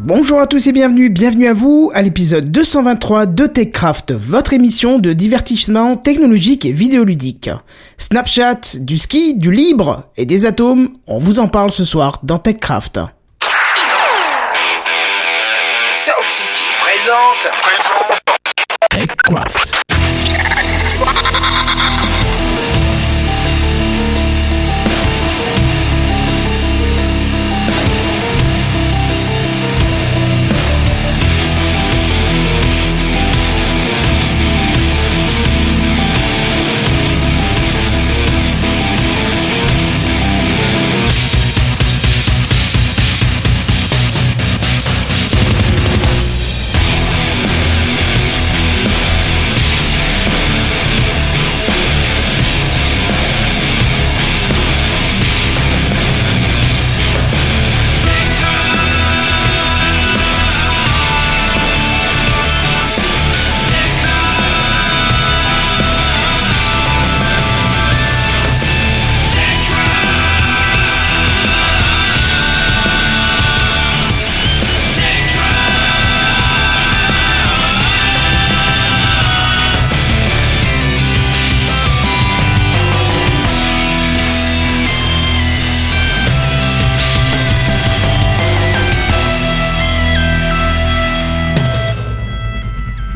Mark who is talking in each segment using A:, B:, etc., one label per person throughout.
A: Bonjour à tous et bienvenue, bienvenue à vous à l'épisode 223 de TechCraft, votre émission de divertissement technologique et vidéoludique. Snapchat, du ski, du libre et des atomes, on vous en parle ce soir dans TechCraft.
B: Sound City présente.
C: TechCraft.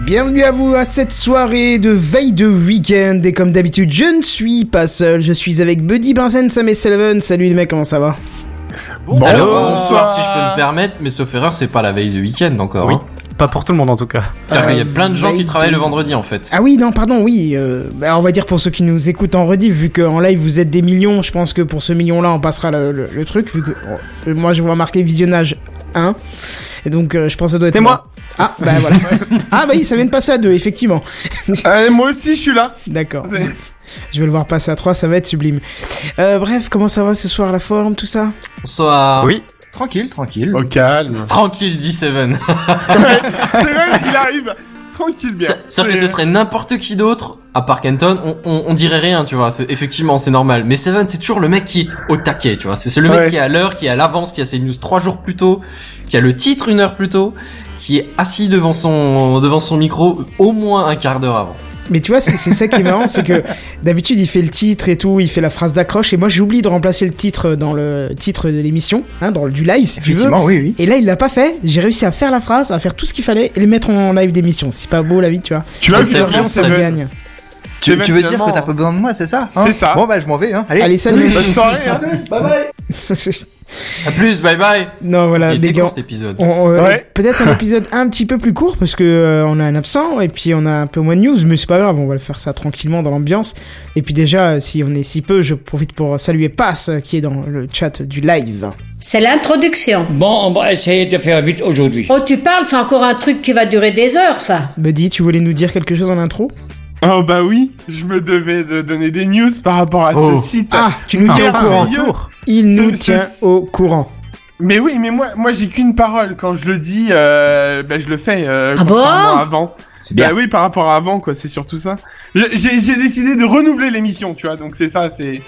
A: Bienvenue à vous à cette soirée de veille de week-end et comme d'habitude je ne suis pas seul, je suis avec Buddy Benzen, Sam et Sullivan, salut les mecs comment ça va
D: Allô, bonsoir si je peux me permettre, mais sauf erreur, c'est pas la veille du week-end encore.
E: Oui.
D: hein.
E: Pas pour tout le monde en tout cas.
D: C'est-à-dire qu'il y a plein de gens
A: veille
D: qui travaillent
A: de-
D: le vendredi en fait.
A: Ah oui, non, pardon, oui. euh, bah, on va dire pour ceux qui nous écoutent en rediff, vu qu'en live vous êtes des millions, je pense que pour ce million-là, on passera le, le- le truc, vu que oh, moi je vois marqué visionnage 1. Et donc euh, je pense que ça doit être.
E: C'est moi.
A: Ah, bah voilà. ah, bah oui, ça vient de passer à 2, effectivement.
F: Allez, Eh, moi aussi, je suis là.
A: D'accord. Je vais le voir passer à 3, ça va être sublime. Euh, bref, comment ça va ce soir, la forme, tout ça
D: Bonsoir.
E: Oui.
F: Tranquille, tranquille. Au calme.
D: Tranquille, dit Seven.
F: C'est vrai, il arrive. Tranquille, bien.
D: Ça- C'est-à-dire que ce serait n'importe qui d'autre, à part Kenton, on, on- on dirait rien, tu vois. c'est- Effectivement, c'est normal. Mais Seven, c'est toujours le mec qui est au taquet, tu vois. C'est c'est le mec
F: Ouais.
D: qui est à l'heure, qui est à l'avance, qui a ses news trois jours plus tôt, qui a le titre une heure plus tôt, qui est assis devant son, devant son micro au moins un quart d'heure avant.
A: Mais tu vois, c'est c'est ça qui est marrant, c'est que d'habitude il fait le titre et tout, il fait la phrase d'accroche, et moi j'oublie de remplacer le titre dans le titre de l'émission, hein, dans le du live si tu veux.
F: oui, oui.
A: Et là il l'a pas fait, j'ai réussi à faire la phrase, à faire tout ce qu'il fallait et le mettre en live d'émission. C'est pas beau la vie, tu vois.
F: Tu vois,
D: Peut-être
F: finalement,
D: plus
F: ça
A: L'urgence elle
D: stress.
F: veut.
A: gagne.
F: C'est
G: Tu, tu veux dire
F: finalement-
G: que t'as pas besoin de moi, c'est ça hein
F: C'est ça.
G: Bon bah je m'en vais, hein. Allez.
A: Allez, salut
F: Bonne soirée, hein.
D: À plus, bye bye.
A: Non voilà,
D: Il
A: les
D: était
A: gars.
D: court cet épisode.
A: Euh, on- euh,
F: Ouais.
A: Peut-être un épisode un petit peu plus court parce que euh, on a un absent et puis on a un peu moins de news, mais c'est pas grave, on va le faire ça tranquillement dans l'ambiance. Et puis déjà, euh, si on est si peu, je profite pour saluer Pass euh, qui est dans le chat du live.
H: C'est l'introduction.
I: Bon, on va essayer de faire vite aujourd'hui.
H: Oh, tu parles, c'est encore un truc qui va durer des heures, ça.
A: Buddy, tu voulais nous dire quelque chose en intro
F: Oh, bah oui, je me devais de donner des news par rapport à ce site.
A: Ah, tu nous tiens au courant.
F: merveilleux.
A: Il
F: Ce-
A: nous
F: ce-
A: tient au courant.
F: Mais oui, mais moi, moi j'ai qu'une parole. Quand je le dis, euh, bah, je le fais. Euh,
H: Ah bon
F: contrairement à avant.
G: C'est
F: Bah oui, par rapport à avant, quoi, c'est surtout ça. Je- J'ai j'ai décidé de renouveler l'émission, tu vois, donc c'est ça, c'est...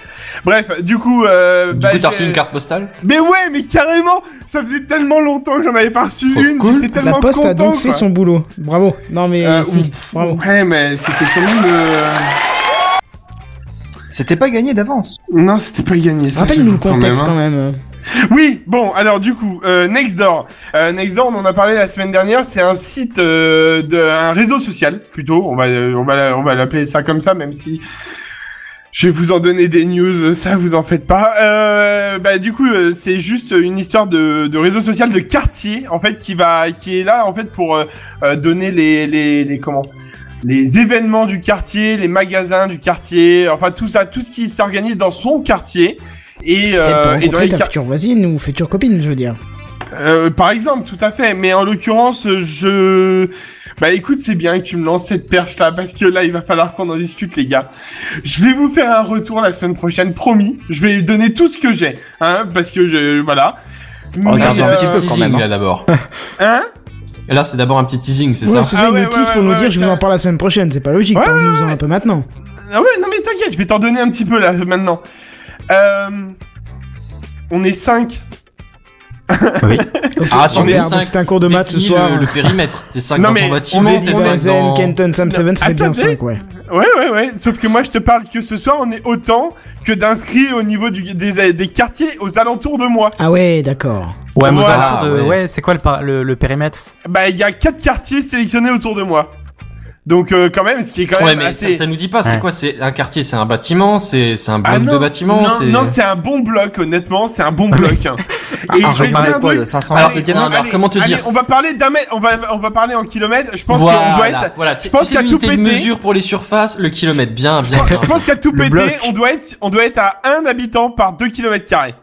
F: Bref, du coup... Euh,
D: Du
F: bah,
D: coup, t'as
F: j'ai-
D: reçu une carte postale
F: Mais ouais, mais carrément Ça faisait tellement longtemps que j'en avais pas reçu
D: Trop
F: une,
D: cool.
F: j'étais
A: La
F: tellement
A: poste
F: content,
A: a donc fait
F: quoi.
A: son boulot. Bravo. Non mais
F: Euh,
A: euh, si,
F: oui.
A: bravo.
F: Ouais, mais c'était quand même... euh,
G: C'était pas gagné d'avance.
F: Non, c'était pas gagné, ça.
A: Rappelle-nous le
F: j'avoue,
A: contexte
F: hein.
A: quand même.
F: Oui, bon, alors du coup, euh, Nextdoor. Euh, Nextdoor, on en a parlé la semaine dernière, c'est un site, euh, de, un réseau social, plutôt. On va, euh, on va, la- on va l'appeler ça comme ça, même si je vais vous en donner des news, euh, ça vous en faites pas. Euh, bah du coup, euh, c'est juste une histoire de, de réseau social de quartier, en fait, qui va, qui est là, en fait, pour euh, euh, donner les, les, les comment les événements du quartier, les magasins du quartier, enfin tout ça, tout ce qui s'organise dans son quartier et,
A: Peut-être pour
F: euh, et dans
A: rencontrer
F: les
A: ta
F: quar-
A: future voisine ou future copine, je veux dire.
F: euh, par exemple, tout à fait. Mais en l'occurrence, euh, je... Bah écoute, c'est bien que tu me lances cette perche là, parce que là, il va falloir qu'on en discute, les gars. Je vais vous faire un retour la semaine prochaine, promis. Je vais donner tout ce que j'ai, hein, parce que je... Voilà. Mais,
G: regarde un
F: euh,
G: petit peu.
D: teasing,
G: quand même, hein.
D: là d'abord.
F: Hein
D: Là, c'est d'abord un petit teasing, c'est
A: Oui,
D: ça
A: c'est ça,
F: Ah
A: il
F: ouais,
A: nous tease
F: ouais,
A: pour nous
F: ouais,
A: dire
F: ouais,
A: je vous en
F: ouais.
A: parle la semaine prochaine. C'est pas logique,
F: Ouais,
A: parle-nous-en un peu maintenant.
F: Ah ouais, non mais t'inquiète, je vais t'en donner un petit peu là, maintenant. Euh... On est 5.
D: Oui. Ah,
A: Super,
D: attends, t'es
A: donc
D: cinq,
A: c'était un cours de
D: t'es
A: maths ce
D: fini
A: soir.
D: Le, le périmètre, t'es 5
F: Non,
D: dans
F: mais
D: ton
F: on
D: bâtiment,
F: est-
D: t'es
F: on est
D: 5
A: Zen,
D: dans...
A: Kenton, Sam Seven, ça fait bien
F: Attendez.
A: 5, ouais.
F: Ouais, ouais, ouais. Sauf que moi, je te parle que ce soir, on est autant que d'inscrits au niveau du, des, des quartiers aux alentours de moi.
A: Ah ouais, d'accord.
C: Ouais, mais aux
F: Voilà,
C: alentours de-
D: ouais.
C: ouais, c'est quoi le, par- le, le périmètre
F: Bah, il y a quatre quartiers sélectionnés autour de moi. Donc, euh, quand même, ce qui est quand
D: Ouais,
F: même
D: mais ça,
F: assez...
D: ça nous dit pas, c'est
C: Ouais.
D: quoi C'est un quartier, c'est un bâtiment, c'est c'est un bloc
F: Ah non,
D: de bâtiments,
F: non,
D: c'est...
F: non, c'est un bon bloc, honnêtement, c'est un bon bloc. hein.
G: Ah,
F: je
G: un
F: vais te dire
G: repas avec
F: un
G: quoi
F: truc.
G: de 500
D: Alors,
G: mètres de
D: non,
G: diamètre
D: mais alors, comment te
F: Allez,
D: dire
F: on va parler d'un mètre, on va, on va parler en kilomètres. Je pense qu'on doit
D: Voilà,
F: être,
D: voilà.
F: je
D: Tu
F: pense
D: sais,
F: qu'à tout
D: l'unité de
F: péter-
D: mesure pour les surfaces, le kilomètre, bien, bien. bien.
F: je pense qu'à tout
G: Le
F: péter,
G: bloc.
F: on doit être, on doit être à un habitant par 2 km carrés.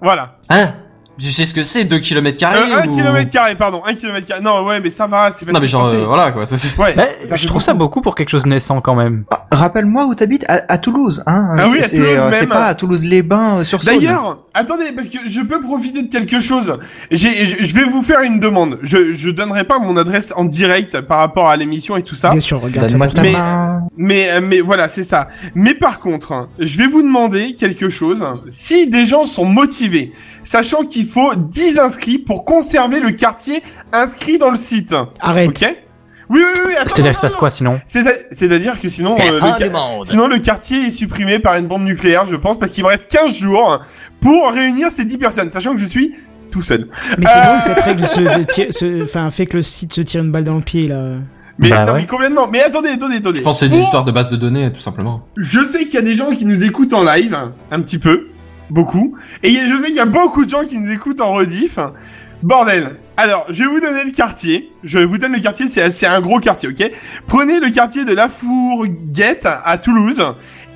F: Voilà.
D: Hein Tu sais ce que c'est, 2 km carrés
F: Euh, un
D: ou...
F: kilomètre carré, pardon, un kilomètre carré. Non, ouais, mais ça va, c'est pas
D: Non, mais genre,
F: c'est-
D: euh, voilà, quoi, ça c'est...
F: Ouais.
C: Eh,
F: ça fait
C: Je trouve ça beaucoup pour quelque chose de naissant quand même.
G: Ah, Rappelle-moi où t'habites à, à Toulouse, hein.
F: Ah oui,
G: C'est-
F: à
G: c'est,
F: Toulouse
G: euh,
F: même.
G: C'est pas à Toulouse-les-Bains euh, sur Saône.
F: D'ailleurs, attendez, parce que je peux profiter de quelque chose. J'ai, je je vais vous faire une demande. Je, je donnerai pas mon adresse en direct par rapport à l'émission et tout ça.
A: Bien sûr, regarde ça.
G: donne-moi ta
F: Mais-
G: main.
F: Mais, euh, mais voilà, c'est ça. Mais par contre, hein, je vais vous demander quelque chose. Si des gens sont motivés, sachant qu'il faut 10 inscrits pour conserver le quartier inscrit dans le site.
A: Arrête.
F: Ok Oui, oui, oui.
D: Ah,
F: attends,
C: C'est-à-dire, il se
F: attends,
C: passe quoi sinon
F: C'est-à- C'est-à-dire que sinon, euh, le, quar- sinon le quartier est supprimé par une bombe nucléaire, je pense, parce qu'il me reste 15 jours pour réunir ces 10 personnes, sachant que je suis tout seul.
A: Mais c'est drôle, cette règle se, de tire- se- enfin, fait que le site se tire une balle dans le pied, là.
F: Mais,
C: Bah
F: non,
C: ouais.
F: mais complètement. Mais attendez, attendez, attendez.
D: Je pense que c'est des
F: Pour-
D: histoires de base de données, tout simplement.
F: Je sais qu'il y a des gens qui nous écoutent en live, un petit peu, beaucoup. Et il y a- je sais qu'il y a beaucoup de gens qui nous écoutent en rediff. Bordel. Alors, je vais vous donner le quartier. Je vous donne le quartier, c'est c'est un gros quartier, ok Prenez le quartier de La Fourguette à Toulouse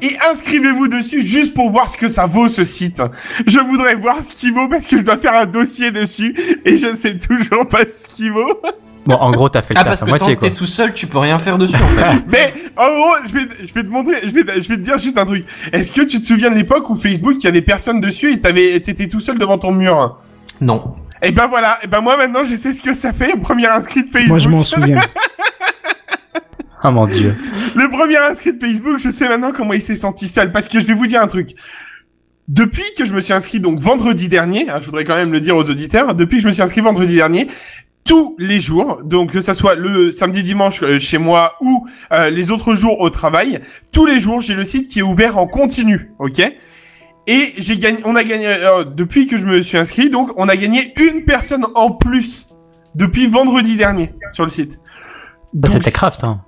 F: et inscrivez-vous dessus juste pour voir ce que ça vaut ce site. Je voudrais voir ce qu'il vaut parce que je dois faire un dossier dessus et je ne sais toujours pas ce qu'il vaut.
C: Bon, en gros, t'as fait le
D: Ah,
C: taf
D: parce
C: à
D: que tant que
C: moitié quoi.
D: t'es tout seul, tu peux rien faire dessus, en fait.
F: Mais en gros, je vais, je vais te montrer, je vais, je vais te dire juste un truc. Est-ce que tu te souviens de l'époque où Facebook, il y avait personne dessus et t'avais, t'étais tout seul devant ton mur
D: Non.
F: Et ben voilà, et ben moi maintenant, je sais ce que ça fait, le premier inscrit de Facebook.
A: Moi, je m'en souviens.
C: Ah mon dieu.
F: Le premier inscrit de Facebook, je sais maintenant comment il s'est senti seul, parce que je vais vous dire un truc. Depuis que je me suis inscrit, donc vendredi dernier, hein, je voudrais quand même le dire aux auditeurs, depuis que je me suis inscrit vendredi dernier, tous les jours, donc que ça soit le samedi, dimanche euh, chez moi ou euh, les autres jours au travail, tous les jours j'ai le site qui est ouvert en continu, ok Et j'ai gagné, on a gagné euh, depuis que je me suis inscrit, donc on a gagné une personne en plus depuis vendredi dernier sur le site.
C: Ça,
F: Donc,
C: c'était craft, hein.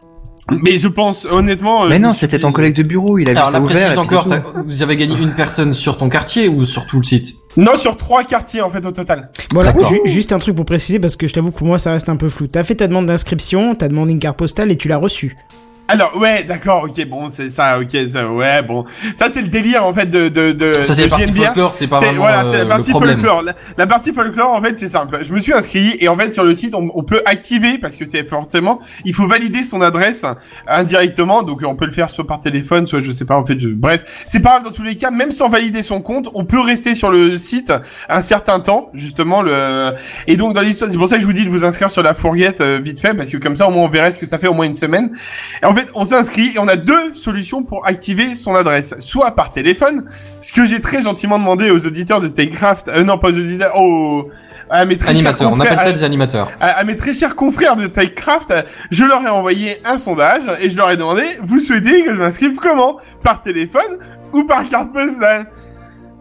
F: mais je pense, honnêtement. euh,
G: Mais
F: je
G: non,
F: me suis
G: c'était
F: dit-
G: ton collègue de bureau, il a vu
D: Alors,
G: ça
D: la
G: ouvert. et
D: précise
G: puis
D: encore, t'as-
G: c'est tout.
D: vous avez gagné une personne sur ton quartier ou sur tout le site
F: Non, sur trois quartiers en fait au total.
A: Bon, alors,
D: D'accord.
A: ju- juste un truc pour préciser, parce que je t'avoue que pour moi, ça reste un peu flou. T'as fait ta demande d'inscription, t'as demandé une carte postale et tu l'as reçue.
F: Alors ouais, d'accord, ok, bon, c'est ça, ok, ça, ouais, bon, ça c'est le délire en fait de de de.
D: Ça,
F: de
D: c'est la partie
F: JNBR.
D: folklore, c'est pas
F: C'est-
D: vraiment
F: voilà,
D: euh,
F: c'est la
D: le
F: partie
D: problème.
F: folklore. La, la partie folklore, en fait, c'est simple. Je me suis inscrit et en fait sur le site, on, on peut activer parce que c'est forcément, il faut valider son adresse indirectement. Donc on peut le faire soit par téléphone, soit je sais pas. En fait, je- bref, c'est pas grave dans tous les cas. Même sans valider son compte, on peut rester sur le site un certain temps, justement le. Et donc dans l'histoire, c'est pour ça que je vous dis de vous inscrire sur la fourguette euh, vite fait parce que comme ça au moins on verrait ce que ça fait au moins une semaine. Et en fait, on s'inscrit et on a deux solutions pour activer son adresse, soit par téléphone. Ce que j'ai très gentiment demandé aux auditeurs de Techcraft, euh, non pas aux auditeurs, aux... à mes très
D: Animateurs,
F: chers
D: on
F: confrères,
D: appelle ça des animateurs.
F: à, à mes très chers confrères de Techcraft, euh, je leur ai envoyé un sondage et je leur ai demandé, vous souhaitez que je m'inscrive comment Par téléphone ou par carte postale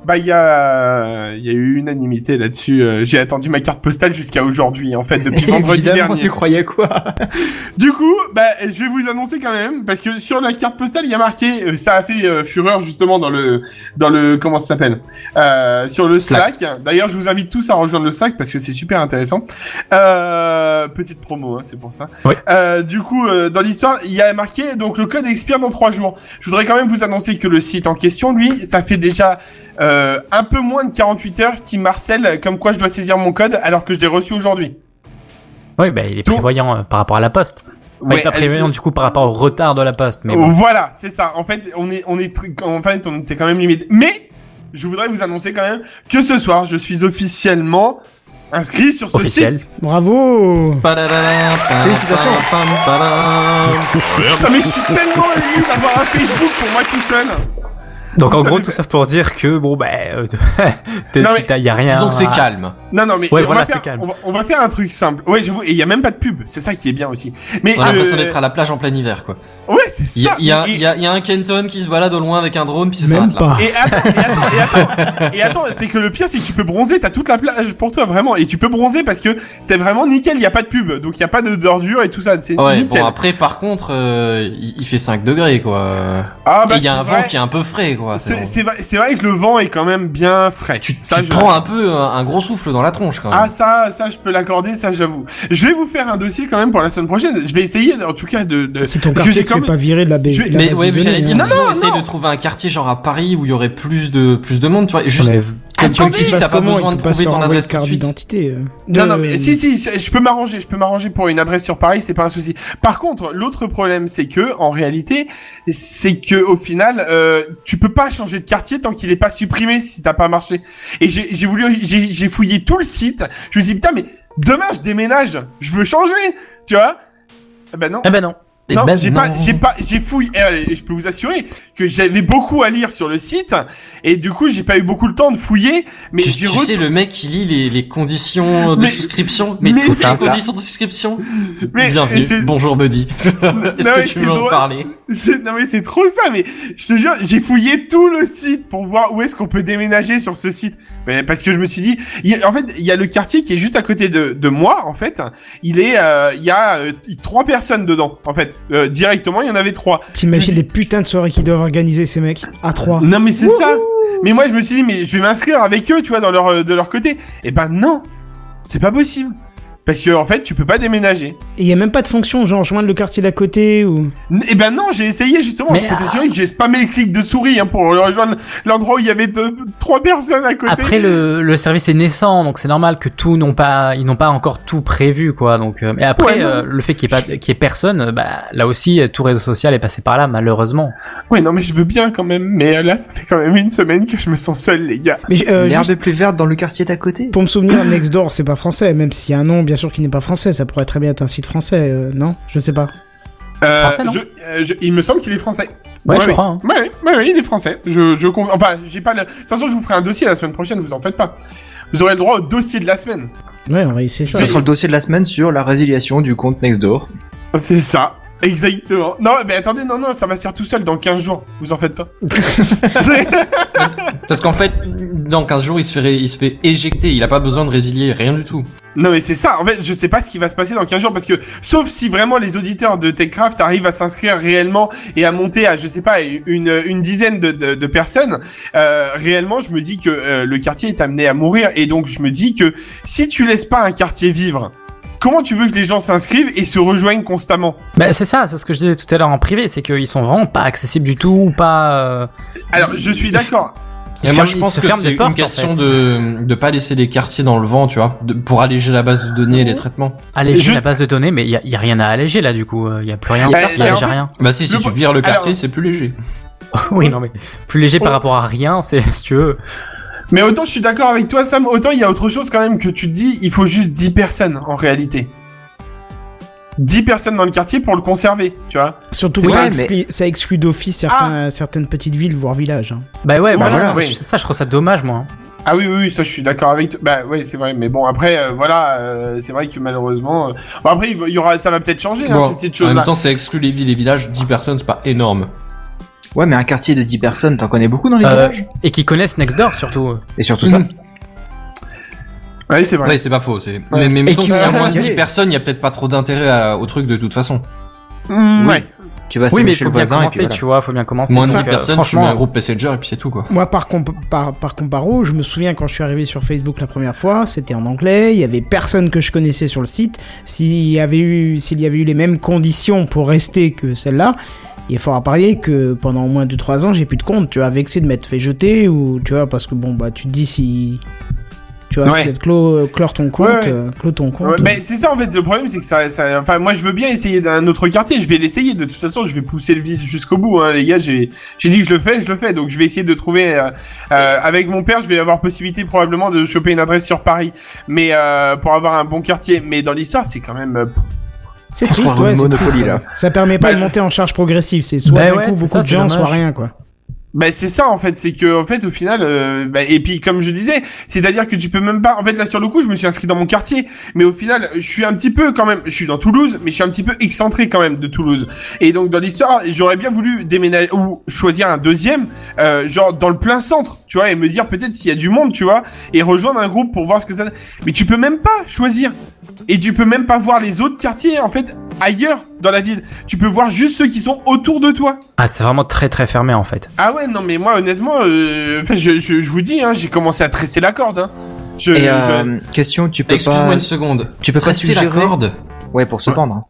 F: bah il y a il y a eu unanimité là-dessus. euh, J'ai attendu ma carte postale jusqu'à aujourd'hui en fait depuis vendredi
G: Évidemment,
F: dernier.
G: tu croyais quoi
F: Du coup, bah, je vais vous annoncer quand même, parce que sur la carte postale, il y a marqué, euh, ça a fait euh, fureur justement dans le, dans le, comment ça s'appelle, euh, sur le Slack. D'ailleurs, je vous invite tous à rejoindre le Slack parce que c'est super intéressant. Euh, petite promo, hein, c'est pour ça.
C: Ouais.
F: Euh, du coup, euh, dans l'histoire, il y a marqué donc le code expire dans trois jours. Je voudrais quand même vous annoncer que le site en question, lui, ça fait déjà euh, un peu moins de 48 heures qu'il marcelle comme quoi je dois saisir mon code alors que je l'ai reçu aujourd'hui.
C: Oui, bah, il est
F: Tout-
C: prévoyant euh, par rapport à la poste. Enfin, il est
F: Ouais,
C: pas
D: euh,
C: prévoyant du coup par rapport au retard de la poste, mais bon.
F: Voilà, c'est ça. En fait, on est, on est, tr- en fait, on était quand même limite. Mais je voudrais vous annoncer quand même que ce soir, je suis officiellement inscrit sur ce
C: Officiel.
F: site.
A: Bravo
G: Félicitations.
F: Putain, mais je suis tellement ému d'avoir un Facebook pour moi tout seul.
C: Donc en
F: Ça
C: gros,
F: fait-
C: tout ça pour dire que bon, bah, euh, t'es-
F: Non, mais
C: t'as- y a rien.
D: Disons que c'est
C: à-
D: calme.
F: Non, non, mais
C: Ouais,
F: on,
C: voilà,
F: va faire,
C: c'est calme.
F: on, va, on va faire un truc simple. Ouais, j'avoue, et il y a même pas de pub. C'est ça qui est bien aussi. Mais
D: T'as l'impression
F: euh,
D: d'être à la plage en plein hiver, quoi.
F: ouais, c'est ça.
D: Il y a, il y, a,
F: Et-
D: il y, a, il y a un Kenton qui se balade au loin avec un drone, puis ça
A: Même
D: s'arrête là.
A: pas.
F: Et attends, et attends, et attends, et attends, c'est que le pire, c'est que tu peux bronzer, t'as toute la plage pour toi, vraiment. Et tu peux bronzer parce que t'es vraiment nickel, y a pas de pub, donc y a pas de d'ordure et tout ça, c'est
D: Ouais,
F: nickel.
D: bon après par contre, euh, il, il fait 5 degrés quoi.
F: ah,
D: Et il y a
F: c'est
D: un
F: vrai.
D: vent qui est un peu frais quoi.
F: C'est
D: C'est-
F: c'est vrai, c'est vrai que le vent est quand même bien frais.
D: Tu,
F: Ça,
D: tu
F: je-
D: te prends un peu un, un gros souffle dans la tronche quand
F: Ah
D: même.
F: ça, ça je peux l'accorder, ça j'avoue. Je vais vous faire un dossier quand même pour la semaine prochaine. Je vais essayer en tout cas de. de...
A: Si ton
F: parce
A: quartier
F: que j'ai
A: se
F: Euh, quand
A: fait
F: même-
A: pas virer de la baie.
F: Je-
A: de la
D: mais
A: base
D: ouais,
A: de
D: mais j'allais
A: données,
D: dire
A: hein.
D: sinon
F: non,
D: essayer
F: non.
D: de trouver un quartier genre à Paris où il y aurait plus de plus de monde, tu vois. Et Juste
C: Mais
D: comme,
A: Attends,
D: comme tu dis,
A: il
D: t'as
A: passe
D: pas
A: comment,
D: besoin
A: il
D: de
A: peut pas se
D: prouver
A: faire
D: ton
A: envoyer
D: adresse
A: de
D: tout de
A: carte
D: suite.
A: d'identité. euh, de-
F: Non, non, mais si, si, je je peux m'arranger, je peux m'arranger pour une adresse sur Paris, c'est pas un souci. Par contre, l'autre problème, c'est que, en réalité, c'est que, au final, euh, tu peux pas changer de quartier tant qu'il est pas supprimé si t'as pas marché. Et j'ai j'ai voulu, j'ai j'ai fouillé tout le site, je me suis dit, putain, mais demain je déménage, je veux changer, tu vois? Ah Bah non.
C: Eh ben non.
D: Et
F: Non,
D: ben
F: j'ai
D: non.
F: pas, j'ai pas, j'ai fouillé. eh, allez, je peux vous assurer que j'avais beaucoup à lire sur le site et du coup j'ai pas eu beaucoup le temps de fouiller, mais
D: tu,
F: j'ai
D: tu
F: re-
D: sais le mec qui lit les, les conditions de
F: Mais-
D: souscription, mais,
F: mais
D: toutes
F: c'est
D: les
F: ça.
D: conditions de souscription.
F: mais- c'est-
D: Bienvenue. Bonjour Buddy. Est-ce
F: mais
D: que
F: c'est
D: tu veux en
F: drôle.
D: parler
F: C'est- Non mais c'est trop ça, mais je te jure, j'ai fouillé tout le site pour voir où est-ce qu'on peut déménager sur ce site. Mais parce que je me suis dit, il y a- en fait, il y a le quartier qui est juste à côté de, de moi, en fait. Il est, euh, il y a euh, trois personnes dedans, en fait. Euh, directement, il y en avait trois.
A: T'imagines les putains de soirées qu'ils doivent organiser ces mecs à 3
F: Non mais c'est ça. Mais moi je me suis dit, mais je vais m'inscrire avec eux, tu vois, dans leur, euh, de leur côté. Et ben non, c'est pas possible. Parce que en fait, tu peux pas déménager.
A: Et y a même pas de fonction genre joindre le quartier d'à côté ou.
F: Et ben non, j'ai essayé justement,
C: Mais, ah.
F: je peux t'assurer que j'ai spammé le clic de souris hein, pour rejoindre l'endroit où il y avait deux, trois personnes à côté.
C: Après le, le service est naissant, donc c'est normal que tout n'ont pas ils n'ont pas encore tout prévu quoi. Donc euh, et après
F: Ouais, non.
C: euh, le fait qu'il y ait pas qu'il y ait personne, euh, bah là aussi euh, tout réseau social est passé par là malheureusement.
F: Ouais, non mais je veux bien quand même, mais euh, là ça fait quand même une semaine que je me sens seul les gars.
A: Mais j'- euh,
G: L'herbe
A: juste
G: est plus verte dans le quartier d'à côté.
A: pour me souvenir, Nextdoor c'est pas français, même s'il y a un nom bien sûr qui n'est pas français, ça pourrait très bien être un site français, euh, non Je sais pas.
F: Euh,
C: Français, non
F: je- euh, je- il me semble qu'il est français.
C: Ouais, je crois. hein.
F: Ouais, ouais, ouais, ouais, il est français. Je, je conv- enfin, j'ai pas le. De toute façon, je vous ferai un dossier la semaine prochaine. Vous en faites pas. Vous aurez le droit au dossier de la semaine.
A: Ouais, on va essayer ça.
G: Ce sera le dossier de la semaine sur la résiliation du compte Nextdoor.
F: C'est ça. Exactement. Non, mais attendez, non, non, ça va se faire tout seul dans 15 jours. Vous en faites pas.
D: Parce qu'en fait, dans 15 jours, il se fait, ré- il se fait éjecter. Il a pas besoin de résilier, rien du tout.
F: Non mais c'est ça, en fait je sais pas ce qui va se passer dans 15 jours parce que sauf si vraiment les auditeurs de TechCraft arrivent à s'inscrire réellement et à monter à je sais pas une, une dizaine de, de, de personnes, euh, réellement je me dis que euh, le quartier est amené à mourir et donc je me dis que si tu laisses pas un quartier vivre, comment tu veux que les gens s'inscrivent et se rejoignent constamment
C: Bah, c'est ça, c'est ce que je disais tout à l'heure en privé, c'est qu'ils sont vraiment pas accessibles du tout, ou pas. euh,
F: Alors je suis d'accord,
D: Et
C: Ils
D: moi,
C: ferment-
D: je
C: ils
D: pense
C: se
D: que
C: ferment
D: c'est
C: des
D: une
C: portes, en
D: question
C: fait.
D: de de pas laisser les quartiers dans le vent, tu vois, de- pour alléger la base de données et les traitements.
C: alléger
F: Je-
C: la base de données, mais il y a, y a rien à alléger là du coup, euh, il y a plus rien,
G: Y a
C: il y
G: personne.
C: a déjà rien.
D: Bah si, si
F: Le
D: tu
F: po-
D: vires le quartier,
F: Alors-
D: c'est plus léger.
C: oui, non mais plus léger par rapport à rien, c'est si tu veux.
F: mais autant je suis d'accord avec toi Sam, autant il y a autre chose quand même que tu te dis, il faut juste 10 personnes en réalité. 10 personnes dans le quartier pour le conserver, tu vois
A: Surtout
G: C'est
A: que ça,
G: vrai,
A: exclut, ça exclut d'office certains,
F: Ah.
A: certaines petites villes voire villages. hein.
C: Bah ouais, bah,
G: Voilà,
C: non,
F: oui.
C: je- ça je trouve ça dommage moi. hein.
F: Ah oui, oui, oui, ça je suis d'accord avec toi. Bah oui, c'est vrai. Mais bon, après, euh, voilà, euh, c'est vrai que malheureusement... euh, Bon, après, il y aura... ça va peut-être changer, hein,
D: Bon,
F: ces petites
D: en même
F: choses-là.
D: temps, c'est exclu les villes et villages. 10 personnes, c'est pas énorme.
G: Ouais, mais un quartier de 10 personnes, t'en connais beaucoup dans les
C: Euh,
G: villages
C: Et qui connaissent Nextdoor surtout.
G: Et surtout ça.
F: Ouais, c'est vrai.
D: Ouais, c'est pas faux. C'est mais, mais mettons
G: Et
D: que
G: qui
D: s'il y a
G: va
D: moins de
G: y aller.
D: 10 personnes, il y a peut-être pas trop d'intérêt à- au truc de toute façon.
F: Mm,
G: Oui.
F: ouais.
G: Tu vas
C: oui, mais
G: sonner
C: il
G: chez
C: faut
G: le
C: bien
G: voisin et
C: commencer,
G: puis voilà.
C: tu vois, faut bien commencer.
D: Moins de 10
C: Donc, euh,
D: personnes, tu mets
C: franchement,
D: un groupe Messenger et puis c'est tout quoi.
A: Moi, par, comp- par, par comparo, je me souviens quand je suis arrivé sur Facebook la première fois, c'était en anglais, il y avait personne que je connaissais sur le site. S'il y avait eu, s'il y avait eu les mêmes conditions pour rester que celle-là, il est fort à parier que pendant au moins 2-3 ans, j'ai plus de compte. Tu vois, vexé de m'être fait jeter ou tu vois, parce que bon, bah, tu te dis si. Tu vois,
F: Ouais.
A: si ça te clo- clore ton compte,
F: Ouais, ouais.
A: euh, clôt ton compte.
F: Ouais, mais c'est ça en fait le problème c'est que ça, ça enfin moi je veux bien essayer d'un autre quartier je vais l'essayer de toute façon je vais pousser le vice jusqu'au bout hein, les gars j'ai j'ai dit que je le fais je le fais donc je vais essayer de trouver euh, euh, avec mon père je vais avoir possibilité probablement de choper une adresse sur Paris mais euh, pour avoir un bon quartier mais dans l'histoire c'est quand même euh,
A: C'est
G: On se
A: triste,
G: croirait
A: ouais,
G: au
A: c'est
G: Monopoly,
A: triste,
G: là.
A: ouais. Ça permet pas
F: Bah,
A: une montée en charge progressive. C'est soit
C: bah
A: d'un
C: ouais,
A: coup
C: c'est
A: beaucoup
C: ça,
A: de
C: c'est
A: gens, soit
C: dommage.
A: rien, quoi.
F: Bah c'est ça en fait, c'est que en fait au final, euh, bah, et puis comme je disais, c'est-à-dire que tu peux même pas. En fait là sur le coup, je me suis inscrit dans mon quartier, mais au final, je suis un petit peu quand même. Je suis dans Toulouse, mais je suis un petit peu excentré quand même de Toulouse. Et donc dans l'histoire, j'aurais bien voulu déménager ou choisir un deuxième, euh, genre dans le plein centre, tu vois, et me dire peut-être s'il y a du monde, tu vois, et rejoindre un groupe pour voir ce que ça. Mais tu peux même pas choisir, et tu peux même pas voir les autres quartiers en fait ailleurs dans la ville. Tu peux voir juste ceux qui sont autour de toi.
C: Ah, c'est vraiment très très fermé en fait.
F: Ah ouais, non mais moi honnêtement, euh, enfin, je, je, je vous dis, hein, j'ai commencé à tresser la corde. Hein. Je,
G: Et
F: je-
G: euh, question, tu peux
D: Excuse-moi
G: pas.
D: une seconde.
G: Tu peux pas
D: Tresser
G: suggérer.
D: la corde
G: Ouais, pour se pendre. hein.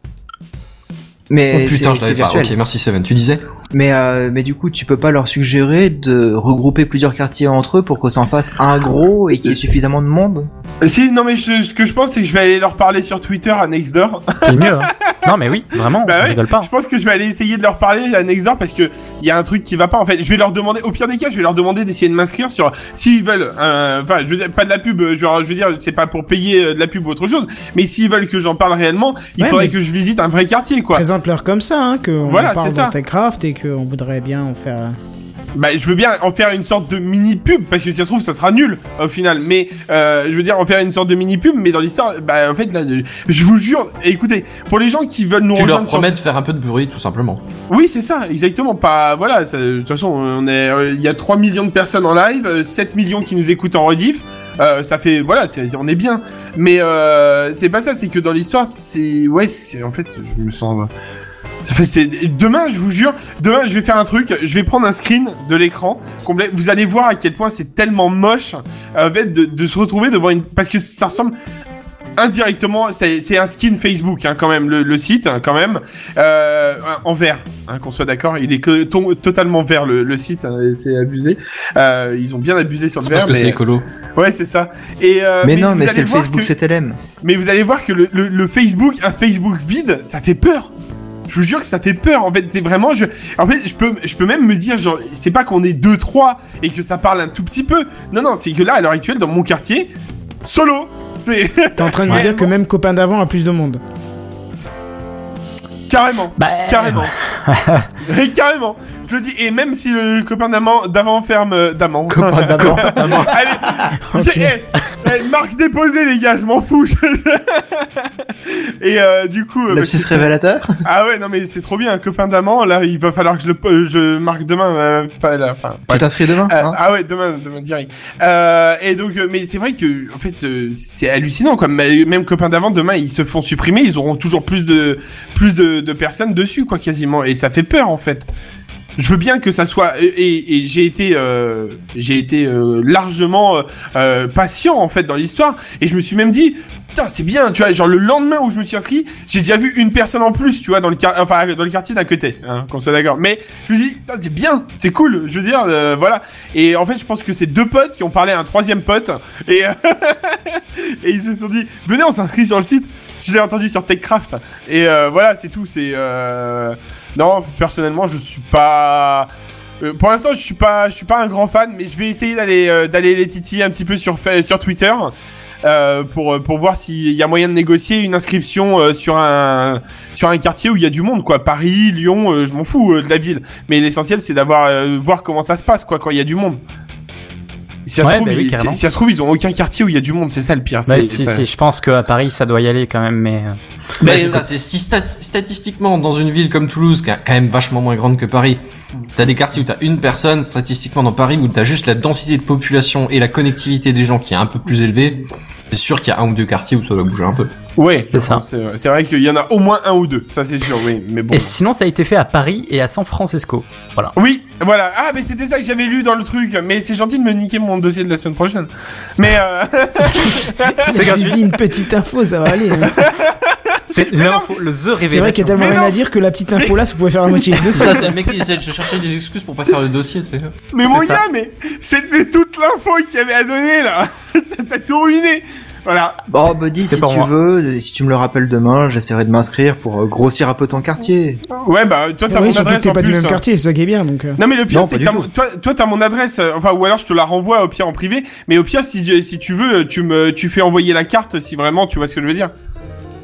G: Mais
D: Oh putain,
G: c'est-
D: je l'avais
G: c'est
D: pas.
G: virtuel.
D: Ok, merci Seven. Tu disais
G: Mais euh, mais du coup, tu peux pas leur suggérer de regrouper plusieurs quartiers entre eux pour qu'on s'en fasse un gros et qu'il y ait suffisamment de monde.
F: Si, non mais je- ce que je pense c'est que je vais aller leur parler sur Twitter à Nextdoor.
C: C'est le mieux. hein. Non, mais oui, vraiment,
F: Bah
C: on
F: ouais.
C: rigole pas. hein.
F: je pense que je vais aller essayer de leur parler à Nextdoor parce que il y a un truc qui va pas en fait. Je vais leur demander, au pire des cas, je vais leur demander d'essayer de m'inscrire sur s'ils veulent, euh, enfin, je veux dire, pas de la pub, euh, genre, je veux dire, c'est pas pour payer euh, de la pub ou autre chose, mais s'ils veulent que j'en parle réellement, il
A: Ouais,
F: faudrait
A: mais-
F: que je visite un vrai quartier quoi.
A: Présente-leur comme ça, hein, qu'on
F: Voilà,
A: en parle
F: c'est
A: dans
F: ça.
A: Techcraft et qu'on voudrait bien en faire. euh,
F: Bah, je veux bien en faire une sorte de mini pub parce que si ça se trouve, ça sera nul au final. Mais euh, je veux dire en faire une sorte de mini pub, mais dans l'histoire, bah en fait là, je vous jure. Écoutez, pour les gens qui veulent nous
D: Tu leur
F: rejoindre sur-
D: promets de faire un peu de bruit, tout simplement.
F: oui, c'est ça, exactement. Pas voilà, ça- de toute façon, on est euh, il y a 3 millions de personnes en live, euh, 7 millions qui nous écoutent en rediff. Euh, ça fait voilà, c'est- on est bien. Mais euh, c'est pas ça, c'est que dans l'histoire, c'est ouais, c'est en fait, je me sens Enfin, c'est- Demain, je vous jure, demain je vais faire un truc, je vais prendre un screen de l'écran complet. Vous allez voir à quel point c'est tellement moche euh, en fait, de, de se retrouver devant une. Parce que ça ressemble indirectement, c'est c'est un skin Facebook hein, quand même, le, le site hein, quand même, euh, en vert, hein, qu'on soit d'accord. Il est que- to- totalement vert le, le site, hein, et c'est abusé. Euh, ils ont bien abusé sur le
D: C'est
F: vert.
D: parce que c'est
F: mais-
D: écolo.
F: Ouais, c'est ça. Et, euh,
G: mais, non,
F: vous
G: mais
F: allez
G: c'est le
F: voir
G: Facebook
F: que-
G: CTLM.
F: mais vous allez voir que le, le- le Facebook, un Facebook vide, ça fait peur. Je vous jure que ça fait peur. En fait, c'est vraiment. Je, en fait, je peux, je peux même me dire, genre, c'est pas qu'on est deux, trois et que ça parle un tout petit peu. Non, non, c'est que là, à l'heure actuelle, dans mon quartier, solo. C'est
A: T'es en train de me
F: Ouais.
A: dire que même copain d'avant a plus de monde.
F: carrément,
C: Bah,
F: carrément, Et carrément. Je le dis. Et même si le copain d'avant d'avant ferme, euh, d'avant.
G: Copain d'abord.
F: Allez, j'ai-
A: Ok.
F: eh, eh, marque déposée, les gars. Je m'en fous. et euh, du coup, euh, bah,
G: Lapsus révélateur.
F: Ah ouais, non mais c'est trop bien, un copain d'amant, là il va falloir que je le po- je marque demain, euh, pas là, enfin... bref.
G: Tu t'inscris demain.
F: Euh,
G: hein
F: ah ouais, demain, demain direct. Euh, et donc, euh, mais c'est vrai que, en fait, euh, c'est hallucinant quoi. Mais- Même copains d'avant, demain, ils se font supprimer, ils auront toujours plus de, plus de, de personnes dessus, quoi, quasiment. Et ça fait peur, en fait. Je veux bien que ça soit et, et- et j'ai été euh, j'ai été euh, largement euh, euh, patient en fait dans l'histoire et je me suis même dit putain c'est bien tu vois genre le lendemain où je me suis inscrit j'ai déjà vu une personne en plus tu vois dans le quar- enfin dans le quartier d'à côté hein, qu'on soit d'accord mais je me suis dit putain c'est bien c'est cool je veux dire euh, voilà et en fait, je pense que c'est deux potes qui ont parlé à un troisième pote. Et, euh, et ils se sont dit, venez, on s'inscrit sur le site. Je l'ai entendu sur TechCraft. Et euh, voilà, c'est tout. C'est euh, non, personnellement, je suis pas. euh, pour l'instant, je suis pas, je suis pas un grand fan, mais je vais essayer d'aller, euh, d'aller les titiller un petit peu sur fa- sur Twitter. euh, pour, pour voir s'il y a moyen de négocier une inscription euh, sur un sur un quartier où il y a du monde quoi Paris Lyon euh, je m'en fous euh, de la ville mais l'essentiel, c'est d'avoir euh, voir comment ça se passe, quoi, quand il y a du monde. Si ça,
C: Ouais,
F: se trouve,
C: bah oui,
F: ils,
C: carrément.
F: si ça se trouve, ils ont aucun quartier où il y a du monde, c'est ça le pire.
C: Bah,
F: c'est-
C: si,
F: ça-
C: si, je pense qu'à Paris ça doit y aller quand même, mais. euh,
D: Bah, c'est ça, c'est si stat- statistiquement dans une ville comme Toulouse, qui est quand même vachement moins grande que Paris, t'as des quartiers où t'as une personne, statistiquement dans Paris, où t'as juste la densité de population et la connectivité des gens qui est un peu plus élevée, c'est sûr qu'il y a un ou deux quartiers où ça va bouger un peu.
F: Ouais, je
C: C'est ça.
F: pense, C'est c'est vrai qu'il y en a au moins un ou deux, ça c'est sûr, oui. Mais bon.
C: Et sinon, ça a été fait à Paris et à San Francisco.
F: Oui, voilà. Ah, mais c'était ça que j'avais lu dans le truc. Mais c'est gentil de me niquer mon dossier de la semaine prochaine. Mais euh...
A: C'est dis une petite info, ça va aller. hein.
C: C'est l'info, le The
A: C'est vrai qu'il y a
C: Révélation.
A: tellement
F: Mais
A: rien
F: non.
A: à dire que la petite info là, ça pouvait faire la moitié.
D: C'est ça, c'est le mec qui essaie de chercher des excuses pour pas faire le dossier, c'est
F: Mais mon gars, mais c'était toute l'info qu'il y avait à donner là. T'as tout ruiné. Voilà.
G: Bon, Buddy,
C: C'est
G: si
C: pas
G: tu
C: moi.
G: veux, et si tu me le rappelles demain, j'essaierai de m'inscrire pour euh, grossir un peu ton quartier.
F: Ouais, bah toi t'as
A: Oui,
F: mon
A: surtout que
F: adresse
A: t'es
F: en
A: pas du
F: plus. hein.
A: même quartier, c'est ça qui est bien. Donc, euh.
F: Non mais le pire
G: Non,
F: c'est que
G: pas du
F: t'as
G: tout.
F: mon- toi toi t'as mon adresse euh, enfin ou alors je te la renvoie au pire en privé mais au pire si si tu veux tu me tu fais envoyer la carte si vraiment tu vois ce que je veux dire.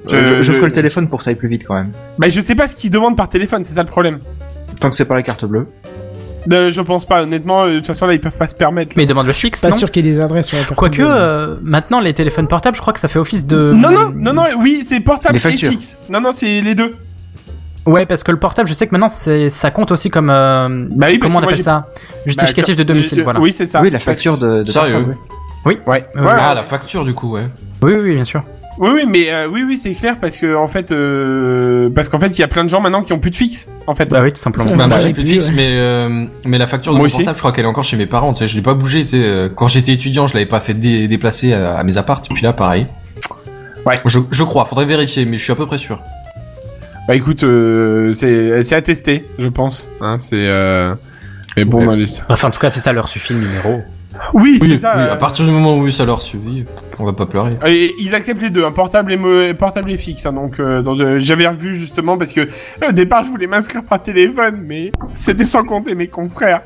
G: je,
F: Euh,
G: je ferai le téléphone pour que ça aille plus vite quand même.
F: Bah je sais pas ce qu'ils demandent par téléphone c'est ça le problème.
G: Tant que c'est pas la carte bleue.
F: Euh, je pense pas, honnêtement, euh, de toute façon là ils peuvent pas se permettre. là.
C: Mais demande le fixe,
A: Pas
C: non
A: sûr qu'il y ait des adresses sur la carte.
C: Quoique,
A: bleue.
C: euh, maintenant, les téléphones portables, je crois que ça fait office de...
F: Non, non, non, non, oui, c'est portable
G: Les
F: et
G: factures.
F: fixe. Non, non, c'est les deux.
C: Ouais, parce que le portable, je sais que maintenant, c'est- ça compte aussi comme... euh,
F: Bah oui, parce
C: comment on
F: que moi,
C: appelle
F: j'ai-
C: ça Justificatif
F: Bah,
C: de domicile,
F: je-
C: voilà.
F: Oui, c'est ça.
G: Oui, la facture de. de
D: Sérieux
G: portable, oui.
F: Ouais.
C: Ouais,
F: Ouais.
D: Ah, la facture du coup, ouais.
C: Oui, oui, oui, bien sûr.
F: Oui, oui, mais euh, oui, oui, c'est clair parce que en fait, euh, parce qu'en fait, il y a plein de gens maintenant qui ont plus de fixe. En fait,
C: Bah oui, tout simplement.
D: Bah, moi
A: j'avais
D: j'ai plus de
A: plus,
D: fixe,
A: ouais.
D: mais euh, mais la facture de
F: Moi
D: mon
F: aussi.
D: portable, je crois qu'elle est encore chez mes parents. Tu sais, je l'ai pas bougé. Tu sais, euh, quand j'étais étudiant, je l'avais pas fait dé- déplacer à, à mes appartes. Puis là, pareil.
F: Ouais.
D: Je, je crois. Faudrait vérifier, mais je suis à peu près sûr.
F: bah écoute, euh, c'est c'est à tester, je pense. Hein, c'est. Euh... Mais bon,
D: Ouais.
F: dans l'histoire.
C: Enfin, en tout cas, c'est ça, leur suffit le numéro.
F: Oui,
D: Oui,
F: c'est ça.
D: oui,
F: euh,
D: à partir du moment où ça leur suffit, on va pas pleurer.
F: Et ils acceptent les deux, un portable et, mo- et portable et fixe. hein, donc, euh, dans de- j'avais revu justement parce que euh, au départ, je voulais m'inscrire par téléphone, mais c'était sans compter mes confrères.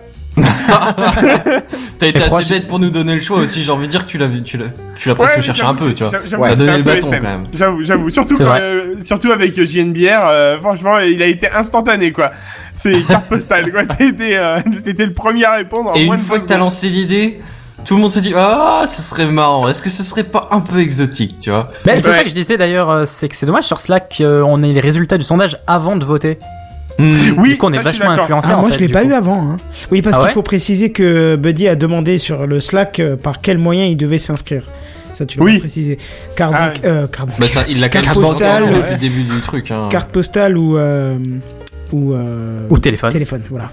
D: T'as
C: Et
D: été assez
C: franchi-
D: bête pour nous donner le choix aussi. J'ai envie de dire que tu l'as vu, tu l'as, tu l'as
F: Ouais,
D: presque
F: mais
D: cherché
F: j'avoue,
D: un peu,
F: c'est-
D: tu vois.
F: j'avoue, j'avoue,
D: T'as
F: c'était
D: donné
F: un
D: le
F: peu
D: bâton
F: SM.
D: quand même.
F: J'avoue, j'avoue. Surtout,
C: C'est
F: quand,
C: vrai.
F: euh, surtout avec euh, JNBR, euh, franchement, il a été instantané quoi. C'est carte postale quoi. C'était, euh, c'était le premier à répondre. en
D: Et
F: moins
D: une
F: de
D: fois
F: deux
D: que t'as
F: secondes.
D: lancé l'idée, tout le monde se dit ah, ce serait marrant. Est-ce que ce serait pas un peu exotique, tu vois
C: Ben, c'est
F: Eh Ouais.
C: ça que je disais d'ailleurs, euh, c'est que c'est dommage sur Slack euh, on ait les résultats du sondage avant de voter.
D: Hmm.
F: Oui,
C: du coup, on
F: ça,
C: est
F: je suis
C: vachement
F: d'accord.
C: influencé.
A: Ah,
C: en
A: moi
C: fait,
A: je l'ai
C: du
A: pas
C: coup.
A: eu avant. Hein. Oui, parce
C: Ah
A: qu'il
C: ouais
A: faut préciser que Buddy a demandé sur le Slack euh, par quel moyen il devait s'inscrire. Ça, tu l'as
F: Oui.
A: pas précisé. Carte,
F: Ah
A: donc- euh, carte,
D: Bah ça, il l'a
A: Carte
D: quasi pas
A: postale,
D: entendu depuis
A: ouais.
D: le début du truc. Hein.
A: carte postale ou euh, ou, euh,
C: Ou téléphone.
A: téléphone. Voilà.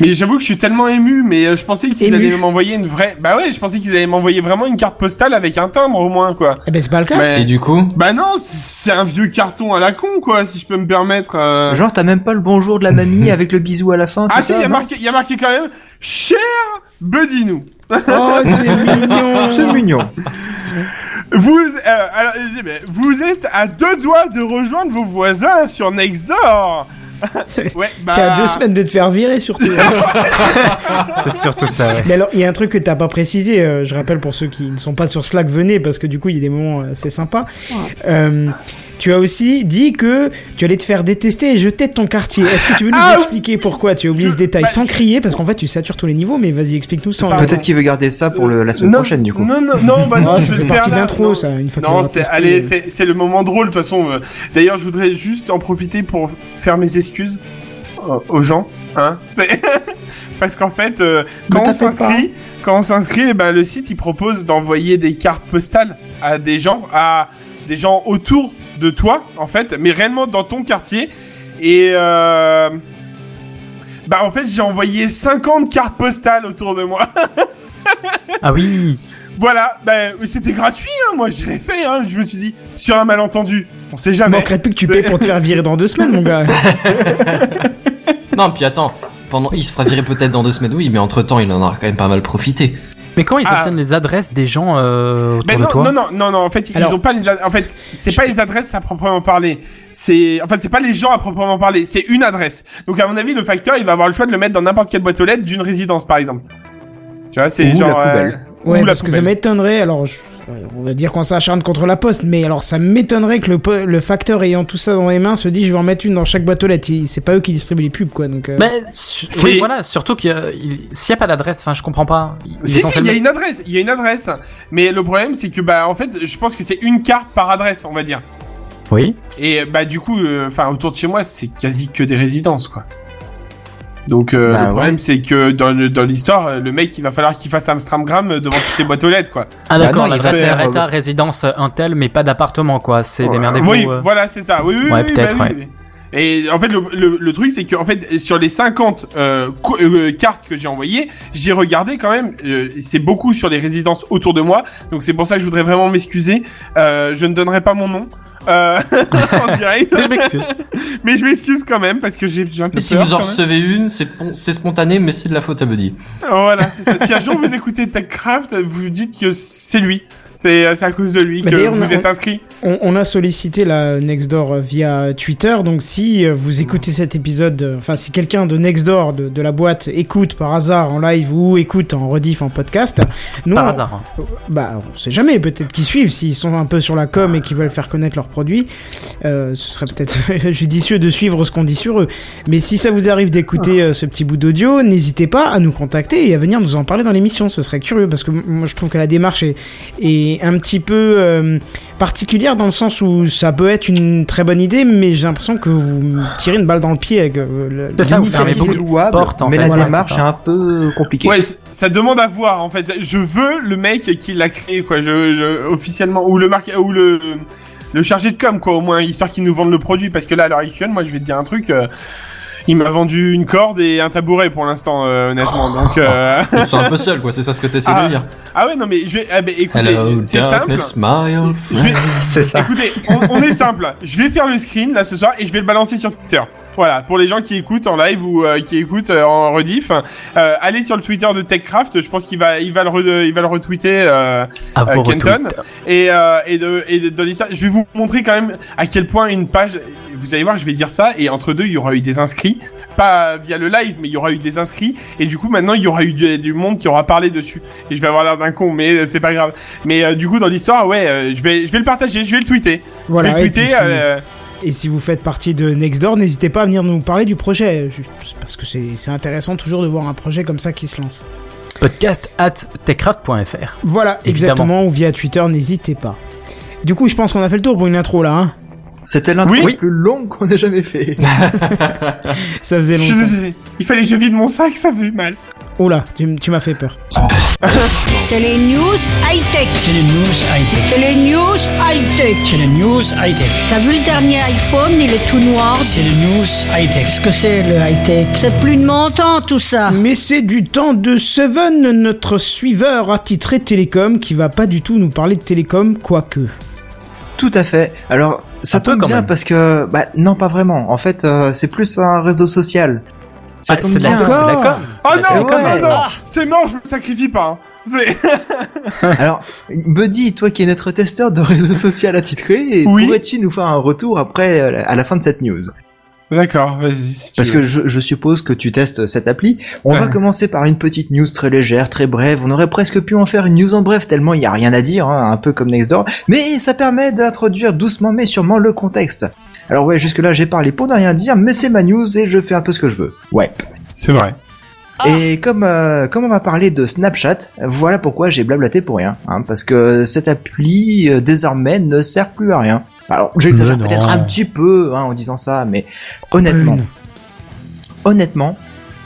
F: Mais j'avoue que je suis tellement ému, mais euh, je pensais qu'ils
A: Ému.
F: allaient m'envoyer une vraie. Bah ouais, je pensais qu'ils allaient m'envoyer vraiment une carte postale avec un timbre au moins quoi.
A: Eh ben c'est pas le cas.
F: Mais-
D: Et du coup
F: Bah non, c'est un vieux carton à la con, quoi, si je peux me permettre. euh.
G: Genre, t'as même pas le bonjour de la mamie avec le bisou à la fin.
F: Ah
G: tout
F: si,
G: ça,
F: il y, a
G: non
F: marqué- il y a marqué quand même « Cher Buddy nous
A: Oh c'est mignon.
G: C'est mignon.
F: vous, euh, alors, euh, mais vous êtes à deux doigts de rejoindre vos voisins sur Nextdoor !» Ouais, bah...
A: T'es à deux semaines de te faire virer surtout.
C: C'est surtout ça, ouais.
A: Mais alors, il y a un truc que t'as pas précisé, euh, je rappelle pour ceux qui ne sont pas sur Slack, venez, parce que du coup, il y a des moments assez sympas. Euh, tu as aussi dit que tu allais te faire détester et jeter de ton quartier. Est-ce que tu veux nous
F: Ah,
A: expliquer pourquoi Tu as oublié
F: je-
A: ce détail
F: bah,
A: sans
F: je-
A: crier, parce qu'en fait, tu satures tous les niveaux, mais vas-y, explique-nous sans.
F: Pardon.
G: Peut-être qu'il veut garder ça pour le- la semaine
F: Non,
G: prochaine, du coup.
F: Non, non, non, bah non,
A: Oh,
F: je
A: ça
F: vais
A: fait
F: le
A: partie
F: faire
A: de
F: là.
A: l'intro,
F: Non.
A: ça, une fois qu'on
F: Non,
A: l'aura
F: c'est
A: testé. euh.
F: allez, c'est c'est le moment drôle de toute façon. euh. D'ailleurs, je voudrais juste en profiter pour faire mes excuses euh, aux gens, hein. C'est- Parce qu'en fait, euh, quand,
G: Ne
F: on
G: t'appelle pas.
F: s'inscrit, quand on s'inscrit, eh ben le site il propose d'envoyer des cartes postales à des gens, à des gens autour de toi, en fait, mais réellement dans ton quartier. Et euh... bah en fait, j'ai envoyé 50 cartes postales autour de moi.
C: Ah oui
F: Voilà, ben c'était gratuit, hein, moi je l'ai fait, hein, je me suis dit, sur un malentendu, on sait jamais.
A: Manquerait plus que tu payes pour te faire virer dans deux semaines, mon gars.
D: Non, puis attends, pendant, il se fera virer peut-être dans deux semaines, oui, mais entre temps, il en aura quand même pas mal profité.
C: Mais comment ils
F: Ah.
C: obtiennent les adresses des gens euh, autour
F: Mais
C: de
F: Ben non,
C: toi
F: non, non, non, non, en fait,
A: Alors-
F: ils ont pas les, ad- en fait, c'est pas les adresses à proprement parler. C'est, en fait, c'est pas les gens à proprement parler, c'est une adresse. Donc à mon avis, le facteur, il va avoir le choix de le mettre dans n'importe quelle boîte aux lettres d'une résidence, par exemple. Tu vois, c'est
G: Ou
F: genre.
G: la
F: euh,
G: poubelle.
F: ou
A: Ouais,
F: la
A: parce que ça
F: poubelle.
A: m'étonnerait. Alors, je- ouais, on va dire qu'on s'acharne contre la poste, mais alors ça m'étonnerait que le, po- le facteur ayant tout ça dans les mains se dise je vais en mettre une dans chaque boîte aux lettres. Il- C'est pas eux qui distribuent les pubs, quoi. Donc, euh,
C: Mais Ben, su-
F: C'est-
C: oui, voilà, surtout qu'il y a- il- s'il n'y a pas d'adresse, enfin, je comprends pas. Il-
F: Si, si, il y
C: essentiellement-
F: a une adresse, il y a une adresse. Mais le problème, c'est que, bah, en fait, je pense que c'est une carte par adresse, on va dire.
C: Oui.
F: Et bah du coup, enfin autour de chez moi, c'est quasi que des résidences quoi. Donc euh,
G: Bah,
F: le
G: ouais.
F: problème c'est que dans, le- dans l'histoire, euh, le mec il va falloir qu'il fasse Amstramgram euh, devant toutes les boîtes aux lettres quoi.
C: Ah d'accord,
G: non, il
C: l'adresse
G: va faire,
C: est
G: euh,
C: Reta, résidence euh, Intel, mais pas d'appartement, quoi. C'est
F: Ouais.
C: démerdez-vous.
F: Oui,
C: euh.
F: voilà c'est ça. Oui, oui,
C: Ouais,
F: oui, oui,
C: peut-être,
F: bah oui, oui. Et en fait le, le- le truc c'est que en fait sur les 50 euh, co- euh, cartes que j'ai envoyées, j'ai regardé quand même. euh, c'est beaucoup sur les résidences autour de moi. Donc c'est pour ça que je voudrais vraiment m'excuser. Euh, je ne donnerai pas mon nom. Euh, en direct,
C: Mais je m'excuse.
F: mais je m'excuse quand même parce que j'ai j'ai un peu
D: Mais si
F: peur,
D: vous en
F: quand même.
D: recevez une, c'est pon- c'est spontané, mais c'est de la faute à Buddy.
F: Voilà, c'est ça. Si un jour vous écoutez TechCraft, vous dites que c'est lui. C'est c'est à cause de lui
A: Bah,
F: que
A: d'ailleurs, on a-
F: vous êtes inscrit.
A: On, on a sollicité la Nextdoor euh, via Twitter, donc si euh, vous écoutez cet épisode, euh, enfin si quelqu'un de Nextdoor, de, de la boîte, écoute par hasard en live ou écoute en rediff en podcast, nous,
F: Oh.
C: Par
A: on-
C: hasard. hein.
A: bah on sait jamais, peut-être qu'ils suivent s'ils sont un peu sur la com et qu'ils veulent faire connaître leurs produits. Euh, ce serait peut-être judicieux de suivre ce qu'on dit sur eux. Mais si ça vous arrive d'écouter euh, ce petit bout d'audio, n'hésitez pas à nous contacter et à venir nous en parler dans l'émission. Ce serait curieux parce que m- moi je trouve que la démarche est, est un petit peu euh, particulière dans le sens où ça peut être une très bonne idée, mais j'ai l'impression que vous me tirez une balle dans le pied avec euh, le-
C: C'est ça, vous fermez
G: L'initiative
C: beaucoup
G: est
C: de
G: louable,
C: portes, en
G: mais
C: fait.
G: la
C: Voilà,
G: démarche
C: c'est
G: est
C: ça.
G: un peu compliquée.
F: Ouais, c- ça demande à voir en fait. Je veux le mec qui l'a créé quoi, je, je- officiellement ou le marque ou le le chargé de com quoi au moins histoire qu'il nous vende le produit parce que là à l'heure actuelle, moi je vais te dire un truc euh, il m'a vendu une corde et un tabouret pour l'instant euh, honnêtement. Donc euh,
D: Tu te sens un peu seul, quoi. C'est ça ce que t'essaies
F: Ah.
D: de dire.
F: ah ouais non mais je vais ah, bah, écoutez,
D: Hello,
F: c'est simple.
D: darkness, my old
F: Je
D: friend.
F: vais-
C: C'est ça.
F: écoutez, on, on est simple. Je vais faire le screen là ce soir et je vais le balancer sur Twitter. Voilà, pour les gens qui écoutent en live ou euh, qui écoutent euh, en rediff, euh, allez sur le Twitter de TechCraft. Je pense qu'il va, il va le, re- il va le retweeter. Euh,
C: À
F: euh,
C: vos
F: Kenton
C: retweets.
F: et, euh, et de et de, de l'histoire. Je vais vous montrer quand même à quel point une page. Vous allez voir, je vais dire ça et entre deux, il y aura eu des inscrits, pas via le live, mais il y aura eu des inscrits et du coup maintenant il y aura eu du, du monde qui aura parlé dessus. Et je vais avoir l'air d'un con, mais euh, c'est pas grave. Mais euh, du coup dans l'histoire, ouais, euh, je vais je vais le partager, je vais le tweeter, je
A: Voilà.
F: vais
A: et
F: le
A: puis
F: tweeter.
A: si-
F: euh,
A: Et si vous faites partie de Nextdoor, n'hésitez pas à venir nous parler du projet, juste parce que c'est c'est intéressant toujours de voir un projet comme ça qui se lance.
C: Podcast at techcraft.fr.
A: Voilà,
C: Évidemment.
A: exactement, ou via Twitter, n'hésitez pas. Du coup, je pense qu'on a fait le tour pour une intro là, hein.
G: C'était l'intro
F: Oui.
G: la plus longue qu'on ait jamais fait.
C: Bah,
A: Ça faisait
F: je suis
A: longtemps.
F: désolé. il fallait que je vide mon sac, ça faisait mal.
A: Oh là, tu, m- tu m'as fait peur.
E: C'est les news high-tech.
I: C'est les news high-tech.
E: C'est les news high-tech.
I: C'est les news high-tech.
E: T'as vu le dernier iPhone, il est tout noir.
I: C'est les news high-tech.
E: que c'est le high-tech C'est plus de mon temps tout
F: Ah.
E: ça.
A: Mais c'est du temps de Seven, notre suiveur attitré Télécom, qui va pas du tout nous parler de Télécom, quoique.
G: Tout à fait. Alors, ça
C: Un peu
G: tombe
C: quand
G: bien
C: même.
G: parce que, bah, non, pas vraiment. En fait, euh, c'est plus un réseau social. Ça
C: Ah,
G: tombe
C: c'est de la
G: bien.
C: com, c'est de la com.
F: Oh
C: C'est de la
F: non,
C: télécom,
G: ouais.
F: non, non,
C: maintenant.
F: c'est mort, je me sacrifie pas. hein. C'est-
G: Alors, Buddy, toi qui es notre testeur de réseau social attitré,
F: Oui.
G: pourrais-tu nous faire un retour après, euh, à la fin de cette news
F: D'accord, vas-y. si tu
G: Parce
F: veux.
G: que je, je suppose que tu testes cette appli. On va
F: Ouais.
G: commencer par une petite news très légère, très brève. On aurait presque pu en faire une news en bref tellement il n'y a rien à dire, hein, un peu comme Nextdoor. Mais ça permet d'introduire doucement mais sûrement le contexte. Alors ouais, jusque là j'ai parlé pour ne rien dire, mais c'est ma news et je fais un peu ce que je veux. Ouais.
F: c'est vrai.
G: Et comme, euh, comme on va parler de Snapchat, voilà pourquoi j'ai blablaté pour rien. hein, parce que cette appli, euh, désormais, ne sert plus à rien. Alors, j'exagère
C: Mais non.
G: peut-être un petit peu hein, en disant ça, mais honnêtement, honnêtement,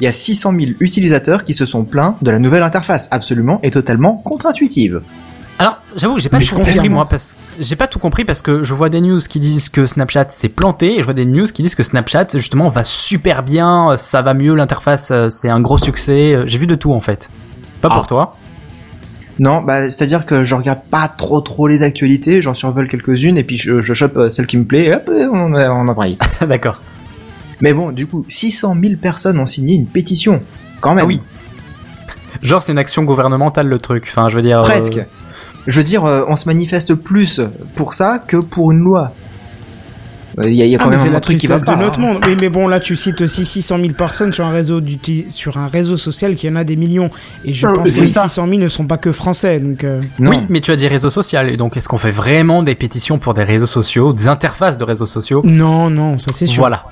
G: il y a 600 000 utilisateurs qui se sont plaints de la nouvelle interface, absolument et totalement contre-intuitive.
C: Alors, j'avoue que j'ai pas
A: Mais je
C: tout compris
A: confirme.
C: moi parce j'ai pas tout compris parce que je vois des news qui disent que Snapchat s'est planté et je vois des news qui disent que Snapchat justement va super bien, euh, ça va mieux, l'interface euh, c'est un gros succès, euh, j'ai vu de tout en fait. Pas pour
G: Ah.
C: toi.
G: Non, bah, c'est-à-dire que je regarde pas trop trop les actualités, j'en survole quelques-unes et puis je, je chope euh, celle qui me plaît et hop, euh, on, on embraye.
C: D'accord.
G: Mais bon, du coup, 600 000 personnes ont signé une pétition. Quand même.
C: Ah oui. Genre c'est une action gouvernementale le truc. Enfin, je veux dire euh,
G: Presque. Je veux dire, euh, on se manifeste plus pour ça que pour une loi. Il y a, y a quand
A: Ah, mais
G: même
A: c'est
G: un
A: la
G: truc qui va
A: tristesse
G: pas.
A: de notre
G: hein.
A: monde. Oui, mais bon, là, tu cites aussi 600 000 personnes sur un réseau, d'uti- sur un réseau social qui en a des millions. Et je
F: Euh,
A: pense que
F: c'est
A: les
F: ça.
A: 600 000 ne sont pas que français, donc. euh,
G: Non.
C: Oui, mais tu as dit réseaux sociaux et donc est-ce qu'on fait vraiment des pétitions pour des réseaux sociaux, des interfaces de réseaux sociaux
A: Non, non, ça c'est sûr.
C: Voilà.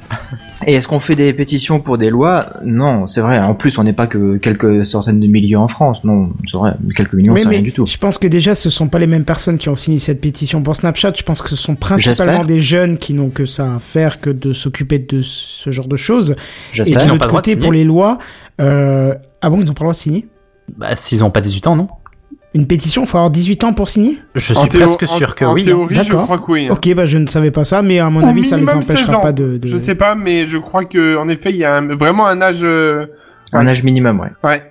G: Et est-ce qu'on fait des pétitions pour des lois Non, c'est vrai. En plus, on n'est pas que quelques centaines de milliers en France. Non, c'est vrai. Quelques millions,
A: Oui,
G: c'est
A: mais
G: rien du tout.
A: Je pense que déjà, ce sont pas les mêmes personnes qui ont signé cette pétition pour Snapchat. Je pense que ce sont principalement
G: J'espère.
A: des jeunes qui n'ont que ça à faire que de s'occuper de ce genre de choses. Et
G: J'espère.
A: de
C: n'ont
A: l'autre
C: pas le droit de
A: côté,
C: signer.
A: pour les lois, euh... ah bon, ils ont pas le droit de signer
C: Bah s'ils ont pas 18 ans, non
A: Une pétition, faut avoir 18 ans pour signer
C: Je suis
F: En théo-
C: presque
F: en-
C: sûr que
F: en
C: oui. hein.
F: théorie, je
A: D'accord.
F: crois que oui.
A: Ok, bah je ne savais pas ça, mais à mon
F: Au
A: avis, ça les
F: minimum 16
A: empêchera
F: ans.
A: pas de, de-
F: Je sais pas, mais je crois que en effet, il y a un- vraiment un âge. euh,
G: Un âge minimum, ouais.
F: Ouais.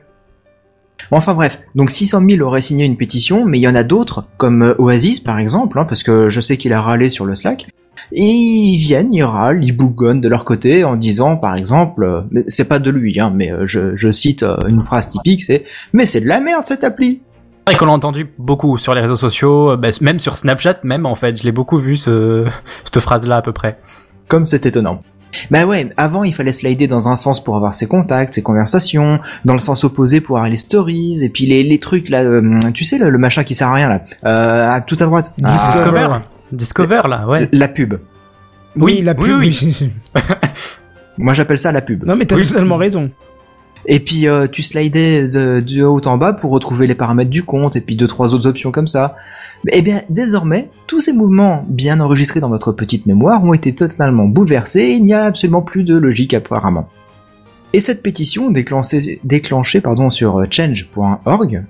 G: Bon, Enfin bref, donc 600 000 auraient signé une pétition, mais il y en a d'autres, comme euh, Oasis par exemple, hein, parce que je sais qu'il a râlé sur le Slack. Et ils viennent, ils râlent, ils bougonnent de leur côté en disant par exemple, euh, mais c'est pas de lui, hein, mais euh, je, je cite euh, une phrase typique, c'est Mais c'est de la merde cette appli
C: C'est vrai qu'on l'a entendu beaucoup sur les réseaux sociaux, euh, bah, même sur Snapchat, même en fait, je l'ai beaucoup vu ce, cette phrase-là à peu près.
G: Comme c'est étonnant. Bah ouais, avant il fallait slider dans un sens pour avoir ses contacts, ses conversations, dans le sens opposé pour avoir les stories, et puis les, les trucs là, euh, tu sais le, le machin qui sert à rien là, euh, à- tout à droite,
A: Discover.
G: Ah,
C: Discover, là, ouais.
G: la pub.
C: Oui,
A: la
C: oui,
A: pub,
C: oui.
A: oui.
G: Moi, j'appelle ça la pub.
A: non, mais t'as
C: Oui.
A: totalement raison.
G: Et puis euh, tu slidais de, de haut en bas pour retrouver les paramètres du compte et puis deux trois autres options comme ça. Eh bien, désormais, tous ces mouvements bien enregistrés dans votre petite mémoire ont été totalement bouleversés. Il n'y a absolument plus de logique apparemment. Et cette pétition déclenchée, déclenchée pardon, sur euh, change.org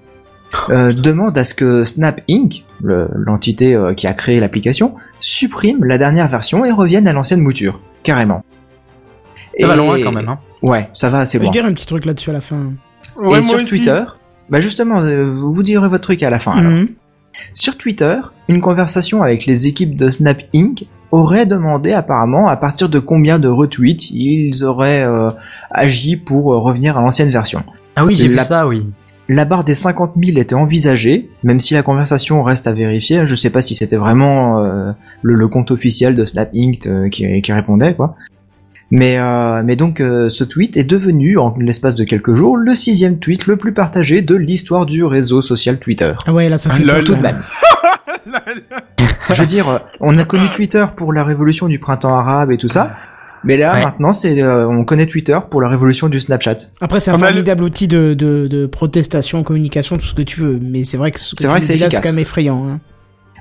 C: Oh,
G: euh, demande à ce que Snap Inc, le- l'entité euh, qui a créé l'application, supprime la dernière version et revienne à l'ancienne mouture, carrément.
C: Ça va
G: Et-
C: loin quand même. Hein.
G: Ouais, ça va assez
A: Je
G: loin
A: dirais un petit truc là-dessus à la fin.
F: Ouais,
G: et
F: moi
G: sur
F: aussi. Mm.
G: Twitter, bah justement, euh, vous vous direz votre truc à la fin. alors.
A: Mhm.
G: Sur Twitter, une conversation avec les équipes de Snap Inc. aurait demandé apparemment à partir de combien de retweets ils auraient euh, agi pour euh, revenir à l'ancienne version.
C: Ah oui, j'ai
G: La-
C: vu ça, oui.
G: La barre des 50 000 était envisagée, même si la conversation reste à vérifier. Je sais pas si c'était vraiment euh, le, le compte officiel de Snap Inc. euh, qui, qui répondait, quoi. Mais, euh, mais donc, euh, ce tweet est devenu, en l'espace de quelques jours, le sixième tweet le plus partagé de l'histoire du réseau social Twitter.
A: Ah ouais, là, ça fait
F: lol.
A: peur,
G: Tout de
A: quand
G: même. Je veux dire, euh, on a connu Twitter pour la révolution du printemps arabe et tout ça, mais là,
C: Ouais.
G: maintenant, c'est, euh, on connaît Twitter pour la révolution du Snapchat.
A: Après, c'est un
F: Pas mal.
A: formidable outil de, de, de protestation, communication, tout ce que tu veux. Mais c'est vrai que ce que
G: C'est
A: tu
G: vrai
A: nous
G: que c'est
A: dis là,
G: efficace.
A: c'est quand même effrayant. hein.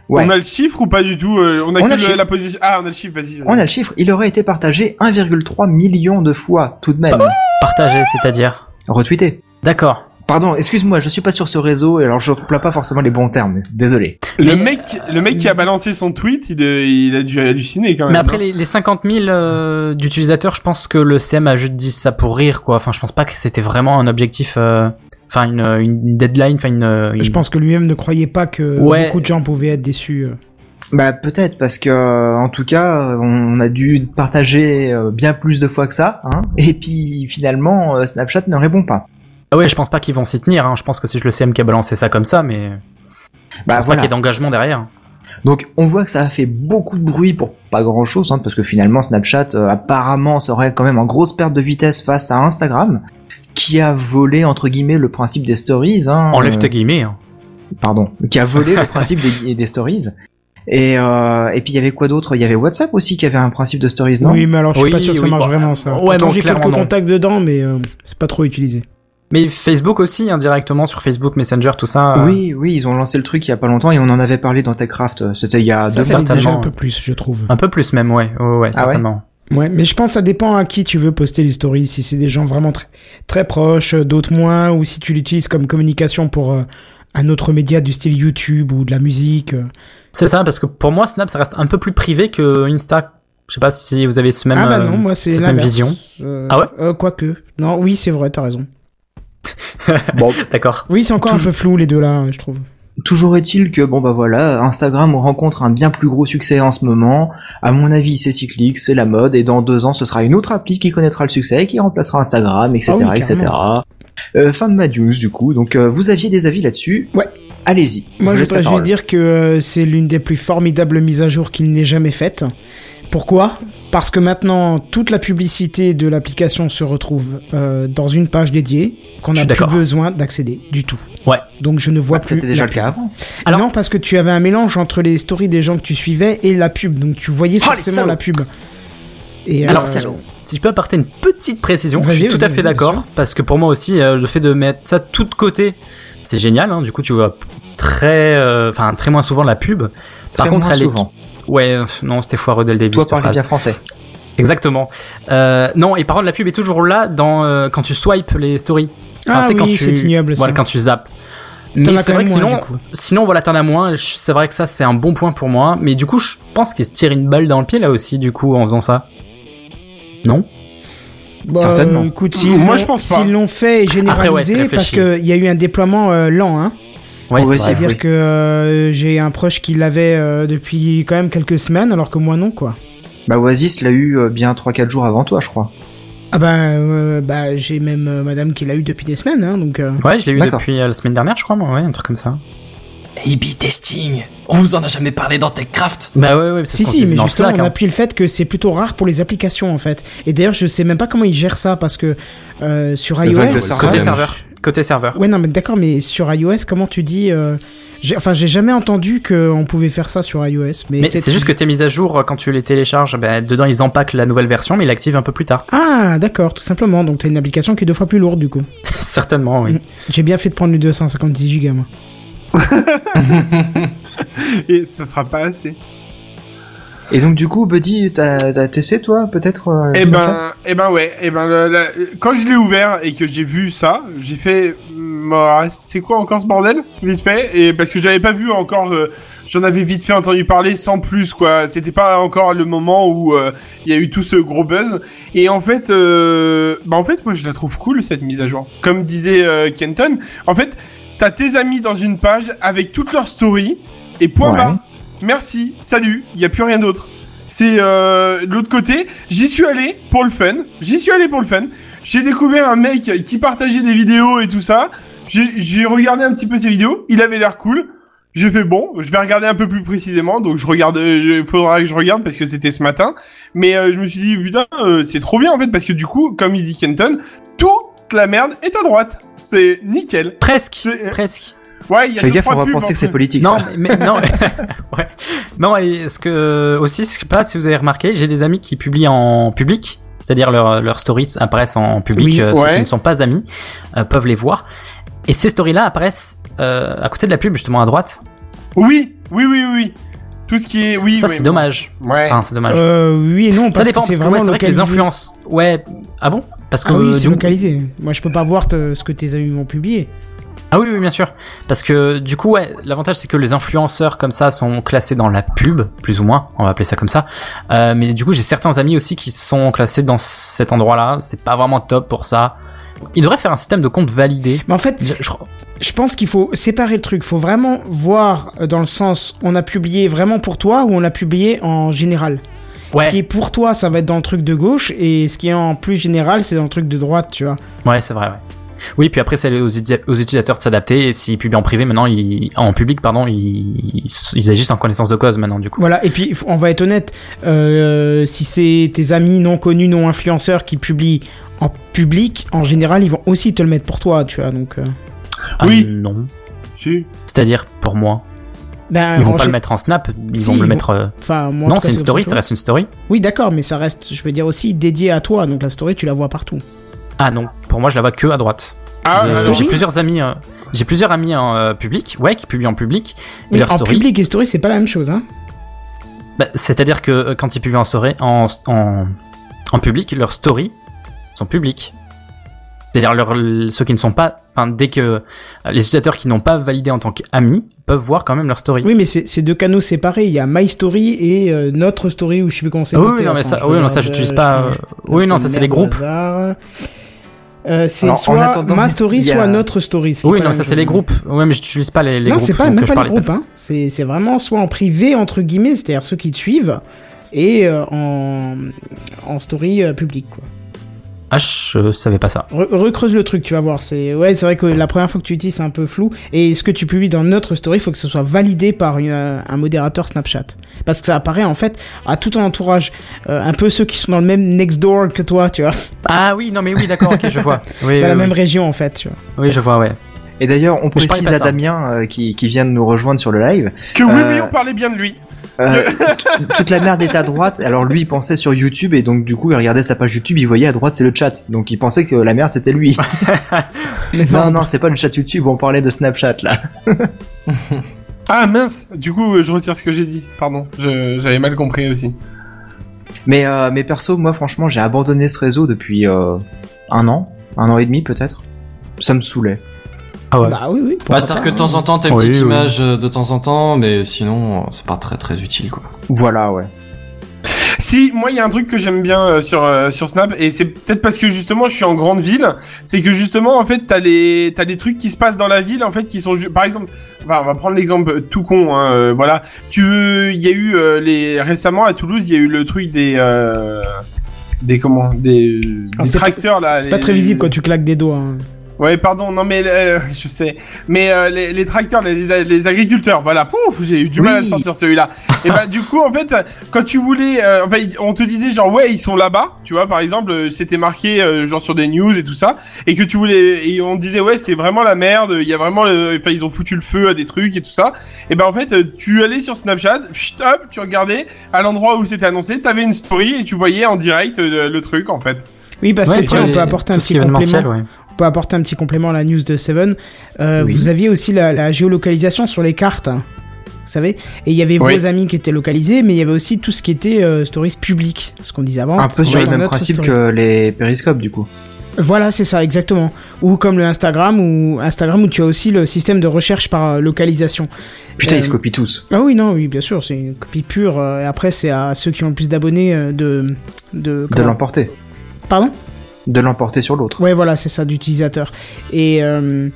G: Ouais.
F: On a le chiffre ou pas du tout euh, On a, que
G: On a le
F: le-
G: chiffre.
F: la position. Ah, on a le chiffre, vas-y. vas-y.
G: On a le chiffre, il aurait été partagé 1,3 million de fois, tout de
C: Ah
G: même.
C: Partagé, c'est-à-dire.
G: Retweeté.
C: D'accord.
G: Pardon, excuse-moi, je suis pas sur ce réseau, et alors je replace pas forcément les bons termes, mais désolé.
F: Le
C: Mais-
F: mec, le mec qui a balancé son tweet, il, euh, il a dû halluciner quand même.
C: Mais après
F: hein.
C: les, les 50 000 euh, d'utilisateurs, je pense que le CM a juste dit ça pour rire, quoi. Enfin, je pense pas que c'était vraiment un objectif, euh, enfin une, une deadline, enfin une, une-
A: Je pense que lui-même ne croyait pas que
C: Mmh. Ouais.
A: beaucoup de gens pouvaient être déçus. euh.
G: Bah peut-être, parce que euh, en tout cas, euh, on a dû partager euh, bien plus de fois que ça, hein, et puis finalement, euh, Snapchat ne répond pas.
C: Ah ouais, je pense pas qu'ils vont s'y tenir. Hein. Je pense que c'est juste le CM qui a balancé ça comme ça, mais je pense
G: Bah
C: pas
G: voilà.
C: qu'il y ait d'engagement derrière.
G: Donc on voit que ça a fait beaucoup de bruit pour pas grand chose, hein, parce que finalement Snapchat euh, apparemment serait quand même en grosse perte de vitesse face à Instagram, qui a volé entre guillemets le principe des stories. Hein,
C: Enlève
G: euh,
C: tes guillemets. hein.
G: pardon, qui a volé le principe des, des stories. Et, euh, et puis il y avait quoi d'autre Il y avait WhatsApp aussi qui avait un principe de stories, non
A: oui, mais alors je suis
C: Oui,
A: pas sûr que ça
C: oui,
A: marche
C: bah,
A: vraiment ça.
C: ouais,
A: Pourtant,
C: non,
A: j'ai quelques
C: clairement, non.
A: contacts dedans, mais euh, c'est pas trop utilisé.
C: Mais Facebook aussi, indirectement sur Facebook Messenger, tout ça.
A: bah.
C: euh,
G: Oui, oui, ils ont lancé le truc il y a pas longtemps et on en avait parlé dans TechCraft. euh, C'était il y a
A: Ça,
G: deux
A: ça
G: mois.
A: l'est déjà
C: certainement,
A: un peu plus, je trouve.
C: Un peu plus même, ouais, ouais, ouais, certainement.
A: Ah Ouais, mais je pense que ça dépend à qui tu veux poster les stories. Si c'est des gens vraiment très, très proches, euh, d'autres moins, ou si tu l'utilises comme communication pour euh, un autre média du style YouTube ou de la musique. euh.
C: C'est ça, parce que pour moi, Snap, ça reste un peu plus privé que Insta. Je sais pas si vous avez ce même.
A: ah bah
C: euh,
A: non, moi c'est
C: cette même
A: l'inverse.
C: vision.
A: Euh,
C: Ah ouais
A: euh, Quoique. Non, oui, c'est vrai, t'as raison.
C: D'accord.
A: Oui, c'est encore un
G: Toujours-
A: peu flou les deux là, hein, je trouve.
G: Toujours est-il que bon bah voilà, Instagram rencontre un bien plus gros succès en ce moment. À mon avis, c'est cyclique, c'est la mode, et dans deux ans, ce sera une autre appli qui connaîtra le succès, qui remplacera Instagram, etc.,
A: Ah oui,
G: etc. Euh, fin de ma news du coup. Donc euh, vous aviez des avis là-dessus
A: Ouais.
G: Allez-y.
A: Moi,
G: vous
A: je
G: laisse la
A: voudrais juste
G: parole.
A: dire que euh, c'est l'une des plus formidables mises à jour qu'il n'ait jamais faite. Pourquoi Parce que maintenant, toute la publicité de l'application se retrouve euh, dans une page dédiée qu'on
C: Je
A: n'a
C: suis
A: plus
C: d'accord.
A: besoin d'accéder du tout.
C: Ouais.
A: Donc je ne vois
G: Bah,
A: plus.
G: C'était déjà
A: la
G: le cas
A: pub.
G: avant.
C: Alors,
A: non, parce que tu avais un mélange entre les stories des gens que tu suivais et la pub. Donc tu voyais
G: Oh, les
A: forcément
G: salauds
A: la pub. Et,
C: Alors,
A: euh,
G: salauds.
C: Si je peux apporter une petite précision, je
A: Vas-y,
C: suis tout
A: vas-y,
C: à
A: vas-y,
C: fait
A: bien
C: d'accord,
A: sûr.
C: parce que pour moi aussi, euh, le fait de mettre ça tout de côté, c'est génial. hein, du coup, tu vois très, euh, enfin très moins souvent la pub. Par
G: Très
C: contre,
G: moins
C: elle est-
G: souvent.
C: Ouais, euh, non, c'était foireux dès le début.
G: Toi
C: cette
G: parler
C: phrase.
G: bien français.
C: Exactement. Euh, non, et par contre, la pub est toujours là dans euh, quand tu swipes les stories. Enfin,
A: Ah
C: tu sais, quand
A: oui,
C: tu-
A: c'est ignoble ça.
C: Voilà, quand tu zappes.
A: T'en
C: Mais
A: as quand
C: c'est vrai
A: même
C: que
A: moins,
C: sinon,
A: du coup.
C: sinon voilà, t'en as moins. Je- C'est vrai que ça, c'est un bon point pour moi. Mais du coup, je pense qu'il se tire une balle dans le pied là aussi, du coup, en faisant ça. Non
A: Bah,
G: Certainement.
A: euh, écoute, s'ils
F: Moi,
A: l'ont-
F: je pense pas.
A: S'ils l'ont fait et
C: Après, ouais, c'est
A: généralisé, parce
C: réfléchi.
A: qu'il y a eu un déploiement euh, lent, hein.
C: Ouais,
G: Ouais,
C: c'est
G: c'est-
C: vrai.
A: C'est-à-dire
G: oui.
A: que euh, j'ai un proche qui l'avait euh, depuis quand même quelques semaines, alors que moi non, quoi.
G: Bah Oasis l'a eu euh, bien 3-4 jours avant toi, je crois.
A: Ah ben, euh, bah, j'ai même euh, madame qui l'a eu depuis des semaines, hein, donc... euh,
C: Ouais, je l'ai eu
G: D'accord.
C: depuis euh, la semaine dernière, je crois, moi, ouais, un truc comme ça.
D: A-B testing On vous en a jamais parlé dans TechCraft
C: Bah ouais, ouais,
A: Si, si, mais justement,
C: hein.
A: on appuie le fait que c'est plutôt rare pour les applications, en fait. Et d'ailleurs, je sais même pas comment ils gèrent ça, parce que euh, sur
G: Le
A: iOS...
G: vague de Sarah.
C: Côté
G: Ouais.
C: serveur. côté serveur.
A: Ouais, non, mais d'accord, mais sur iOS, comment tu dis euh, j'ai- Enfin, j'ai jamais entendu qu'on pouvait faire ça sur iOS. Mais,
C: Mais
A: peut-être-
C: c'est juste que tes mises à jour, euh, quand tu les télécharges, ben, dedans ils empaquent la nouvelle version, mais ils l'activent un peu plus tard.
A: Ah, d'accord, tout simplement. Donc, t'as une application qui est deux fois plus lourde, du coup.
C: Certainement,
A: Mm.
C: oui.
A: J'ai bien fait de prendre le 256 gigas, moi.
F: hein. Et ça sera pas assez.
G: Et donc du coup, Buddy, t'as t'as testé toi peut-être euh,
F: Eh
G: Snapchat
F: ben, eh ben ouais, eh ben le- le- quand je l'ai ouvert et que j'ai vu ça, j'ai fait, Bah, c'est quoi encore ce bordel Vite fait, et parce que j'avais pas vu encore, euh, j'en avais vite fait entendu parler sans plus quoi. C'était pas encore le moment où euh, il y a eu tout ce gros buzz. Et en fait, euh, bah en fait moi je la trouve cool cette mise à jour. Comme disait euh, Kenton, en fait t'as tes amis dans une page avec toutes leurs stories et point
G: Ouais.
F: barre. Merci, salut, il y a plus rien d'autre. C'est euh, de l'autre côté. J'y suis allé pour le fun. J'y suis allé pour le fun. J'ai découvert un mec qui partageait des vidéos et tout ça. J'ai j'ai regardé un petit peu ses vidéos. Il avait l'air cool. J'ai fait bon, je vais regarder un peu plus précisément. Donc je regarde, il faudra que je regarde parce que c'était ce matin. Mais euh, je me suis dit putain, euh, c'est trop bien en fait parce que du coup, comme il dit Kenton, toute la merde est à droite. C'est nickel.
C: Presque,
F: C'est-
C: presque.
F: Ouais, il y a
G: Fais
F: deux,
G: gaffe,
F: trois
G: on va
F: pubs,
G: penser
F: en
G: que c'est
F: plus.
G: politique.
C: Non,
G: ça.
C: mais non, ouais. Non, et ce que aussi, je sais pas si vous avez remarqué, j'ai des amis qui publient en public, c'est-à-dire leurs leurs stories apparaissent en public,
A: Oui,
C: euh, ceux
F: ouais.
C: qui ne sont pas amis euh, peuvent les voir. Et ces stories-là apparaissent euh, à côté de la pub justement à droite.
F: Oui, oui, oui, oui. Tout ce qui est, oui,
C: ça
F: oui.
C: c'est dommage.
F: Ouais.
C: Enfin, c'est dommage.
A: Euh, oui et non, parce
C: ça dépend
A: que c'est
C: parce que ouais,
A: vraiment
C: c'est vrai que les
A: localisé.
C: influences. Ouais. Ah bon Parce que
A: Ah oui,
C: euh,
A: c'est
C: du coup-
A: localisé. Moi, je peux pas voir te- ce que tes amis m'ont publié.
C: Ah oui, oui, bien sûr. Parce que du coup, ouais, l'avantage c'est que les influenceurs comme ça sont classés dans la pub, plus ou moins, on va appeler ça comme ça. Euh, mais du coup, j'ai certains amis aussi qui sont classés dans cet endroit-là. C'est pas vraiment top pour ça. Il devrait faire un système de compte validé.
A: Mais en fait,
C: Je- je crois-
A: je pense qu'il faut séparer le truc. Faut vraiment voir euh, dans le sens on a publié vraiment pour toi ou on l'a publié en général.
C: Ouais,
A: Ce qui est pour toi, ça va être dans le truc de gauche et ce qui est en plus général, c'est dans le truc de droite, tu vois.
C: ouais, c'est vrai. Ouais. Oui, puis après, c'est aux, uti- aux utilisateurs de s'adapter. Et s'ils publient en privé, maintenant, ils, en public, pardon, ils, ils agissent en connaissance de cause maintenant, du coup.
A: Voilà. Et puis f- on va être honnête, euh, si c'est tes amis non connus, non influenceurs qui publient en public, en général, ils vont aussi te le mettre pour toi, tu vois. Donc, euh,
C: Ah,
F: Oui.
C: non.
F: Si.
C: C'est-à-dire, pour moi,
A: ben,
C: ils vont
A: en
C: pas
A: gé-
C: le mettre en snap. Ils
A: Si,
C: vont me le
A: ils
C: mettre. euh,
A: Enfin, moi, en
C: Non,
A: tout cas,
C: c'est une story.
A: comme
C: Ça
A: ça que je
C: reste une story.
A: vois. Oui, d'accord, mais ça reste, je veux dire aussi dédié à toi. Donc la story, tu la vois partout.
C: Ah non, pour moi je la vois que à droite.
F: Ah,
C: j'ai,
A: la
F: euh,
A: story
C: j'ai plusieurs amis, euh, j'ai plusieurs amis en euh, public, ouais, qui publient en public. Et
A: Mais
C: leur
A: en
C: story,
A: public et story, c'est pas la même chose, hein.
C: bah, c'est-à-dire que euh, quand ils publient en story, en, en, en public, leurs stories sont publiques. C'est-à-dire leur, ceux qui ne sont pas, enfin dès que euh, les utilisateurs qui n'ont pas validé en tant qu'amis peuvent voir quand même leur story.
A: Oui, mais c'est c'est deux canaux séparés. Il y a My Story et euh, notre story ou je sais plus comment c'est.
C: Ah oui,
A: noté.
C: non mais
A: Attends,
C: ça,
A: je
C: oui, non, ça
A: regarde,
C: j'utilise
A: je
C: pas.
A: prends-
C: euh, oui, non, ça c'est les groupes.
A: Euh, c'est
G: Alors, en
A: soit
G: attendant,
A: ma story,
G: il y a-
A: soit notre story. ce qui est
C: Oui,
A: pas
C: non,
A: la
C: ça
A: même
C: c'est les
A: chose.
C: groupes. Ouais, mais j'utilise pas les, les
A: non,
C: groupes.
A: c'est pas
C: donc
A: même
C: je
A: pas les
C: parlais
A: groupes. Hein. C'est c'est vraiment soit en privé entre guillemets, c'est-à-dire ceux qui te suivent, et euh, en en story euh, publique. Quoi.
C: Ah, je savais pas ça.
A: Re- recreuse le truc, tu vas voir. C'est ouais, c'est vrai que la première fois que tu utilises, c'est un peu flou. Et ce que tu publies dans notre story, il faut que ce soit validé par une, euh, un modérateur Snapchat, parce que ça apparaît en fait à tout ton entourage, Euh, un peu ceux qui sont dans le même next door que toi, tu vois,
C: Ah oui, non mais oui, d'accord, ok, je vois. Oui,
A: dans la
C: oui,
A: même
C: oui.
A: région en fait, tu vois.
C: oui, je vois, ouais.
G: Et d'ailleurs, on
C: Mais je parlais
G: précise
C: pas de
G: à
C: ça.
G: Damien euh, qui, qui vient de nous rejoindre sur le live
F: Que oui,
G: Euh,
F: oui, on parlait bien de lui.
G: Euh, t- toute la merde est à droite. Alors lui, il pensait sur YouTube et donc du coup, il regardait sa page YouTube, il voyait à droite c'est le chat. Donc il pensait que la merde c'était lui. non, non, c'est pas le chat YouTube. On parlait de Snapchat là.
F: Ah mince, du coup euh, je retire ce que j'ai dit, pardon, Je- j'avais mal compris aussi.
G: Mais euh, mais perso, moi franchement, j'ai abandonné ce réseau depuis euh, un an, un an et demi peut-être. Ça me saoulait.
C: Ah ouais.
A: Bah oui, oui. pourquoi
D: Bah, c'est-à-dire
A: pas,
D: que de temps en temps, t'as une
C: Oui,
D: petite
C: oui.
D: image euh, de temps en temps, mais sinon, euh, c'est pas très très utile, quoi.
G: Voilà, ouais.
F: Si, moi il y a un truc que j'aime bien euh, sur euh, sur Snap et c'est peut-être parce que justement je suis en grande ville, c'est que justement en fait t'as les t'as les trucs qui se passent dans la ville en fait qui sont ju- par exemple, enfin, on va prendre l'exemple tout con, hein, euh, voilà, tu veux, il y a eu euh, les récemment à Toulouse il y a eu le truc des euh, des comment des,
A: Ah,
F: des
A: c'est pas-
F: tracteurs là.
A: Ah, C'est pas
F: les-
A: très visible quand tu claques des doigts. hein.
F: Ouais, pardon, non mais euh, je sais. Mais euh, les, les tracteurs, les, les- les agriculteurs, voilà, pouf, j'ai eu du mal à le
G: Oui.
F: sortir celui-là. et bah du coup, en fait, quand tu voulais, euh, enfin, ils- on te disait genre ouais, ils sont là-bas, tu vois, par exemple, euh, c'était marqué euh, genre sur des news et tout ça, et que tu voulais, et on disait ouais, c'est vraiment la merde, il y a vraiment, le- enfin, ils ont foutu le feu à des trucs et tout ça. Et ben en fait, euh, tu allais sur Snapchat, pfft, hop, tu regardais à l'endroit où c'était annoncé, t'avais une story et tu voyais en direct euh, le truc en fait.
A: Oui, parce
C: Ouais,
A: que tiens,
C: les-
A: on peut apporter un
C: tout ce
A: petit
C: qui est
A: complément.
C: événementiel, ouais.
A: On peut apporter un petit complément à la news de Seven. Euh, Vous aviez aussi la, la géolocalisation sur les cartes. hein. Vous savez Et il y avait
F: Oui.
A: vos amis qui étaient localisés, mais il y avait aussi tout ce qui était euh, stories publiques, ce qu'on disait avant.
G: Un peu sur
A: Ouais.
G: le
A: Ah,
G: même
A: Notre
G: principe
A: story.
G: que les périscopes, du coup.
A: Voilà, c'est ça, exactement. Ou comme le Instagram, ou Instagram où tu as aussi le système de recherche par euh, localisation.
G: Putain,
A: Euh,
G: ils se copient tous.
A: Ah oui, non, oui, bien sûr, c'est une copie pure. euh, Et après, c'est à ceux qui ont le plus d'abonnés euh, de... De,
G: De
A: comment-
G: l'emporter.
A: Pardon
G: De l'emporter sur l'autre.
A: Ouais, voilà, c'est ça, d'utilisateur. Et euh,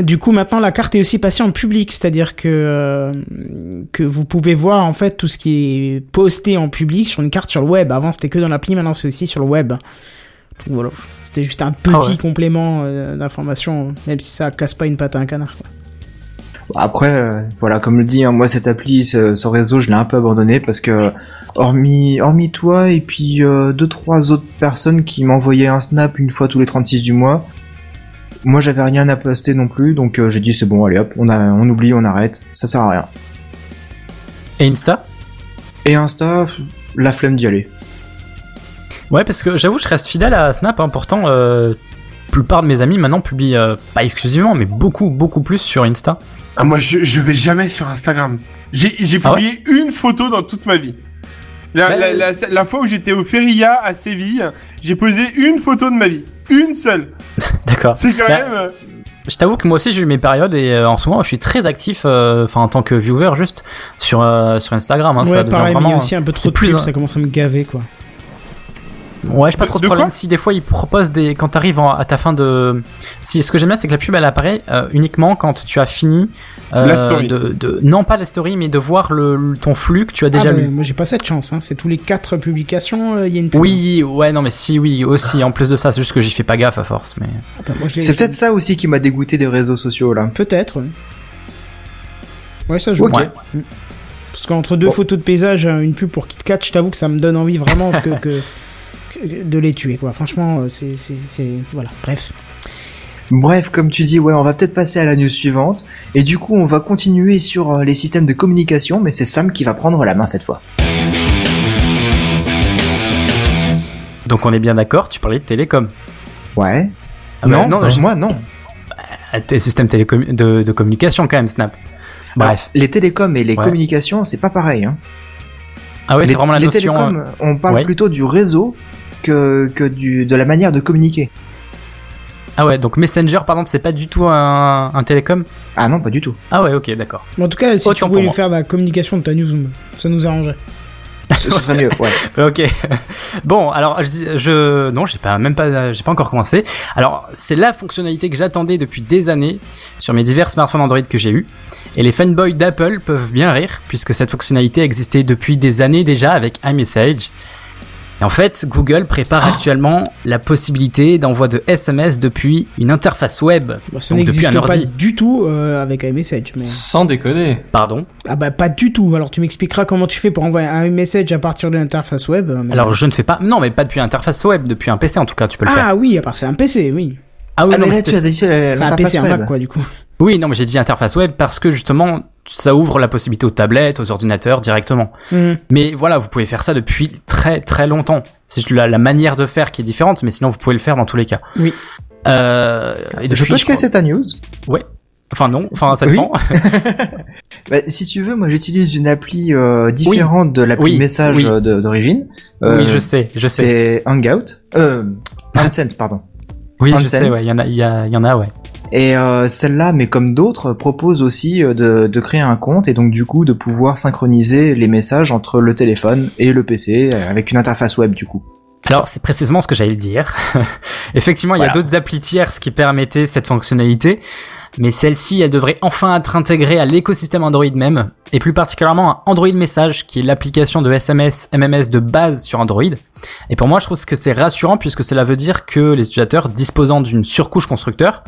A: du coup, maintenant, la carte est aussi passée en public, c'est-à-dire que, euh, que vous pouvez voir en fait tout ce qui est posté en public sur une carte sur le web. Avant, c'était que dans l'appli, maintenant, c'est aussi sur le web. Donc, voilà, c'était juste un petit
C: Ah ouais.
A: complément euh, d'information, même si ça casse pas une patte à un canard. quoi.
G: Après, euh, voilà, comme le dit, hein, moi cette appli, ce, ce réseau, je l'ai un peu abandonné parce que, hormis, hormis toi et puis euh, deux trois autres personnes qui m'envoyaient un snap une fois tous les 36 du mois, moi j'avais rien à poster non plus, donc euh, j'ai dit c'est bon, allez hop, on, a, on oublie, on arrête, ça sert à rien.
C: Et Insta
G: Et Insta, la flemme d'y aller.
C: Ouais, parce que j'avoue, je reste fidèle à Snap. hein. Pourtant, euh, la plupart de mes amis maintenant publient, euh, pas exclusivement, mais beaucoup, beaucoup plus sur Insta.
F: Ah, moi, je, je vais jamais sur Instagram. J'ai j'ai
C: Ah ouais
F: publié une photo dans toute ma vie. La,
C: Bah,
F: la, la, la fois où j'étais au Feria à Séville, j'ai posé une photo de ma vie. Une seule.
C: D'accord.
F: C'est quand
C: Bah,
F: même. euh,
C: Je t'avoue que moi aussi j'ai eu mes périodes et euh, en ce moment je suis très actif, euh, enfin en tant que viewer juste sur euh, sur Instagram. Hein, ça
A: ouais,
C: devient
A: pareil, mais il y
C: vraiment.
A: a aussi un peu
C: c'est
A: trop de
C: plus
A: pubs,
C: un-
A: ça commence à me gaver, quoi.
C: Ouais, j'ai pas trop de,
F: De quoi
C: problème. Si des fois ils proposent des, quand t'arrives en- à ta fin de, si ce que j'aime bien c'est que la pub elle apparaît euh, uniquement quand tu as fini euh,
F: La story.
C: De, de- non pas la story mais de voir le, le- ton flux que tu as déjà
A: Ah, bah,
C: lu.
A: moi, j'ai pas cette chance, hein. c'est tous les quatre publications, euh, il y a une pub.
C: Oui, ouais, non mais si, oui, aussi. En plus de ça, c'est juste que j'y fais pas gaffe à force, mais.
A: Ah, bah, moi, je l'ai-
G: C'est peut-être ça aussi qui m'a dégoûté des réseaux sociaux là.
A: Peut-être. ouais. Ouais, ça joue.
G: Ok.
A: Ouais. Mm. Parce qu'entre deux
G: Bon.
A: photos de paysage, euh, une pub pour Kit Kat, je t'avoue que ça me donne envie vraiment que, que- que- de les tuer, quoi. Franchement, euh, c'est, c'est, c'est- voilà. Bref.
G: Bref, comme tu dis, ouais, on va peut-être passer à la news suivante, et du coup on va continuer sur euh, les systèmes de communication, mais c'est Sam qui va prendre la main cette fois.
C: Donc on est bien d'accord. Tu parlais de télécom.
G: Ouais.
C: Ah, bah,
G: non,
C: non, j'ai-
G: moi non.
C: Ah, t- système télécom de, de communication quand même, Snap. Bref.
G: Alors, les télécoms et les
C: Ouais.
G: communications, c'est pas pareil. Hein.
C: Ah ouais,
G: les
C: c'est vraiment la
G: les
C: notion.
G: télécoms,
C: euh,
G: on parle
C: ouais.
G: plutôt du réseau que, que du, de la manière de communiquer.
C: Ah ouais, donc Messenger par exemple, c'est pas du tout un, un télécom.
G: Ah non, pas du tout.
C: Ah ouais, ok, d'accord.
A: Mais en tout cas, si
C: Autant
A: tu
C: pour
A: voulais lui
C: moi.
A: faire de la communication de ta news, ça nous arrangeait.
G: Ce, ce serait mieux, ouais.
A: Ah
C: Ok. Bon, alors je, dis- je non, j'ai pas même pas j'ai pas encore commencé. Alors, c'est la fonctionnalité que j'attendais depuis des années sur mes divers smartphones Android que j'ai eu et les fanboys d'Apple peuvent bien rire puisque cette fonctionnalité existait depuis des années déjà avec iMessage. Et en fait, Google
G: Oh.
C: prépare actuellement la possibilité d'envoi de SMS depuis une interface web.
A: Bon, ça
C: Donc, depuis
A: n'existe
C: un
A: pas
C: ordi.
A: du tout euh, avec iMessage. Mais...
D: Sans déconner.
C: Pardon.
A: Ah bah pas du tout. Alors tu m'expliqueras comment tu fais pour envoyer un iMessage à partir de l'interface web. euh, mais-
C: Alors, je ne fais pas non, mais pas depuis interface web, depuis un PC en tout cas, tu peux le faire.
A: ah oui, à part c'est un PC, oui.
C: Ah oui,
G: ah,
C: non,
G: mais
C: mais
G: là,
C: c'était-
G: tu as dit euh,
A: Enfin un
G: l'interface
A: PC, un Mac
G: web.
A: quoi du coup.
C: Oui, non, mais j'ai dit interface web parce que justement, ça ouvre la possibilité aux tablettes, aux ordinateurs directement.
A: Mhm.
C: Mais voilà, vous pouvez faire ça depuis très très longtemps. C'est juste la, la manière de faire qui est différente, mais sinon vous pouvez le faire dans tous les cas.
A: Oui.
C: Euh, et depuis,
G: Je peux
C: je crois-
G: te c'est ta news.
C: Enfin non, enfin ça
G: Oui.
C: dépend.
G: Bah, si tu veux, moi j'utilise une appli euh, différente de l'appli
C: Oui.
G: message
C: Oui.
G: euh, de- d'origine. Euh,
C: oui, je sais, je sais.
G: C'est Hangout. Euh, Handsense, pardon.
C: Oui, je
G: Hansen.
C: sais. Ouais, il y en a, il y, a- il y en a, ouais.
G: Et euh, celle-là, mais comme d'autres, propose aussi euh, de, de créer un compte et donc du coup de pouvoir synchroniser les messages entre le téléphone et le PC euh, avec une interface web du coup.
C: Alors, c'est précisément ce que j'allais dire. Effectivement, il y a d'autres applis tierces qui permettaient cette fonctionnalité, mais celle-ci, elle devrait enfin être intégrée à l'écosystème Android même, et plus particulièrement à Android Message, qui est l'application de SMS, MMS de base sur Android. Et pour moi, je trouve que c'est rassurant puisque cela veut dire que les utilisateurs disposant d'une surcouche constructeur,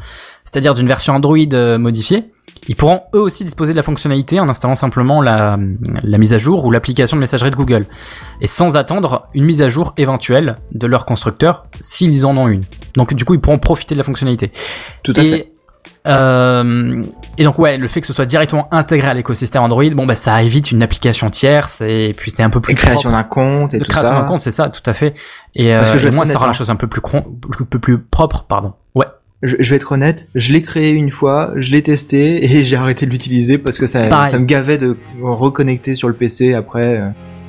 C: c'est-à-dire d'une version Android euh, modifiée, ils pourront eux aussi disposer de la fonctionnalité en installant simplement la, la mise à jour ou l'application de messagerie de Google, et sans attendre une mise à jour éventuelle de leur constructeur s'ils en ont une. Donc du coup, ils pourront profiter de la fonctionnalité.
G: Tout à
C: et,
G: fait.
C: euh, et donc ouais, le fait que ce soit directement intégré à l'écosystème Android, bon bah ça évite une application tierce et puis c'est un peu plus
G: Et création
C: propre.
G: d'un compte et
C: de
G: tout
C: création
G: ça.
C: d'un compte, c'est ça, tout à fait. Et
G: Parce que
C: euh,
G: je vais
C: et moi,
G: être
C: ça
G: honnête,
C: rend la
G: hein.
C: chose un peu plus, cron- plus, plus, plus propre, pardon. Ouais.
G: Je, je vais être honnête, je l'ai créé une fois, je l'ai testé et j'ai arrêté de l'utiliser parce que ça,
C: Pareil.
G: ça me gavait de reconnecter sur le PC après. euh.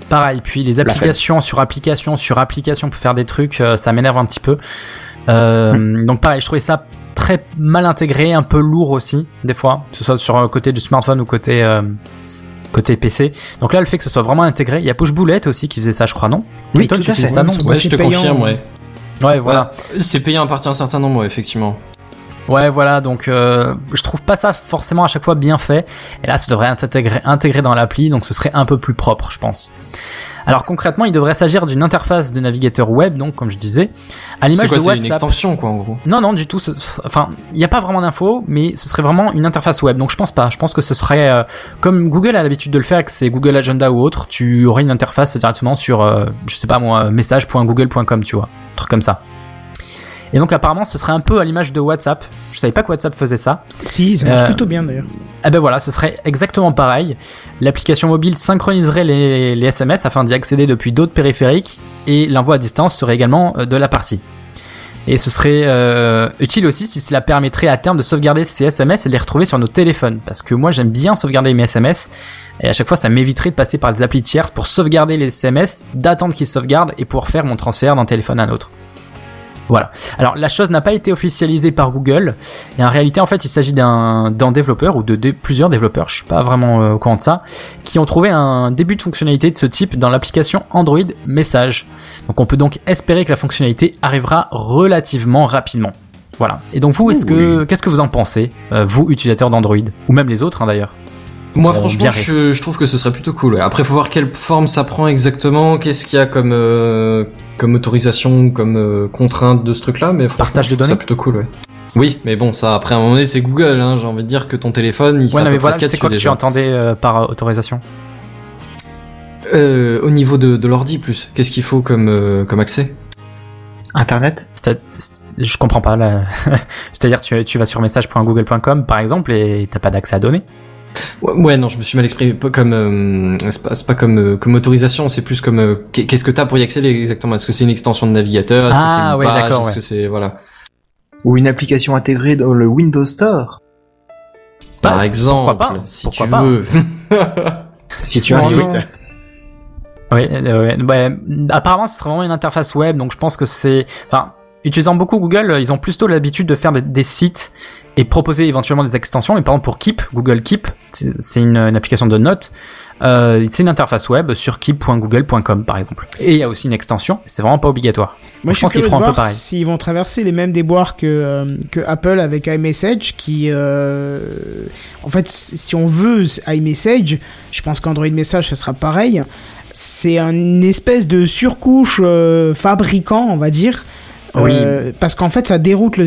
C: Pareil, puis les
G: fête.
C: applications sur applications sur applications pour faire des trucs, euh, ça m'énerve un petit peu. Euh, Donc pareil, je trouvais ça très mal intégré, un peu lourd aussi, des fois, que ce soit sur le côté du smartphone ou côté, euh, côté PC. Donc là, le fait que ce soit vraiment intégré, il y a Push Boulette aussi qui faisait ça, je crois, non
G: Oui,
C: toi,
G: tout
C: tu
G: à fait.
C: utilises ça, non
A: Ouais,
D: Ouais,
A: c'est
D: je te
A: payant.
D: confirme, ouais.
C: Ouais, voilà.
D: Ouais, C'est payé à partir d'un certain nombre, ouais, effectivement.
C: Ouais, voilà, donc euh, je trouve pas ça forcément à chaque fois bien fait. Et là, ça devrait être intégré, intégré dans l'appli, donc ce serait un peu plus propre, je pense. Alors concrètement, il devrait s'agir d'une interface de navigateur web, donc comme je disais, à
D: C'est
C: l'image de
D: quoi, c'est une
C: WhatsApp.
D: extension, quoi, en gros.
C: Non, non, du tout. ce- ce- enfin, il n'y a pas vraiment d'infos, mais ce serait vraiment une interface web. Donc je pense pas. Je pense que ce serait euh, comme Google a l'habitude de le faire, que c'est Google Agenda ou autre. Tu aurais une interface directement sur, euh, je sais pas moi, message.google.com, tu vois, un truc comme ça. Et donc apparemment, ce serait un peu à l'image de WhatsApp. Je savais pas que WhatsApp faisait ça.
A: Si, ça marche
C: Euh,
A: plutôt bien d'ailleurs.
C: Ah ben voilà, ce serait exactement pareil. L'application mobile synchroniserait les, les SMS afin d'y accéder depuis d'autres périphériques et l'envoi à distance serait également euh, de la partie. Et ce serait euh, utile aussi si cela permettrait à terme de sauvegarder ces SMS et de les retrouver sur nos téléphones. Parce que moi j'aime bien sauvegarder mes SMS et à chaque fois ça m'éviterait de passer par des applis tierces pour sauvegarder les SMS, d'attendre qu'ils sauvegardent et pour faire mon transfert d'un téléphone à un autre. Voilà. Alors la chose n'a pas été officialisée par Google, et en réalité, en fait, il s'agit d'un d'un développeur ou de, dé- plusieurs développeurs, je suis pas vraiment euh, au courant de ça, qui ont trouvé un début de fonctionnalité de ce type dans l'application Android Message. Donc on peut donc espérer que la fonctionnalité arrivera relativement rapidement. Voilà. Et donc vous, est-ce que qu'est-ce que vous en pensez, euh, vous utilisateurs d'Android ou même les autres hein, d'ailleurs
D: Moi,
C: Euh,
D: franchement,
C: bien
D: je, je trouve que ce serait plutôt cool. ouais. Après, faut voir quelle forme ça prend exactement, qu'est-ce qu'il y a comme euh, comme autorisation, comme euh, contrainte de ce truc-là, mais franchement,
C: Partage
D: je
C: de
D: trouve ça
C: données
D: plutôt cool, ouais. Oui, mais bon, ça, après, à un moment donné, c'est Google, hein, j'ai envie de dire que ton téléphone, il s'est
C: Ouais,
D: à
C: non,
D: peu
C: mais
D: près
C: voilà,
D: ce qu'il y a
C: c'est quoi que
D: dessus,
C: tu
D: déjà.
C: entendais euh, par euh, autorisation
D: Euh, au niveau de, de l'ordi, plus, qu'est-ce qu'il faut comme euh, comme accès
G: Internet.
C: C'est-à- c'est- Je comprends pas là. C'est-à-dire tu, tu vas sur message.google.com par exemple et t'as pas d'accès à données.
D: ouais, ouais, non, je me suis mal exprimé, pas comme euh, c'est pas, c'est pas comme euh, comme autorisation, c'est plus comme euh, qu'est- qu'est-ce que t'as pour y accéder exactement Est-ce que c'est une extension de navigateur Est-ce que c'est
C: Ah,
D: une
C: ouais,
D: page
C: d'accord,
D: Est-ce
C: ouais.
D: que c'est voilà
G: Ou une application intégrée dans le Windows Store.
D: Par
C: Bah,
D: exemple,
C: pas
D: si
C: Pourquoi
D: tu
C: pas
D: veux.
G: Si tu
D: Oh,
G: insistes.
D: non.
C: Oui, euh, ouais, ouais. apparemment ce serait vraiment une interface web, donc je pense que c'est... Enfin, utilisant beaucoup Google, euh, ils ont plutôt l'habitude de faire des, des sites et proposer éventuellement des extensions, mais par exemple pour Keep, Google Keep, c'est c'est une, une application de notes, euh, c'est une interface web sur keep.google.com par exemple. Et il y a aussi une extension, c'est vraiment pas obligatoire.
A: Moi,
C: je
A: je, suis
C: pense qu'ils
A: curieux de
C: feront un peu
A: voir
C: pareil.
A: s'ils vont traverser les mêmes déboires que, euh, que Apple avec iMessage, qui, euh, en fait, si si on veut iMessage, je pense qu'Android Message, ce sera pareil. C'est une espèce de surcouche euh, fabricant, on va dire.
C: Oui.
A: Euh, parce qu'en fait, ça déroute le,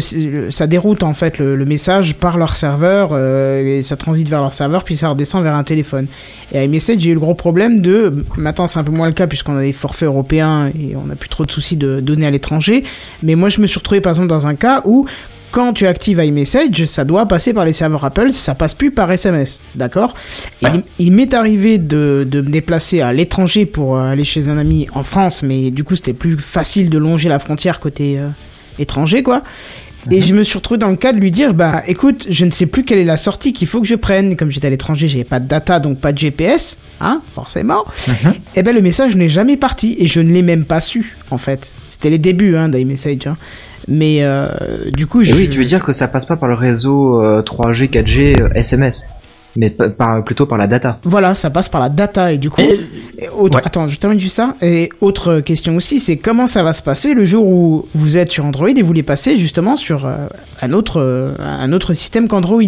A: ça déroute en fait le, le message par leur serveur, euh, et ça transite vers leur serveur, puis ça redescend vers un téléphone. Et iMessage, j'ai eu le gros problème de. Maintenant, c'est un peu moins le cas puisqu'on a des forfaits européens et on n'a plus trop de soucis de données à l'étranger. Mais moi, je me suis retrouvé par exemple dans un cas où. Quand tu actives iMessage, ça doit passer par les serveurs Apple, ça passe plus par SMS, d'accord Et
C: Ouais.
A: Il, il m'est arrivé de, de me déplacer à l'étranger pour euh, aller chez un ami en France, mais du coup c'était plus facile de longer la frontière côté euh, étranger, quoi. Et je me suis retrouvé dans le cas de lui dire, bah écoute, je ne sais plus quelle est la sortie qu'il faut que je prenne. Comme j'étais à l'étranger, j'avais pas de data, donc pas de GPS, hein, forcément. Et ben le message n'est jamais parti et je ne l'ai même pas su, en fait. C'était les débuts hein, d'iMessage. Hein. Mais euh, du coup,
G: Et
A: je...
G: oui, tu veux dire que ça passe pas par le réseau euh, 3G, 4G, euh, SMS. mais pa- par- plutôt par la data.
A: Voilà, ça passe par la data et du coup.
C: Et-
A: et autre-
C: Ouais.
A: Attends, je termine juste ça. Et autre question aussi, c'est comment ça va se passer le jour où vous êtes sur Android et vous voulez passer justement sur euh, un autre euh, un autre système qu'Android.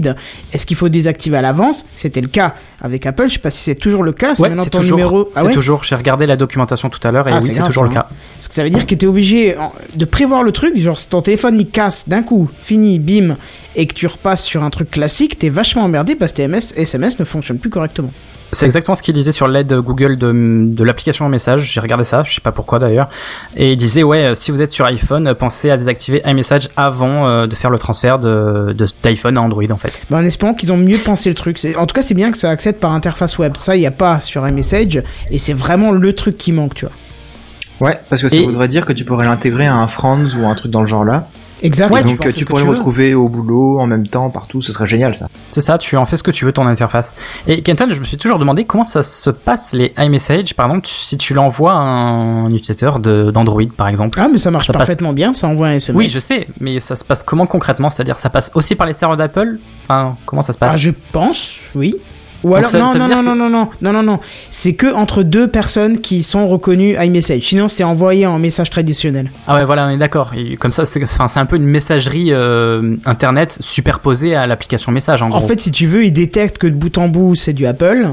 A: Est-ce qu'il faut désactiver à l'avance C'était le cas avec Apple. Je sais pas si c'est toujours le cas. c'est
C: Ouais,
A: maintenant
C: c'est
A: ton
C: toujours.
A: numéro.
C: c'est toujours. J'ai regardé la documentation tout à l'heure et
A: Ah,
C: oui,
A: c'est
C: c'est
A: grave,
C: toujours le
A: ça,
C: cas.
A: Parce que ça veut dire que t'es obligé en- de prévoir le truc, genre si ton téléphone il casse d'un coup, fini, bim, et que tu repasses sur un truc classique, t'es vachement emmerdé parce que tes MS, SMS ne fonctionnent plus correctement.
C: C'est exactement ce qu'il disait sur l'aide Google de, de l'application en message. J'ai regardé ça, je sais pas pourquoi d'ailleurs. Et il disait, ouais, euh, si vous êtes sur iPhone, euh, pensez à désactiver iMessage avant euh, de faire le transfert de de- d'iPhone à Android en fait.
A: Bah, en espérant qu'ils ont mieux pensé le truc. C'est- En tout cas, c'est bien que ça accède par interface web. Ça, il y a pas sur iMessage, et c'est vraiment le truc qui manque, tu vois.
G: Ouais, parce que ça
C: Et-
G: voudrait dire que tu pourrais l'intégrer à un Franz ou un truc dans le genre là.
A: Exact.
G: Et donc euh, tu pourrais le retrouver au boulot, en même temps, partout, ce serait génial ça.
C: C'est ça, tu en fais ce que tu veux ton interface. Et Kenton, je me suis toujours demandé comment ça se passe les iMessage, par exemple, tu- si tu l'envoies à un utilisateur de- d'Android par exemple.
A: Ah, mais ça marche
C: Ça passe.
A: parfaitement bien, ça envoie un SMS.
C: Oui, je sais, mais ça se passe comment concrètement C'est-à-dire, ça passe aussi par les serveurs d'Apple Enfin, Comment ça se passe
A: Ah, je pense, oui. Ou
C: Donc
A: alors,
C: ça-
A: non,
C: ça veut
A: non, non,
C: dire que-
A: non, non, non, non, non, non. C'est que entre deux personnes qui sont reconnues iMessage. Sinon, c'est envoyé en message traditionnel.
C: Ah ouais, voilà, on est d'accord. Et Comme ça, c'est enfin, c'est un peu une messagerie euh, internet superposée à l'application message en gros.
A: En fait, si tu veux, il détecte que de bout en bout, c'est du Apple.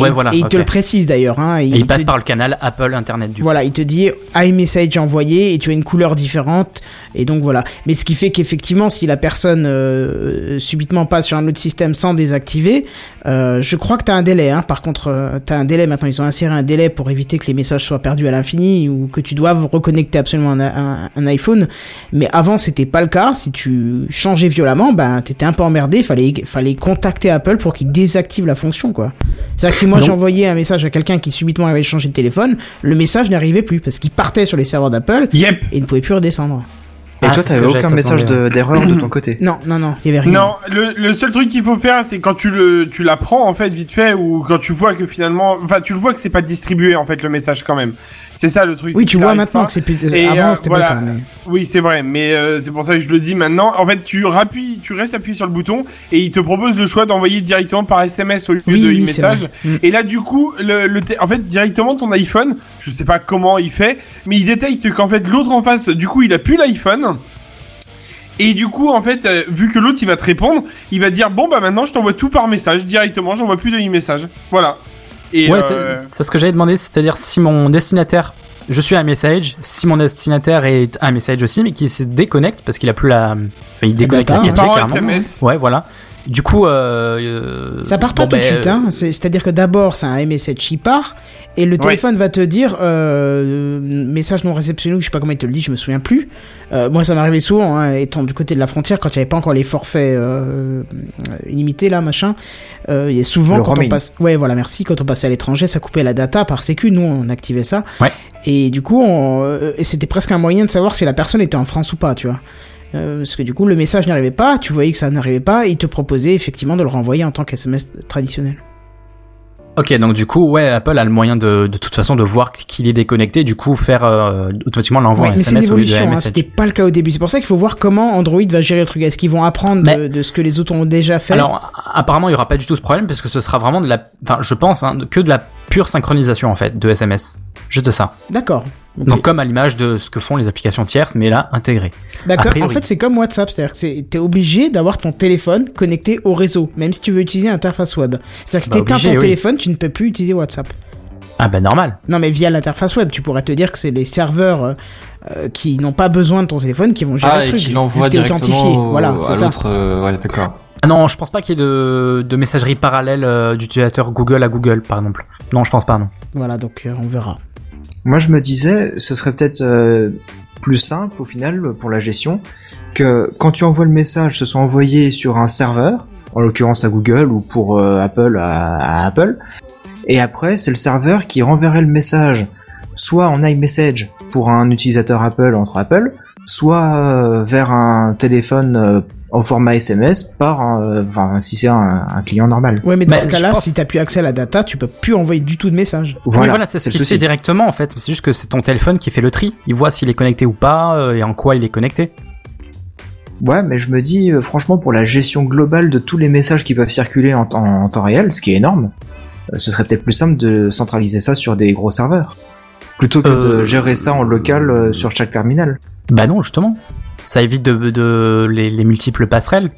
C: Ouais,
A: Et-
C: voilà,
A: Et il te
C: ok.
A: le précise d'ailleurs. Hein,
C: et il passe
A: te-
C: par le canal Apple Internet du coup.
A: Voilà, il te dit iMessage envoyé et tu as une couleur différente. Et donc voilà. Mais ce qui fait qu'effectivement, si la personne euh, subitement passe sur un autre système sans désactiver, euh, je crois que tu as un délai. Hein. Par contre, tu as un délai maintenant. Ils ont inséré un délai pour éviter que les messages soient perdus à l'infini ou que tu doives reconnecter absolument un, un- un iPhone. Mais avant, c'était pas le cas. Si tu changeais violemment, ben t'étais un peu emmerdé. Fallait, fallait contacter Apple pour qu'ils désactivent la fonction, quoi. C'est-à-dire que si moi
C: Donc-
A: j'envoyais un message à quelqu'un qui subitement avait changé de téléphone, le message n'arrivait plus parce qu'il partait sur les serveurs d'Apple
F: Yep.
A: et il ne pouvait plus redescendre.
G: Et
C: Ah,
G: toi,
C: c'est ce
G: t'avais
C: que j'allais
G: aucun
C: te
G: message
C: demander,
G: de- d'erreur de ton côté.
A: Non, non, non, il y avait rien.
F: Non, le, le seul truc qu'il faut faire, c'est quand tu le tu l'apprends en fait vite fait ou quand tu vois que finalement, enfin tu le vois que c'est pas distribué en fait le message quand même. C'est ça le truc.
A: Oui,
F: c'est
A: tu
F: que
A: vois
F: t'arrives
A: maintenant
F: pas.
A: que c'est plus.
F: Et,
A: Avant,
F: euh,
A: c'était
F: voilà.
A: pas le cas, mais-
F: Oui, c'est vrai, mais euh, c'est pour ça que je le dis maintenant. En fait, tu rappuies, tu restes appuyé sur le bouton et il te propose le choix d'envoyer directement par SMS au lieu
A: Oui,
F: de
A: oui, c'est
F: message.
A: vrai. Mm.
F: Et là, du coup, le, le té- en fait, directement ton iPhone, je sais pas comment il fait, mais il détecte qu'en fait l'autre en face, du coup, il a plus l'iPhone. Et du coup, en fait, euh, vu que l'autre il va te répondre, il va dire bon bah maintenant je t'envoie tout par message directement, j'envoie plus de e-message. Voilà. Et
C: ouais,
F: euh,
C: c'est- c'est ce que j'avais demandé, c'est-à-dire si mon destinataire, je suis un message, si mon destinataire est un message aussi, mais qu'il se déconnecte parce qu'il a plus la, enfin, il déconnecte
A: data,
C: la
A: hein.
F: il
C: 4G
F: part en
C: carrément.
F: SMS.
C: Ouais, voilà. Du coup, euh, euh,
A: Ça part pas
C: bon,
A: tout de
C: ben,
A: suite, hein. C'est- C'est-à-dire que d'abord, c'est un MSH qui part, et le téléphone va te dire euh, message non réceptionné, ou je sais pas comment il te le dit, je me souviens plus. Euh, moi, ça m'arrivait souvent, hein, étant du côté de la frontière, quand il n'y avait pas encore les forfaits euh, illimités, là, machin. Euh, et souvent,
G: Le
A: quand on
G: roaming.
A: passe. Ouais, voilà, merci. Quand on passait à l'étranger, ça coupait la data par sécu. Nous, on activait ça.
C: Ouais.
A: Et du coup, on- euh, et c'était presque un moyen de savoir si la personne était en France ou pas, tu vois. Euh, parce que du coup, le message n'arrivait pas, tu voyais que ça n'arrivait pas, et il te proposait effectivement de le renvoyer en tant qu'SMS traditionnel.
C: Ok, donc du coup, ouais, Apple a le moyen de, de toute façon de voir qu'il est déconnecté, du coup faire euh, automatiquement l'envoi
A: Ouais,
C: en
A: mais c'est une
C: SMS au lieu de
A: évolution, hein,
C: MSN.
A: c'était pas le cas au début. C'est pour ça qu'il faut voir comment Android va gérer le truc. Est-ce qu'ils vont apprendre de,
C: Mais-
A: de ce que les autres ont déjà fait
C: Alors, apparemment, il y aura pas du tout ce problème parce que ce sera vraiment de la, enfin, je pense, hein, que de la pure synchronisation en fait de SMS. Juste ça.
A: D'accord. Ok.
C: Donc comme à l'image de ce que font les applications tierces, mais là intégré.
A: Bah,
C: a
A: comme- en
C: priori.
A: fait, c'est comme WhatsApp, c'est-à-dire que c'est- t'es obligé d'avoir ton téléphone connecté au réseau, même si tu veux utiliser l'interface web. C'est-à-dire que si
C: Bah,
A: t'éteins
C: obligé,
A: ton
C: oui.
A: téléphone, tu ne peux plus utiliser WhatsApp.
C: Ah ben normal.
A: Non, mais via l'interface web, tu pourrais te dire que c'est les serveurs euh, euh, qui n'ont pas besoin de ton téléphone qui vont gérer
D: Ah,
A: le
D: et
A: truc.
D: qui
A: vu
D: l'envoie
A: que t'es authentifié.
D: directement au-
A: Voilà, c'est
D: à
A: ça.
D: l'autre. euh, Ouais, d'accord.
C: Ah non, je pense pas qu'il y ait de, de messagerie parallèle euh, d'utilisateur Google à Google par exemple. Non, je pense pas non.
A: Voilà, donc euh, on verra.
G: Moi, je me disais, ce serait peut-être euh, plus simple au final pour la gestion que quand tu envoies le message, ce soit envoyé sur un serveur, en l'occurrence à Google ou pour euh, Apple à, à Apple, et après c'est le serveur qui renverrait le message soit en iMessage pour un utilisateur Apple entre Apple, soit euh, vers un téléphone euh, en format SMS par, un- euh, enfin si c'est un- un client normal.
A: Ouais, mais dans
C: Bah,
A: ce
C: je
A: cas-là,
C: pense-
A: si t'as plus accès à la data, tu peux plus envoyer du tout de message.
G: Voilà,
C: Oui, voilà c'est ce
G: c'est
C: qui
G: le
C: se fait
G: souci.
C: directement en fait. C'est juste que c'est ton téléphone qui fait le tri. Il voit s'il est connecté ou pas euh, et en quoi il est connecté.
G: Ouais, mais je me dis, euh, franchement, pour la gestion globale de tous les messages qui peuvent circuler en, temps- en temps réel, ce qui est énorme, euh, ce serait peut-être plus simple de centraliser ça sur des gros serveurs. Plutôt que
C: Euh,
G: de gérer ça en local euh, sur chaque terminal.
C: Bah non, justement. Ça évite de, de- les, les multiples passerelles.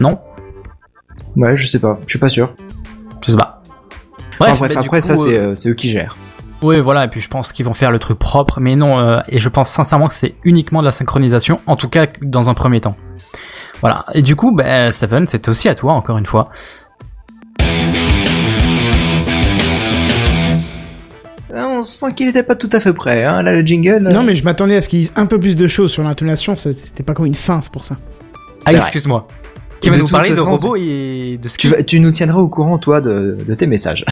C: Non
G: Ouais, je sais pas, je suis pas sûr.
C: Je sais pas.
G: Enfin, bref,
C: bah, du
G: après,
C: coup,
G: ça, c'est
C: euh,
G: euh, c'est eux qui gèrent.
C: Oui, voilà, et puis je pense qu'ils vont faire le truc propre, mais non, euh, et je pense sincèrement que c'est uniquement de la synchronisation, en tout cas dans un premier temps. Voilà, et du coup, bah, Seven, c'était aussi à toi, encore une fois.
G: Ah, On sent qu'il était pas tout à fait prêt, hein. Là, le jingle. euh,
A: Non, mais je m'attendais à ce qu'ils disent un peu plus de choses sur l'intonation, ça- c'était pas comme une fin, c'est pour ça.
C: Ah,
G: C'est vrai.
C: excuse-moi. Qui
G: Et
C: va
G: de
C: nous
G: toute
C: parler de
G: façon,
C: robots et de ce
G: Tu, vas- tu nous tiendras au courant, toi, de, de tes messages.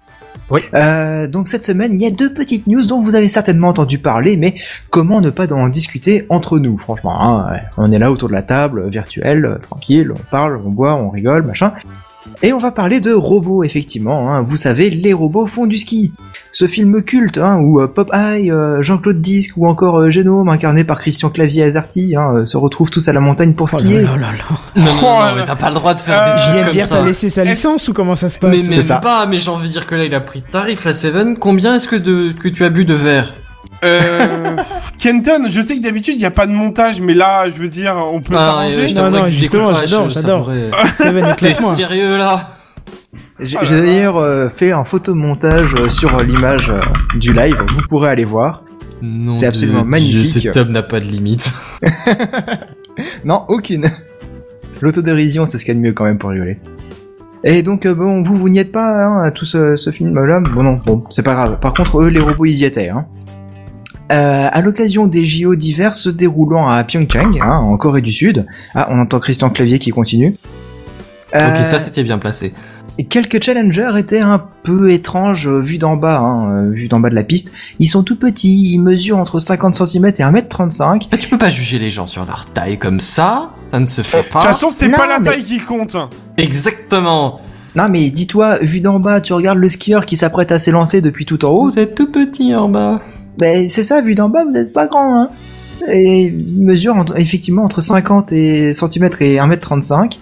C: Oui.
G: Euh, donc cette semaine, il y a deux petites news dont vous avez certainement entendu parler, mais comment ne pas en discuter entre nous, franchement. hein, ouais. on est là autour de la table, euh, virtuelle, euh, tranquille, on parle, on boit, on rigole, machin. Et on va parler de robots, effectivement. hein. Vous savez, les robots font du ski. Ce film culte, hein, où euh, Popeye, euh, Jean-Claude Disque ou encore euh, Génome, incarné par Christian Clavier Azarty, hein, euh, se retrouvent tous à la montagne pour
A: Oh
G: skier.
A: là là là là.
D: Non, non, non,
F: là
D: mais
F: là.
D: t'as pas le droit de faire
F: Euh,
D: des
A: JL
D: trucs comme
A: Biert
D: ça. Eh.
A: a laissé sa
F: Est-ce-
A: licence ou comment ça se passe
D: Mais même
G: ça.
D: pas, mais j'ai envie de dire que là, il a pris de tarif, la Seven. Combien est-ce que, de, que tu as bu de verre
F: Euh, Kenton, je sais que d'habitude il y a pas de montage, mais là, je veux dire, on peut
A: Ah,
F: s'arranger.
D: Ah, je
A: non,
D: t'avouerai
A: non,
D: que je
A: justement,
D: t'écoute pas,
A: j'adore,
D: je-
A: j'adore.
D: ça pourrait-
A: Seven,
D: T'es
A: éclate-moi.
D: sérieux, là
G: J'ai
F: Oh là
G: j'ai
F: là.
G: d'ailleurs euh, fait un photomontage euh, sur euh, l'image euh, du live, vous pourrez aller voir.
D: Non,
G: C'est absolument
D: Dieu,
G: magnifique.
D: Cet homme n'a pas de limite.
G: Non, aucune. L'autodérision, c'est ce qu'il y a de mieux quand même pour rigoler. Et donc, euh, bon, vous, vous n'y êtes pas, hein, à tout ce, ce film-là Bon, non, bon, c'est pas grave. Par contre, eux, les robots, ils y étaient, hein. Euh, à l'occasion des JO d'hiver se déroulant à Pyeongchang, hein, en Corée du Sud. Ah, on entend Christian Clavier qui continue. Euh,
D: Ok, ça, c'était bien placé.
G: Et Quelques challengers étaient un peu étranges euh, vus d'en bas, hein, euh, vus d'en bas de la piste. Ils sont tout petits, ils mesurent entre 50 cm et 1m35.
D: Mais tu peux pas juger les gens sur leur taille comme ça. Ça ne se fait
F: De
D: pas.
F: toute façon, c'est
G: Non,
F: pas la
G: mais-
F: taille qui compte. hein.
D: Exactement.
G: Non mais dis-toi, vu d'en bas, tu regardes le skieur qui s'apprête à s'élancer depuis tout en haut.
D: Vous êtes tout petit en bas.
G: Ben c'est ça, vu d'en bas, vous n'êtes pas grand. Hein. Et il mesure entre- effectivement entre 50 et cm et 1m35.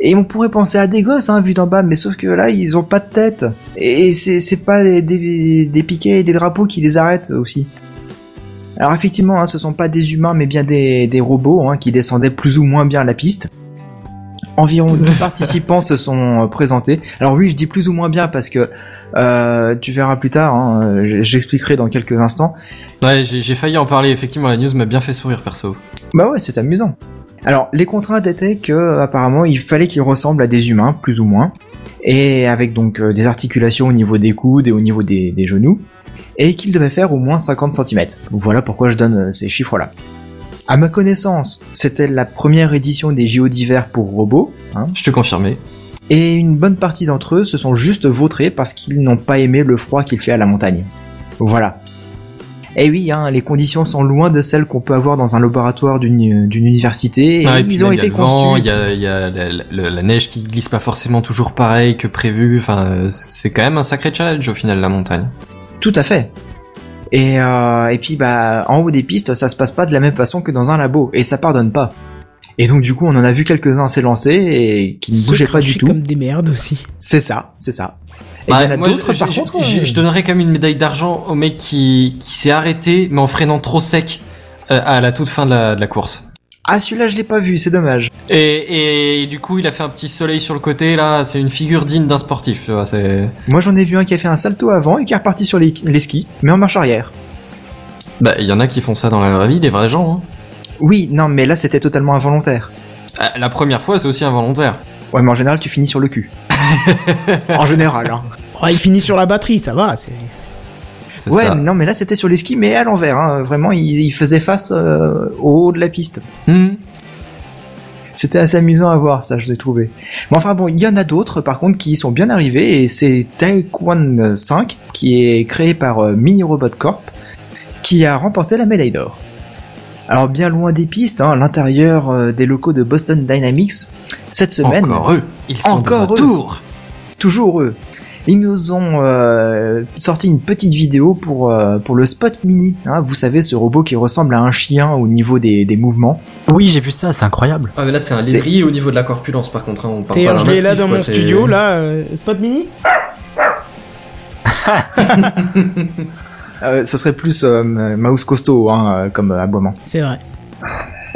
G: Et on pourrait penser à des gosses, hein, vu d'en bas, mais sauf que là, ils ont pas de tête. Et c'est c'est pas des, des- des piquets et des drapeaux qui les arrêtent aussi. Alors effectivement, hein, ce sont pas des humains, mais bien des, des robots hein, qui descendaient plus ou moins bien la piste. Environ 10 participants se sont euh, présentés. Alors oui, je dis plus ou moins bien parce que euh, tu verras plus tard, hein, euh, j'expliquerai dans quelques instants.
D: Ouais, j'ai j'ai failli en parler. Effectivement, la news m'a bien fait sourire, perso.
G: Bah ouais, c'est amusant. Alors, les contraintes étaient que, euh, apparemment, il fallait qu'ils ressemblent à des humains, plus ou moins, et avec donc euh, des articulations au niveau des coudes et au niveau des, des genoux, et qu'ils devaient faire au moins 50 cm. Voilà pourquoi je donne euh, ces chiffres-là. À ma connaissance, c'était la première édition des JO d'hiver pour robots, hein,
D: Je te confirmais.
G: et une bonne partie d'entre eux se sont juste vautrés parce qu'ils n'ont pas aimé le froid qu'il fait à la montagne. Voilà. Et oui, hein, les conditions sont loin de celles qu'on peut avoir dans un laboratoire d'une d'une université. Et
D: Ah, et puis
G: ils
D: là,
G: ont
D: il y a
G: été
D: le vent,
G: conçus.
D: Il y a, il y a la, la- la neige qui glisse pas forcément toujours pareil que prévu. Enfin, euh, c'est quand même un sacré challenge au final la montagne.
G: Tout à fait. Et, euh, et puis bah en haut des pistes, ça se passe pas de la même façon que dans un labo, et ça pardonne pas. Et donc du coup, on en a vu quelques-uns s'élancer et qui ne
A: Se
G: bougeaient pas du
A: cracher
G: tout.
A: comme des merdes aussi.
G: C'est ça, c'est ça. Et il y en
D: Bah,
G: a
D: moi,
G: d'autres
D: je-
G: par
D: je-
G: contre.
D: Je,
G: euh,
D: je donnerais comme une médaille d'argent au mec qui, qui s'est arrêté, mais en freinant trop sec euh, à la toute fin de la, de la course.
G: Ah celui-là, je l'ai pas vu, c'est dommage.
D: Et, et du coup, il a fait un petit soleil sur le côté. Là, c'est une figure digne d'un sportif. Tu vois, c'est.
G: Moi j'en ai vu un qui a fait un salto avant et qui est reparti sur les, les skis, mais en marche arrière.
D: Bah, il y en a qui font ça dans la vraie vie, des vrais gens. hein.
G: Oui, non, mais là c'était totalement involontaire.
D: Ah, La première fois, c'est aussi involontaire.
G: Ouais, mais en général tu finis sur le cul. en général, hein.
A: Oh, il finit sur la batterie, ça va. c'est-
D: C'est
G: Ouais,
D: ça.
G: mais non, mais là c'était sur les skis, mais à l'envers. Hein. Vraiment, il, il faisait face euh, au haut de la piste.
D: Hmm.
G: C'était assez amusant à voir, ça, je l'ai trouvé. Mais enfin bon, il y en a d'autres, par contre, qui y sont bien arrivés, et c'est Taekwon 5, qui est créé par euh, Mini Robot Corp, qui a remporté la médaille d'or. Alors bien loin des pistes, hein, à l'intérieur euh, des locaux de Boston Dynamics, cette semaine,
D: Encore eux. Ils sont
G: Encore
D: de
G: eux.
D: retour.
G: toujours eux. Ils nous ont euh, sorti une petite vidéo pour, euh, pour le Spot Mini. hein. vous savez, ce robot qui ressemble à un chien au niveau des, des mouvements.
C: Oui, j'ai vu ça, c'est incroyable.
D: Ah mais là c'est un
G: C'est-
D: lévrier au niveau de la corpulence par contre, hein, on parle
A: T'es
D: pas d'un
A: je l'ai là
D: mastif,
A: dans
D: quoi,
A: mon
D: c'est-
A: studio, là, euh, Spot Mini
G: Euh, ce serait plus euh, Mouse Costaud hein, euh, comme euh, aboiement.
A: C'est vrai.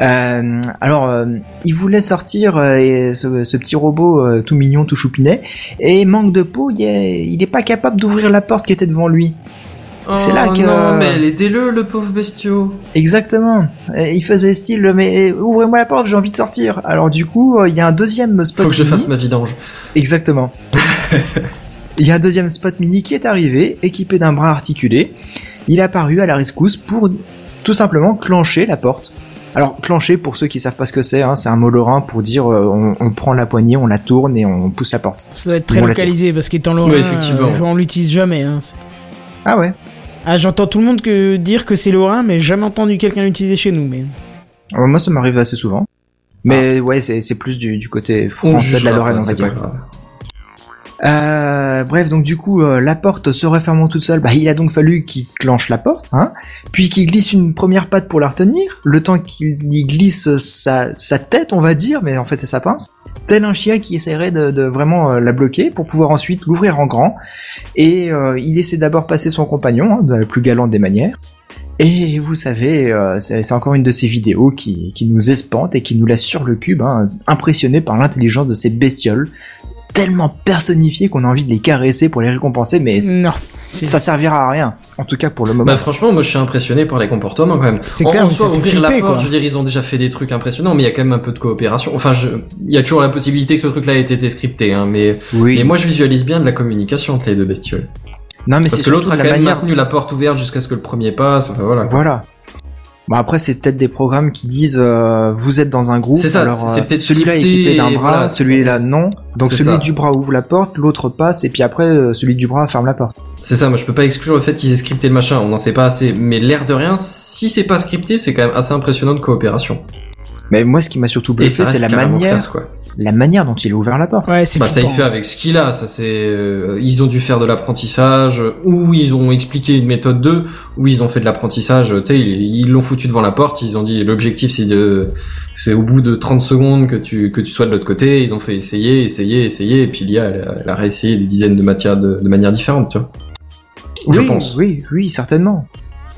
G: Euh, alors, euh, il voulait sortir euh, et ce, ce petit robot euh, tout mignon, tout choupinet, et manque de peau, il est, il est pas capable d'ouvrir la porte qui était devant lui. C'est là
D: Oh
G: que-
D: Non mais aidez-le le pauvre bestiau.
G: Exactement. Et il faisait style, mais euh, ouvrez-moi la porte, j'ai envie de sortir. Alors du coup, euh, il y a un deuxième spot.
D: Faut que je
G: mini.
D: fasse ma vidange.
G: Exactement. il y a un deuxième spot mini qui est arrivé, équipé d'un bras articulé. Il est apparu à la rescousse pour tout simplement clencher la porte. Alors, clencher, pour ceux qui savent pas ce que c'est, hein, c'est un mot lorrain pour dire euh, on, on prend la poignée, on la tourne et on pousse la porte.
A: Ça doit être très
G: Bon, là,
A: localisé parce qu'étant lorrain,
D: Ouais, effectivement.
A: euh, on l'utilise jamais. hein. C'est-
G: Ah ouais
A: Ah, j'entends tout le monde que dire que c'est lorrain, mais jamais entendu quelqu'un l'utiliser chez nous. Mais
G: Alors, Moi, ça m'arrive assez souvent. Mais ouais, c'est c'est plus du, du côté
D: Ah. On
G: français de la
D: jugera
G: Lorraine,
D: pas,
G: on va
D: c'est
G: dire.
D: pas grave.
G: Euh, bref, donc du coup, euh, la porte se refermant toute seule, bah, il a donc fallu qu'il clenche la porte, hein, puis qu'il glisse une première patte pour la retenir, le temps qu'il y glisse sa, sa tête, on va dire, mais en fait c'est sa pince, tel un chien qui essaierait de, de vraiment euh, la bloquer pour pouvoir ensuite l'ouvrir en grand, et euh, il essaie d'abord passer son compagnon, hein, de la plus galante des manières, et vous savez, euh, c'est c'est encore une de ces vidéos qui, qui nous espante et qui nous laisse sur le cube, hein, impressionnés par l'intelligence de ces bestioles tellement personnifiés qu'on a envie de les caresser pour les récompenser, mais c-
A: non, c'est-
G: ça servira à rien. En tout cas pour le moment.
D: Bah franchement, moi je suis impressionné par les comportements quand même.
A: C'est
G: Oh,
D: En-
A: clair,
D: en
A: mais
D: soi,
A: ça fait
D: ouvrir la
A: flipper,
D: porte,
A: quoi.
D: je veux dire, ils ont déjà fait des trucs impressionnants, mais il y a quand même un peu de coopération. Enfin, je... il y a toujours la possibilité que ce truc-là ait été scripté, hein, mais...
G: oui.
D: mais moi je visualise bien de la communication entre les deux bestioles.
G: non mais
D: Parce
G: c'est
D: que l'autre
G: surtout
D: a
G: de
D: quand
G: la
D: même
G: manière.
D: maintenu la porte ouverte jusqu'à ce que le premier passe, enfin voilà. quoi.
G: Voilà. Bon après c'est peut-être des programmes qui disent euh, vous êtes dans un groupe.
D: C'est ça,
G: alors,
D: c'est- c'est
G: euh,
D: peut-être
G: celui-là est
D: scripté,
G: équipé d'un
D: et
G: bras,
D: voilà.
G: celui-là non. Donc
D: C'est
G: celui
D: ça.
G: du bras ouvre la porte, l'autre passe et puis après euh, celui du bras ferme la porte.
D: C'est ça, moi je peux pas exclure le fait qu'ils aient scripté le machin, on n'en sait pas assez. Mais l'air de rien, si c'est pas scripté, c'est quand même assez impressionnant de coopération.
G: Mais moi ce qui m'a surtout
D: Et ça
G: blessé c'est
D: reste
G: la
D: carrément
G: manière,
D: classe, quoi.
G: la manière dont il a ouvert la porte.
A: Ouais, c'est
D: Bah ça il
A: flippant.
D: fait avec ce qu'il a, ça c'est euh, ils ont dû faire de l'apprentissage euh, ou ils ont expliqué une méthode 2 ou ils ont fait de l'apprentissage, euh, tu sais ils ils l'ont foutu devant la porte, ils ont dit l'objectif c'est de c'est au bout de 30 secondes que tu que tu sois de l'autre côté, ils ont fait essayer, essayer, essayer et puis l'IA elle, a- elle a réessayé des dizaines de matières de, de manières différentes, tu vois. Je
G: oui,
D: pense.
G: Oui, oui, certainement.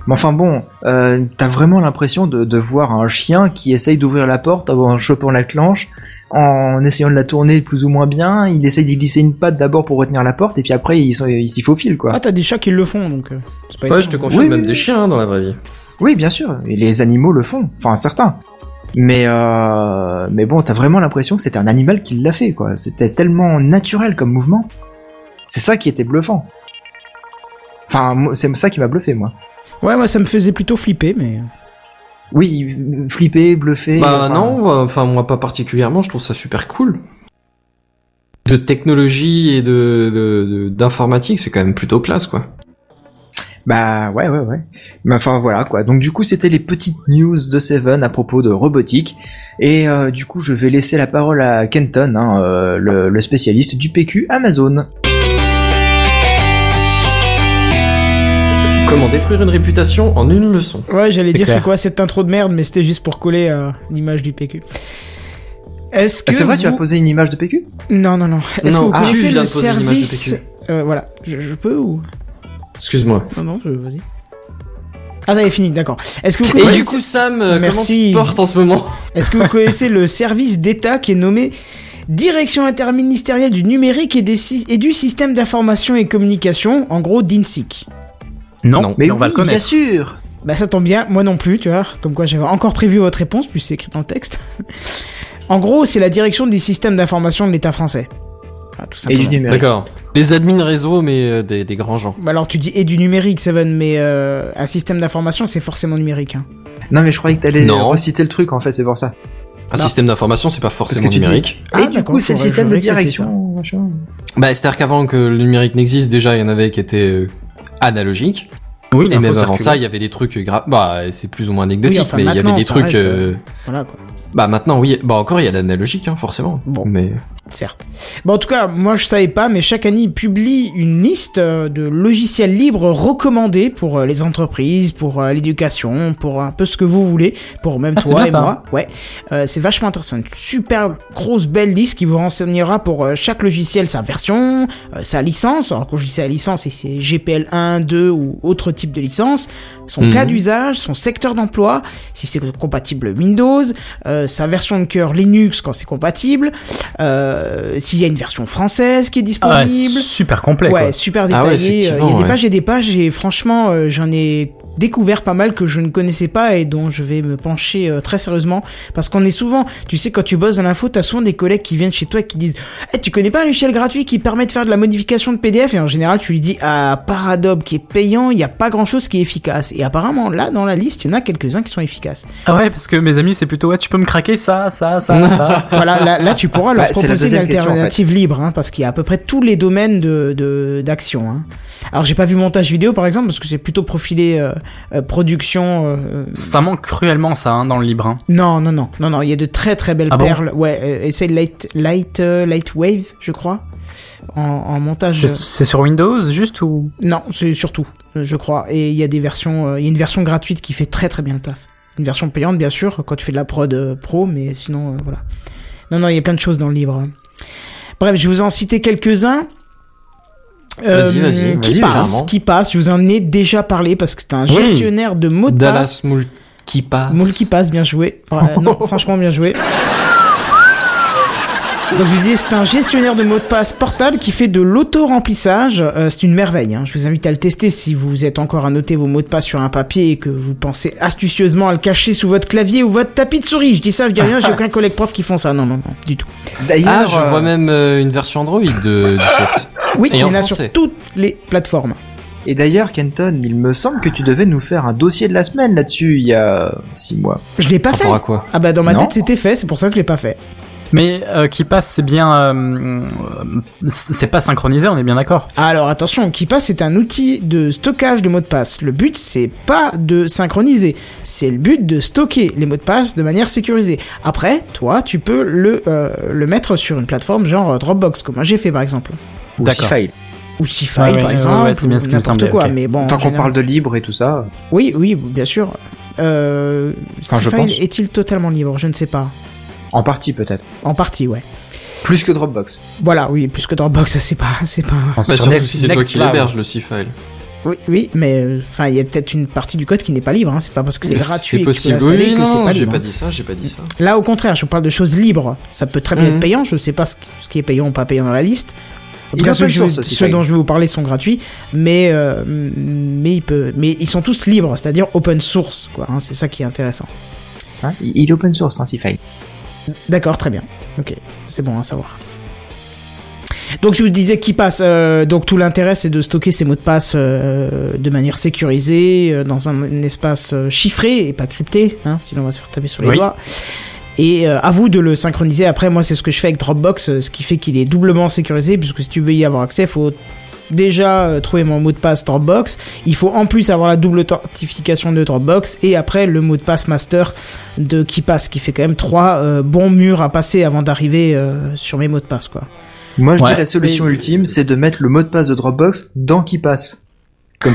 G: Mais enfin bon, euh, t'as vraiment l'impression de, de voir un chien qui essaye d'ouvrir la porte en chopant la clenche, en essayant de la tourner plus ou moins bien, il essaye d'y glisser une patte d'abord pour retenir la porte, et puis après il, s'en- il s'y faufile quoi.
A: Ah, t'as des chats qui le font, donc. euh, c'est pas
D: Ouais,
A: étonnant.
D: je te confirme
G: Oui,
D: même
G: oui,
D: des
G: oui.
D: chiens hein, dans la vraie vie.
G: Oui, bien sûr, et les animaux le font, enfin certains. Mais euh, mais bon, t'as vraiment l'impression que c'était un animal qui l'a fait quoi. C'était tellement naturel comme mouvement. C'est ça qui était bluffant. Enfin, moi, c'est ça qui m'a bluffé moi.
A: Ouais, moi, ça me faisait plutôt flipper, mais. euh,
G: Oui, flippé, bluffé.
D: Bah
G: enfin,
D: non, euh, enfin moi pas particulièrement, je trouve ça super cool. De technologie et de de- de- d'informatique, c'est quand même plutôt classe quoi.
G: Bah ouais ouais ouais. Mais enfin voilà quoi. Donc du coup c'était les petites news de Seven à propos de robotique. Et euh, du coup je vais laisser la parole à Kenton, hein, euh, le, le spécialiste du PQ Amazon.
D: Comment détruire une réputation en une leçon
A: Ouais, j'allais dire,
C: clair.
A: c'est quoi cette intro de merde, mais c'était juste pour coller à l'image du PQ. Est-ce que.
G: Ah, c'est vrai tu as
A: vous-
G: posé une image de PQ
A: Non, non, non. Est-ce
D: Non,
A: que vous
D: ah, tu
A: connaissez
D: viens
A: le
D: de poser l'image du
A: service. Euh, voilà, je, je peux ou.
D: Excuse-moi.
A: Non, non, je... vas-y. Ah, t'avais fini, d'accord. Est-ce que vous
D: Et
A: connaissez-
D: du coup, Sam, euh, comment
A: Merci.
D: tu te portes en ce moment
A: Est-ce que vous connaissez le service d'État qui est nommé Direction interministérielle du numérique et, des sy- et du système d'information et communication, en gros DINSIC
C: Non,
D: Non.
C: mais, on
G: oui,
C: va le
G: bien
C: connaître.
G: sûr.
A: Bah ça tombe bien, moi non plus, tu vois, comme quoi j'avais encore prévu votre réponse, puis c'est écrit dans le texte. en gros, c'est la direction des systèmes d'information de l'État français. Voilà, tout
G: Et
A: simplement.
G: du numérique.
D: D'accord. Les admins réseau, mais euh, des, des grands gens.
A: Bah Alors tu dis et du numérique, Seven, mais euh, un système d'information, c'est forcément numérique. hein.
G: Non mais je croyais que t'allais
D: Non.
G: reciter le truc en fait c'est pour ça.
D: Un système d'information, c'est pas forcément
G: Parce que tu dis-
D: numérique.
A: Ah,
G: Et du
A: d'accord,
G: coup c'est le
A: j'aurais-
G: système de
A: j'aurais que c'était
G: direction. machin.
D: Bah, c'est-à-dire qu'avant que le numérique n'existe, déjà, il y en avait qui étaient euh, analogiques.
C: Oui,
D: Et même
C: l'info
D: avant
C: circule.
D: ça, il y avait des trucs gra- Bah, c'est plus ou moins anecdotique,
A: Oui, enfin,
D: mais il y avait
A: maintenant,
D: des
A: ça
D: trucs.
A: reste,
D: euh,
A: Voilà quoi.
D: Bah, maintenant, oui. Bah, encore, il y a l'analogique, hein, forcément.
A: Bon.
D: Mais
A: certes. Bon, en tout cas, moi je savais pas, mais chaque année, ils publient une liste euh, de logiciels libres recommandés pour euh, les entreprises, pour euh, l'éducation, pour un peu ce que vous voulez, pour même
C: Ah, c'est
A: toi
C: bien,
A: et
C: ça.
A: moi. Ouais, Euh, c'est vachement intéressant. Une super grosse belle liste qui vous renseignera pour euh, chaque logiciel sa version, euh, sa licence. Alors quand je dis sa licence, c'est- c'est GPL 1, 2 ou autre type de licence, son
D: Mhm.
A: cas d'usage, son secteur d'emploi, si c'est compatible Windows, euh, sa version de cœur Linux quand c'est compatible, euh, s'il y a une version française qui est
C: Ah ouais,
A: disponible.
C: super complet.
A: Ouais,
C: quoi.
A: super
D: Ah ouais,
A: détaillé. euh, Il y a
D: effectivement,
A: des
D: ouais.
A: pages et des pages et franchement, euh, j'en ai découvert pas mal que je ne connaissais pas et dont je vais me pencher euh, très sérieusement parce qu'on est souvent, tu sais, quand tu bosses dans l'info, t'as souvent des collègues qui viennent chez toi et qui disent, Eh, tu connais pas un logiciel gratuit qui permet de faire de la modification de PDF et en général tu lui dis, ah, Paradob qui est payant, il n'y a pas grand chose qui est efficace et apparemment là dans la liste, il y en a quelques-uns qui sont efficaces.
C: Ah ouais, parce que mes amis, c'est plutôt ouais, tu peux me craquer ça, ça, ça, ça.
A: voilà, là, là, tu pourras leur
G: Bah, c'est la
A: proposer une
G: deuxième question, en fait.
A: alternative libre, hein, parce qu'il y a à peu près tous les domaines de de- d'action. hein. Alors j'ai pas vu montage vidéo par exemple, parce que c'est plutôt profilé euh, euh, production. euh,
C: Ça manque cruellement ça hein, dans le libre. hein.
A: Non, non, non, non, non. Il y a de très très belles
C: Ah bon
A: perles. ouais, euh, et c'est light, light, euh, light wave, je crois, en, en montage.
C: C'est c'est sur Windows juste ou
A: Non, c'est surtout, euh, je crois. Et il y a des versions, euh, il y a une version gratuite qui fait très très bien le taf. Une version payante, bien sûr, quand tu fais de la prod euh, pro, mais sinon, euh, voilà. Non, non, il y a plein de choses dans le livre. Bref, je vous en citer quelques-uns. Euh,
D: Vas-y, vas-y,
A: Qui
G: vas-y,
A: passe,
D: clairement.
A: qui passe. Je vous en ai déjà parlé parce que c'est un
C: Oui.
A: gestionnaire de mots de passe.
D: Dallas Moul qui passe.
A: Ah, Moule qui passe, bien joué. Euh, non, franchement, bien joué. Donc je vous disais, c'est un gestionnaire de mots de passe portable qui fait de l'auto-remplissage. Euh, c'est une merveille. hein. Je vous invite à le tester si vous êtes encore à noter vos mots de passe sur un papier et que vous pensez astucieusement à le cacher sous votre clavier ou votre tapis de souris. Je dis ça, je dis rien, j'ai aucun collègue prof qui font ça. Non, non, non, du tout.
G: D'ailleurs,
D: Ah, je
G: euh,
D: vois même euh, une version Android de, du soft.
A: Oui,
D: Et
A: il y
D: en
A: en a sur
D: français.
A: toutes les plateformes.
G: et d'ailleurs, Kenton, il me semble que tu devais nous faire un dossier de la semaine là-dessus il y a six mois.
A: Je l'ai pas fait.
D: Rapport à quoi
A: Ah bah dans ma
G: Non.
A: tête c'était fait, c'est pour ça que je l'ai pas fait.
C: Mais euh, qui passe, c'est bien, euh, euh, c'est pas synchronisé, on est bien d'accord.
A: Alors attention, KeePass est un outil de stockage de mots de passe. Le but, c'est pas de synchroniser, c'est le but de stocker les mots de passe de manière sécurisée. Après, toi, tu peux le, euh, le mettre sur une plateforme genre Dropbox, comme moi j'ai fait par exemple.
G: Ou
C: D'accord.
G: Sify.
A: Ou Sify
C: Ah ouais,
A: par
C: ouais,
A: exemple,
C: ouais, c'est bien ce qui me
A: ou n'importe
C: semblait,
A: quoi,
C: ok.
A: mais bon... en
G: Tant qu'on
A: général-
G: parle de libre et tout ça.
A: Oui, oui, bien sûr. Euh,
G: Enfin, je
A: Sify
G: pense.
A: est-il totalement libre Je ne sais pas.
G: En partie peut-être.
A: En partie, ouais.
G: Plus que Dropbox.
A: Voilà, oui, plus que Dropbox, ça c'est pas... c'est pas...
D: Bah,
C: Sur
D: surtout
C: Next-
D: si c'est toi
C: Next
D: qui
C: Cloud.
D: l'héberge le C-File.
A: Oui, oui, mais euh, enfin, il y a peut-être une partie du code qui n'est pas libre. Hein. C'est pas parce que c'est gratuit
D: C'est
A: et que tu peux
D: possible.
A: l'installer
D: Oui,
A: que c'est
D: non,
A: pas
D: j'ai
A: libre.
D: pas dit ça, j'ai pas dit ça.
A: Là, au contraire, je parle de choses libres. Ça peut très bien
D: Mhm.
A: être payant. Je sais pas ce qui- ce qui est payant ou pas payant dans la liste. En
G: Il
A: tout cas,
G: a
A: ceux,
G: plein
A: que
G: de
A: je vais-
G: sources aussi,
A: ceux
G: Faye.
A: dont je vais vous parler sont gratuits, mais euh, mais il peut, mais ils sont tous libres, c'est-à-dire open source, quoi. hein, c'est ça qui est intéressant.
G: Hein il il est open source, hein, Sify.
A: D'accord, très bien. Ok, c'est bon à savoir. Donc je vous disais qui passe. euh, donc tout l'intérêt c'est de stocker ces mots de passe euh, de manière sécurisée euh, dans un, un espace euh, chiffré et pas crypté, hein, sinon on va se faire taper sur les
C: Oui.
A: doigts. Et euh, à vous de le synchroniser. Après moi c'est ce que je fais avec Dropbox, euh, ce qui fait qu'il est doublement sécurisé puisque si tu veux y avoir accès, faut déjà euh, trouver mon mot de passe Dropbox. Il faut en plus avoir la double authentification de Dropbox et après le mot de passe master de qui passe, qui fait quand même trois euh, bons murs à passer avant d'arriver euh, sur mes mots de passe, quoi.
G: Moi, je
C: Ouais,
G: dis la solution
C: mais-
G: ultime, c'est de mettre le mot de passe de Dropbox dans qui passe. Comme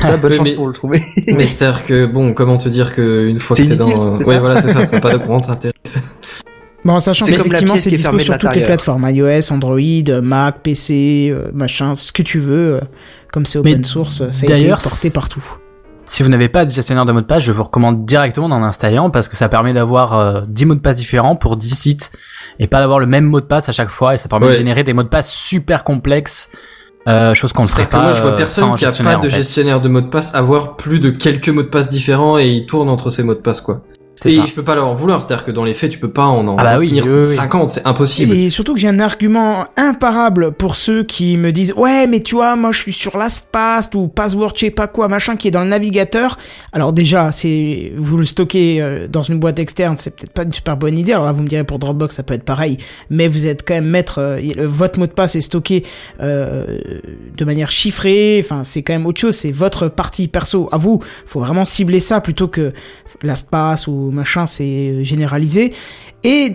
G: ça, bonne
D: Mais-
G: chance
D: mais-
G: pour le trouver.
D: Mais c'est-à-dire que, bon, comment te dire qu'une fois que
G: C'est
D: t'es
G: inutile,
D: dans...
G: c'est ça
D: Ouais, voilà, c'est ça, c'est pas de grand intérêt.
A: Bon, en sachant
G: C'est comme la
A: qu'effectivement,
G: pièce
A: c'est
G: qui est
A: dispo
G: fermée de
A: sur toutes les
G: l'intérieur.
A: plateformes. iOS, Android, Mac, PC, euh, machin, ce que tu veux. euh, comme c'est open
C: Mais
A: source, euh, ça a été
C: d'ailleurs,
A: porté
C: c'est-
A: partout.
C: Si vous n'avez pas de gestionnaire de mots de passe, je vous recommande directement d'en installer un parce que ça permet d'avoir euh, 10 mots de passe différents pour 10 sites et pas d'avoir le même mot de passe à chaque fois et ça permet
D: Ouais.
C: de générer des mots de passe super complexes, euh, chose qu'on ne ferait
D: C'est-à-dire que
C: pas.
D: moi, je
C: euh,
D: vois personne
C: sans
D: qui a
C: gestionnaire,
D: pas de
C: en fait.
D: gestionnaire de mots de passe avoir plus de quelques mots de passe différents et il tourne entre ces mots de passe, quoi.
C: C'est
D: Et
C: ça.
D: je peux pas leur en vouloir, c'est-à-dire que dans les faits, tu peux pas en en
C: Ah bah oui,
D: retenir
C: oui, oui.
D: 50, c'est impossible.
A: Et surtout que j'ai un argument imparable pour ceux qui me disent ouais mais tu vois moi je suis sur LastPass ou Password je sais pas quoi machin qui est dans le navigateur. Alors déjà c'est vous le stockez euh, dans une boîte externe c'est peut-être pas une super bonne idée. Alors là vous me direz pour Dropbox ça peut être pareil mais vous êtes quand même maître euh, il- euh, votre mot de passe est stocké euh, de manière chiffrée. Enfin c'est quand même autre chose c'est votre partie perso à vous. Faut vraiment cibler ça plutôt que LastPass ou machin c'est euh, généralisé et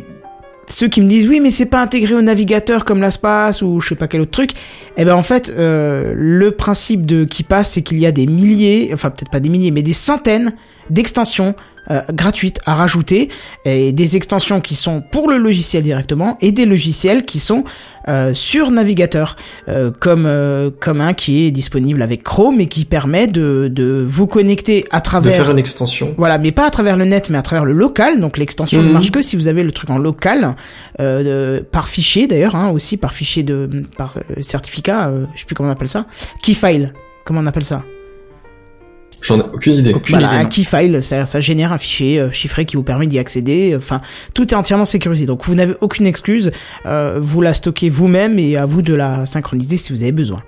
A: Ceux qui me disent oui mais c'est pas intégré au navigateur comme l'espace ou je sais pas quel autre truc, eh ben en fait euh, le principe de qui passe c'est qu'il y a des milliers, enfin peut-être pas des milliers mais des centaines d'extensions euh, gratuites à rajouter et des extensions qui sont pour le logiciel directement et des logiciels qui sont euh, sur navigateur euh, comme euh, comme un qui est disponible avec Chrome et qui permet de de vous connecter à
D: de
A: travers
D: faire une extension.
A: voilà, mais pas à travers le net, mais à travers le local. Donc l'extension ne
D: Mhm.
A: marche que si vous avez le truc en local, euh, de- par fichier d'ailleurs, hein, aussi par fichier de, par euh, certificat, euh, je sais plus comment on appelle ça, key file. Comment on appelle ça
D: J'en ai aucune idée. Aucune
A: Voilà,
D: idée.
A: un key file, ça, ça génère un fichier euh, chiffré qui vous permet d'y accéder. Enfin, tout est entièrement sécurisé. Donc vous n'avez aucune excuse. euh, vous la stockez vous-même et à vous de la synchroniser si vous avez besoin.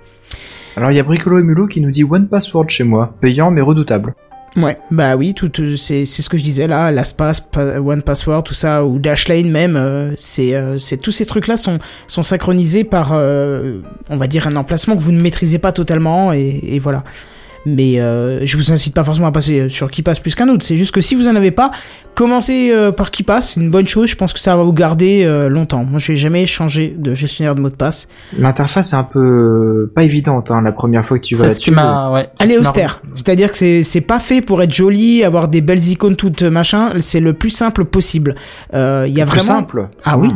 G: Alors il y a Bricolo et Mulot qui nous dit One Password chez moi, payant mais redoutable.
A: Ouais, bah oui, tout euh, c'est c'est ce que je disais là, LastPass, Pa- One Password, tout ça ou Dashlane même, euh, c'est euh, c'est tous ces trucs là sont sont synchronisés par euh, on va dire un emplacement que vous ne maîtrisez pas totalement et, et voilà. Mais euh, je vous incite pas forcément à passer euh, sur qui passe plus qu'un autre, c'est juste que si vous en avez pas, commencez euh, par qui passe, c'est une bonne chose, je pense que ça va vous garder euh, longtemps. Moi, j'ai jamais changé de gestionnaire de mot de passe.
G: L'interface est un peu pas évidente hein, la première fois que tu vas
C: C'est ce qui
G: là-dessus.
C: m'a, ouais. c'est
A: Elle
C: ce
A: est
C: qui m'a-
A: austère. C'est-à-dire que c'est, c'est pas fait pour être joli, avoir des belles icônes toutes machin. C'est le plus simple possible. Euh, Il y a
G: Plus
A: vraiment.
G: simple. Hmm.
A: Ah oui.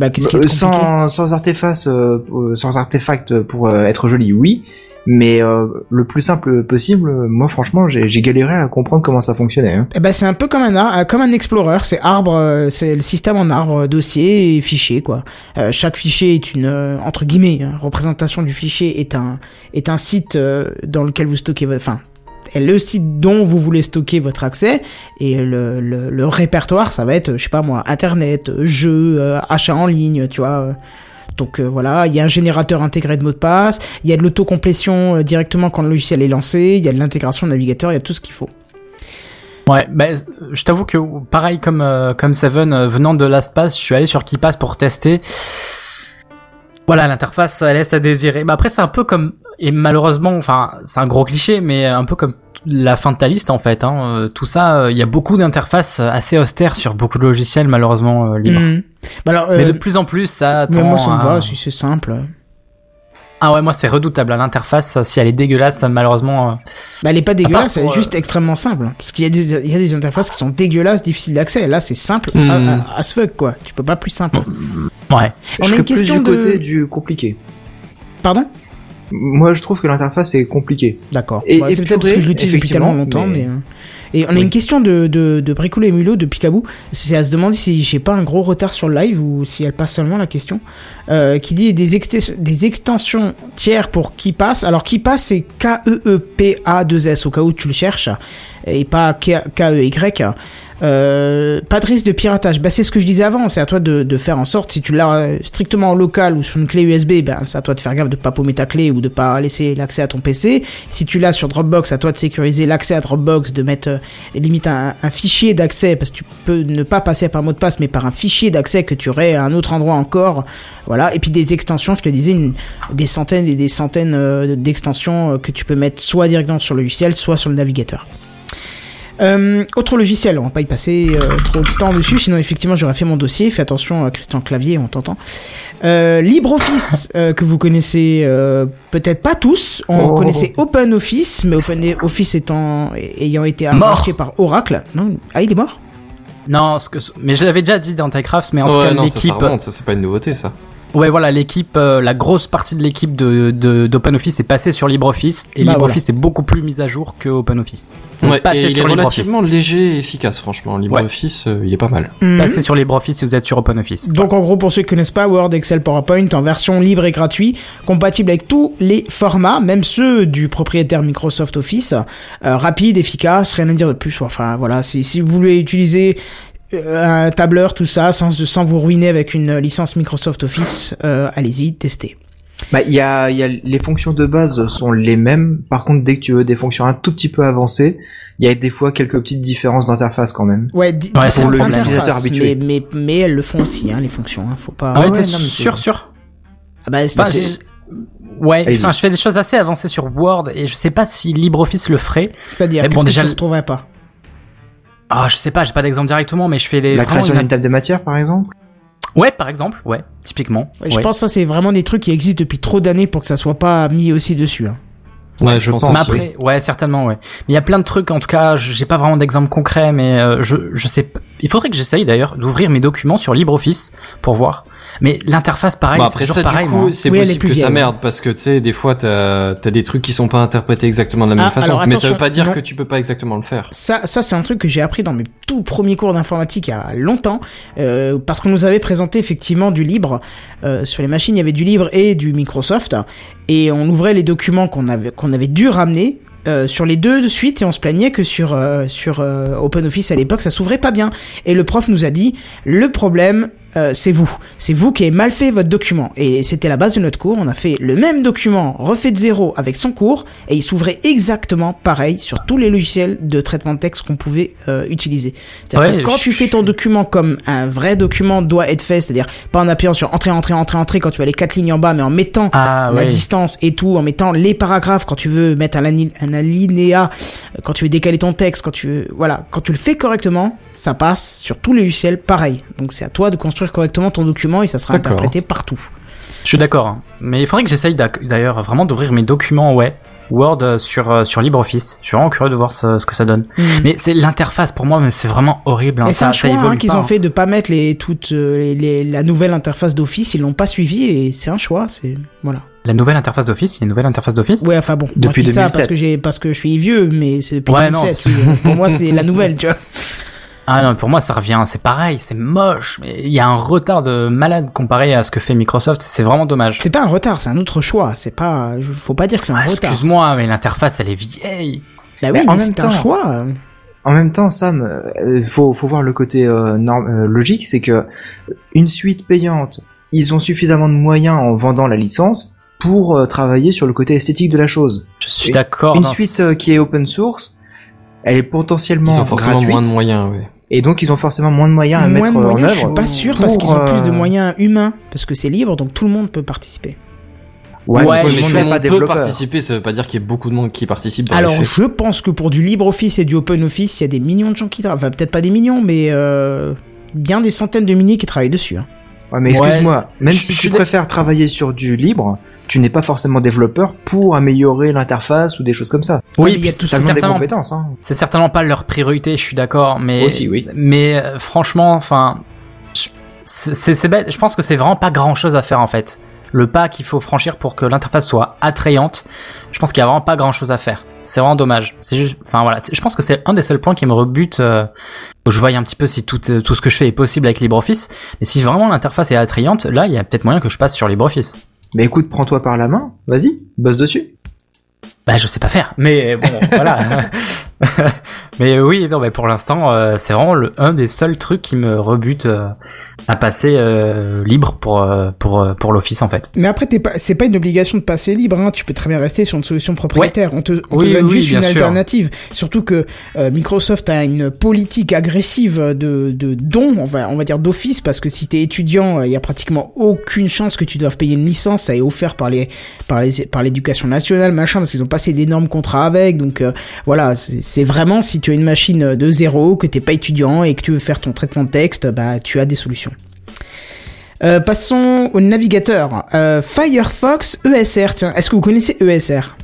A: Bah qu'est-ce qui est
G: Euh,
A: compliqué
G: sans, sans artefact, euh, euh, sans artefact pour euh, être joli, oui. Mais euh, le plus simple possible, euh, moi franchement, j'ai j'ai galéré à comprendre comment ça fonctionnait. hein.
A: Eh ben c'est un peu comme un ar- euh, comme un explorer. C'est arbre, euh, c'est le système en arbre, euh, dossier et fichier quoi. Euh, chaque fichier est une euh, entre guillemets hein, représentation du fichier est un est un site euh, dans lequel vous stockez votre. Enfin, est le site dont vous voulez stocker votre accès et le, le, le répertoire ça va être je sais pas moi internet, euh, jeux, euh, achats en ligne, tu vois. euh. Donc euh, voilà, il y a un générateur intégré de mots de passe, il y a de l'autocomplétion euh, directement quand le logiciel est lancé, il y a de l'intégration navigateur, il y a tout ce qu'il faut.
C: Ouais, ben je t'avoue que pareil comme euh, comme Seven euh, venant de LastPass, je suis allé sur KeePass pour tester. Voilà, l'interface elle laisse à désirer. Mais après c'est un peu comme et malheureusement, enfin c'est un gros cliché, mais un peu comme la fin de ta liste en fait. Hein. Euh, Tout ça, euh, il y a beaucoup d'interfaces assez austères sur beaucoup de logiciels malheureusement euh, libres.
A: Mhm. Bah alors,
C: Mais
A: euh,
C: de plus euh. en plus ça.
A: mais
C: tend
A: moi ça me
C: à-
A: va, si c'est simple.
C: Ah ouais, moi c'est redoutable. hein. L'interface, euh, si elle est dégueulasse, euh, malheureusement. euh,
A: Bah, elle est pas dégueulasse,
C: pour,
A: elle est
C: euh,
A: juste extrêmement simple. Parce qu'il y, a des- il y a des interfaces qui sont dégueulasses, difficiles d'accès. Là, c'est simple à-
D: Hmm.
A: à, à ce fuck, quoi. Tu peux pas plus simple.
C: euh,
A: On
C: Ouais.
G: Mm. je
A: a
G: serais
A: une
G: plus
A: question
G: du
A: de-
G: côté du compliqué.
A: Pardon
G: Moi, je trouve que l'interface est compliquée.
A: D'accord.
G: Et-
A: Bah,
G: et
A: c'est peut-être parce
G: purée,
A: que je l'utilise depuis tellement
G: effectivement,
A: longtemps, mais...
G: mais-
A: euh, Et on a
G: Oui.
A: une question de, de, de Bricolo et Mulot, de Picaboo. C'est à se demander si j'ai pas un gros retard sur le live ou si elle passe seulement la question. Euh, qui dit des, extes- des extensions tiers pour qui passe. Alors qui passe, c'est E K-E-E-P-A-2-S au cas où tu le cherches et pas K- K-E-Y. Euh, pas de risque de piratage. Bah, c'est ce que je disais avant. C'est à toi de, de faire en sorte, si tu l'as euh, strictement en local ou sur une clé USB, bah, c'est à toi de faire gaffe de pas paumer ta clé ou de pas laisser l'accès à ton PC. Si tu l'as sur Dropbox, à toi de sécuriser l'accès à Dropbox, de mettre euh, limite un, un fichier d'accès, parce que tu peux ne pas passer par mot de passe, mais par un fichier d'accès que tu aurais à un autre endroit encore. Voilà. Et puis des extensions, je te disais, une- des centaines et des centaines euh, d'extensions euh, que tu peux mettre soit directement sur le logiciel, soit sur le navigateur. Euh, autre logiciel, on va pas y passer euh, trop de temps dessus, sinon effectivement j'aurais fait mon dossier. Fais attention, euh, Christian Clavier, on t'entend. Euh, LibreOffice euh, que vous connaissez euh, peut-être pas tous. On
G: Oh.
A: connaissait OpenOffice, mais OpenOffice étant ayant été arraché par Oracle. Non, ah il est mort.
C: Non, ce que... mais je l'avais déjà dit dans TechCraft, mais en tout
D: Ouais,
C: cas
D: non, ça, ça
C: l'équipe,
D: remonte, ça c'est pas une nouveauté ça.
C: Ouais, voilà, l'équipe, euh, la grosse partie de l'équipe de, de, d'OpenOffice est passée sur LibreOffice et
A: Bah,
C: LibreOffice est beaucoup plus mise à jour que OpenOffice. Donc,
D: Ouais,
C: passez
D: et il est
C: sur LibreOffice.
D: relativement léger et efficace franchement. LibreOffice, euh, il est pas mal.
C: Passez sur LibreOffice si vous êtes sur OpenOffice.
A: Donc en gros, pour ceux qui connaissent pas, Word, Excel, PowerPoint en version libre et gratuite, compatible avec tous les formats, même ceux du propriétaire Microsoft Office, Euh, rapide, efficace, rien à dire de plus. Enfin voilà, si, si vous voulez utiliser euh, un tableur, tout ça, sans, sans vous ruiner avec une licence Microsoft Office, euh, allez-y, testez.
G: Bah, il y a, il y a les fonctions de base sont les mêmes. Par contre, dès que tu veux des fonctions un tout petit peu avancées, il y a des fois quelques petites différences d'interface quand même.
A: Ouais, di-
C: Ouais,
A: différentes
C: pour le
A: interfaces,
G: utilisateur habitué.
A: Mais, mais, mais elles le font aussi, hein, les fonctions. Hein, faut pas.
C: Ah ouais,
G: ouais,
C: t'es
G: non, mais c'est-
C: sûr, sûr.
A: Ah bah, c'est-
C: Enfin, j'ai- Ouais,
G: Allez-y.
C: enfin, je fais des choses assez avancées sur Word et je sais pas si LibreOffice le ferait.
A: c'est-à-dire,
C: Mais
A: qu'est-ce
C: bon,
A: que
C: déjà,
A: tu
C: le-
A: retrouverais pas
C: Ah, je sais pas, j'ai pas d'exemple directement, mais je fais des.
G: La
C: vraiment
G: création
C: une-
G: d'une table de matière, par exemple.
C: Ouais, par exemple, ouais, typiquement.
A: Ouais, Je
C: ouais.
A: pense que ça, c'est vraiment des trucs qui existent depuis trop d'années pour que ça soit pas mis aussi dessus. hein.
D: Ouais, je pense. Bah
C: Mais Bah après, ouais, certainement, ouais. Mais il y a plein de trucs, en tout cas, je- j'ai pas vraiment d'exemple concret, mais euh, je, je sais. p- Il faudrait que j'essaye d'ailleurs d'ouvrir mes documents sur LibreOffice pour voir. Mais l'interface, pareil,
D: Bah,
C: c'est
D: après
C: toujours
D: ça,
C: pareil. hein.
D: du
C: moi.
D: coup, c'est
A: Oui, elle est
D: possible
A: plus
D: que ça
A: vieille.
D: merde parce que tu sais, des fois, t'as as des trucs qui sont pas interprétés exactement de la même
A: Ah,
D: façon.
A: alors,
D: mais ça veut
A: attention,
D: pas dire
A: non.
D: que tu peux pas exactement le faire.
A: Ça, ça c'est un truc que j'ai appris dans mes tout premiers cours d'informatique il y a longtemps, euh, parce qu'on nous avait présenté effectivement du libre. Euh, sur les machines, il y avait du libre et du Microsoft, et on ouvrait les documents qu'on avait, qu'on avait dû ramener. euh, sur les deux de suite et on se plaignait que sur euh, sur euh, OpenOffice à l'époque ça s'ouvrait pas bien et le prof nous a dit le problème euh, c'est vous c'est vous qui avez mal fait votre document et c'était la base de notre cours on a fait le même document refait de zéro avec son cours et il s'ouvrait exactement pareil sur tous les logiciels de traitement de texte qu'on pouvait euh, utiliser c'est-à-dire
C: Ouais,
A: que quand
C: je-
A: tu fais ton document comme un vrai document doit être fait c'est-à-dire pas en appuyant sur entrée entrée entrée entrée quand tu as les quatre lignes en bas mais en mettant
C: Ah,
A: la
C: ouais.
A: distance et tout, en mettant les paragraphes quand tu veux mettre un, ani- un alinéa, euh, quand tu veux décaler ton texte, quand tu veux, voilà, quand tu le fais correctement, ça passe sur tous les logiciels pareil. Donc c'est à toi de construire correctement ton document et ça sera
D: D'accord.
A: interprété partout.
C: Je suis d'accord. hein. Mais il faudrait que j'essaye d'ac- d'ailleurs vraiment d'ouvrir mes documents, ouais. Word euh, sur, euh, sur LibreOffice. Je suis vraiment curieux de voir ce, ce que ça donne. Mais c'est l'interface pour moi, mais c'est vraiment horrible. hein.
A: Mm. Et c'est
C: Ça,
A: un
C: ça
A: choix hein,
C: évolue
A: qu'ils
C: pas,
A: ont
C: hein.
A: fait de pas mettre les toutes euh, les, les- la nouvelle interface d'office, ils l'ont pas suivi et c'est un choix, c'est voilà.
C: La nouvelle interface d'Office, il y a une nouvelle interface d'Office.
A: Ouais, enfin bon, moi, je
G: Depuis
A: dis ça
G: 2007.
A: parce que j'ai parce que je suis vieux, mais c'est depuis
C: Ouais, non.
A: 2007. oui. Pour moi, c'est la nouvelle, tu vois.
C: Ah non, pour moi ça revient, c'est pareil, c'est moche. mais Il y a un retard de malade comparé à ce que fait Microsoft, c'est vraiment dommage.
A: C'est pas un retard, c'est un autre choix. C'est pas, faut pas dire que c'est un
C: Ah,
A: retard.
C: Excuse-moi, mais l'interface elle est vieille.
A: Bah
G: Mais
A: oui,
G: en
A: mais
G: même
A: c'est un
G: temps-
A: choix.
G: En même temps, Sam, euh, faut, faut voir le côté euh, norm- euh, logique, c'est que une suite payante, ils ont suffisamment de moyens en vendant la licence pour euh, travailler sur le côté esthétique de la chose.
C: Je suis
G: Une-
D: Oh,
C: d'accord.
G: une
C: non,
G: suite
C: c'est-
G: euh, qui est open source, elle est potentiellement
D: Ils ont forcément
G: gratuite,
D: moins de moyens, ouais.
G: et donc ils ont forcément moins de moyens à
A: Moins
G: mettre
A: de
G: euh,
A: moyens,
G: en œuvre.
A: je suis pas sûr parce
G: pour,
A: qu'ils ont plus de
G: euh,
A: moyens humains parce que c'est libre donc tout le monde peut participer.
G: Ouais,
C: Ouais, mais
G: mais tout le
D: tout
G: monde
D: le
G: n'est pas
D: monde peut
G: développeur.
D: participer, ça veut pas dire qu'il y ait beaucoup de monde qui participe dans
A: Alors
D: les faits.
A: je pense que pour du libre office et du open office, il y a des millions de gens qui travaillent. Enfin peut-être pas des millions, mais euh, bien des centaines de milliers qui travaillent dessus. hein.
G: Ouais, mais
C: Ouais.
G: excuse-moi, même
C: Je-
G: si
C: je
G: tu
C: suis d'a-
G: préfères travailler sur du libre, tu n'es pas forcément développeur pour améliorer l'interface ou des choses comme ça.
A: Ouais,
C: Oui,
A: mais il y
C: puis
A: a tout
C: c'est
A: ça
G: Ça demande des
C: certainement,
G: compétences. Hein.
C: c'est certainement pas leur priorité. Je suis d'accord, mais
G: Aussi, oui.
C: mais euh, franchement, enfin, je- c'est c'est- c'est bête. Je pense que c'est vraiment pas grand chose à faire en fait. Le pas qu'il faut franchir pour que l'interface soit attrayante, je pense qu'il y a vraiment pas grand chose à faire. C'est vraiment dommage. C'est juste, enfin voilà, C'est- je pense que c'est un des seuls points qui me rebute. euh, faut que je voie un petit peu si tout, euh, tout ce que je fais est possible avec LibreOffice. Mais si vraiment l'interface est attrayante, là, il y a peut-être moyen que je passe sur LibreOffice.
G: Mais écoute, prends-toi par la main, vas-y, bosse dessus.
C: Bah, je sais pas faire, mais bon, voilà. mais oui, non, mais pour l'instant, euh, c'est vraiment le, un des seuls trucs qui me rebute euh, à passer euh, libre pour, euh, pour, euh, pour l'office en fait.
A: Mais après t'es pas, c'est pas une obligation de passer libre. hein. Tu peux très bien rester sur une solution propriétaire. On te, on te
C: Oui,
A: donne
C: oui,
A: juste
C: bien
A: une
C: sûr.
A: alternative. Surtout que euh, Microsoft a une politique agressive de, de dons, on va, on va dire d'office, parce que si t'es étudiant, euh, il y a pratiquement aucune chance que tu doives payer une licence. Ça est offert par les, par les, par l'éducation nationale, machin, parce qu'ils ont passé d'énormes contrats avec. Donc euh, voilà, c'est c'est vraiment si tu as une machine de zéro, que t'es pas étudiant et que tu veux faire ton traitement de texte, bah tu as des solutions. Euh, passons au navigateur. Euh, Firefox ESR, tiens, est-ce que vous connaissez E ESR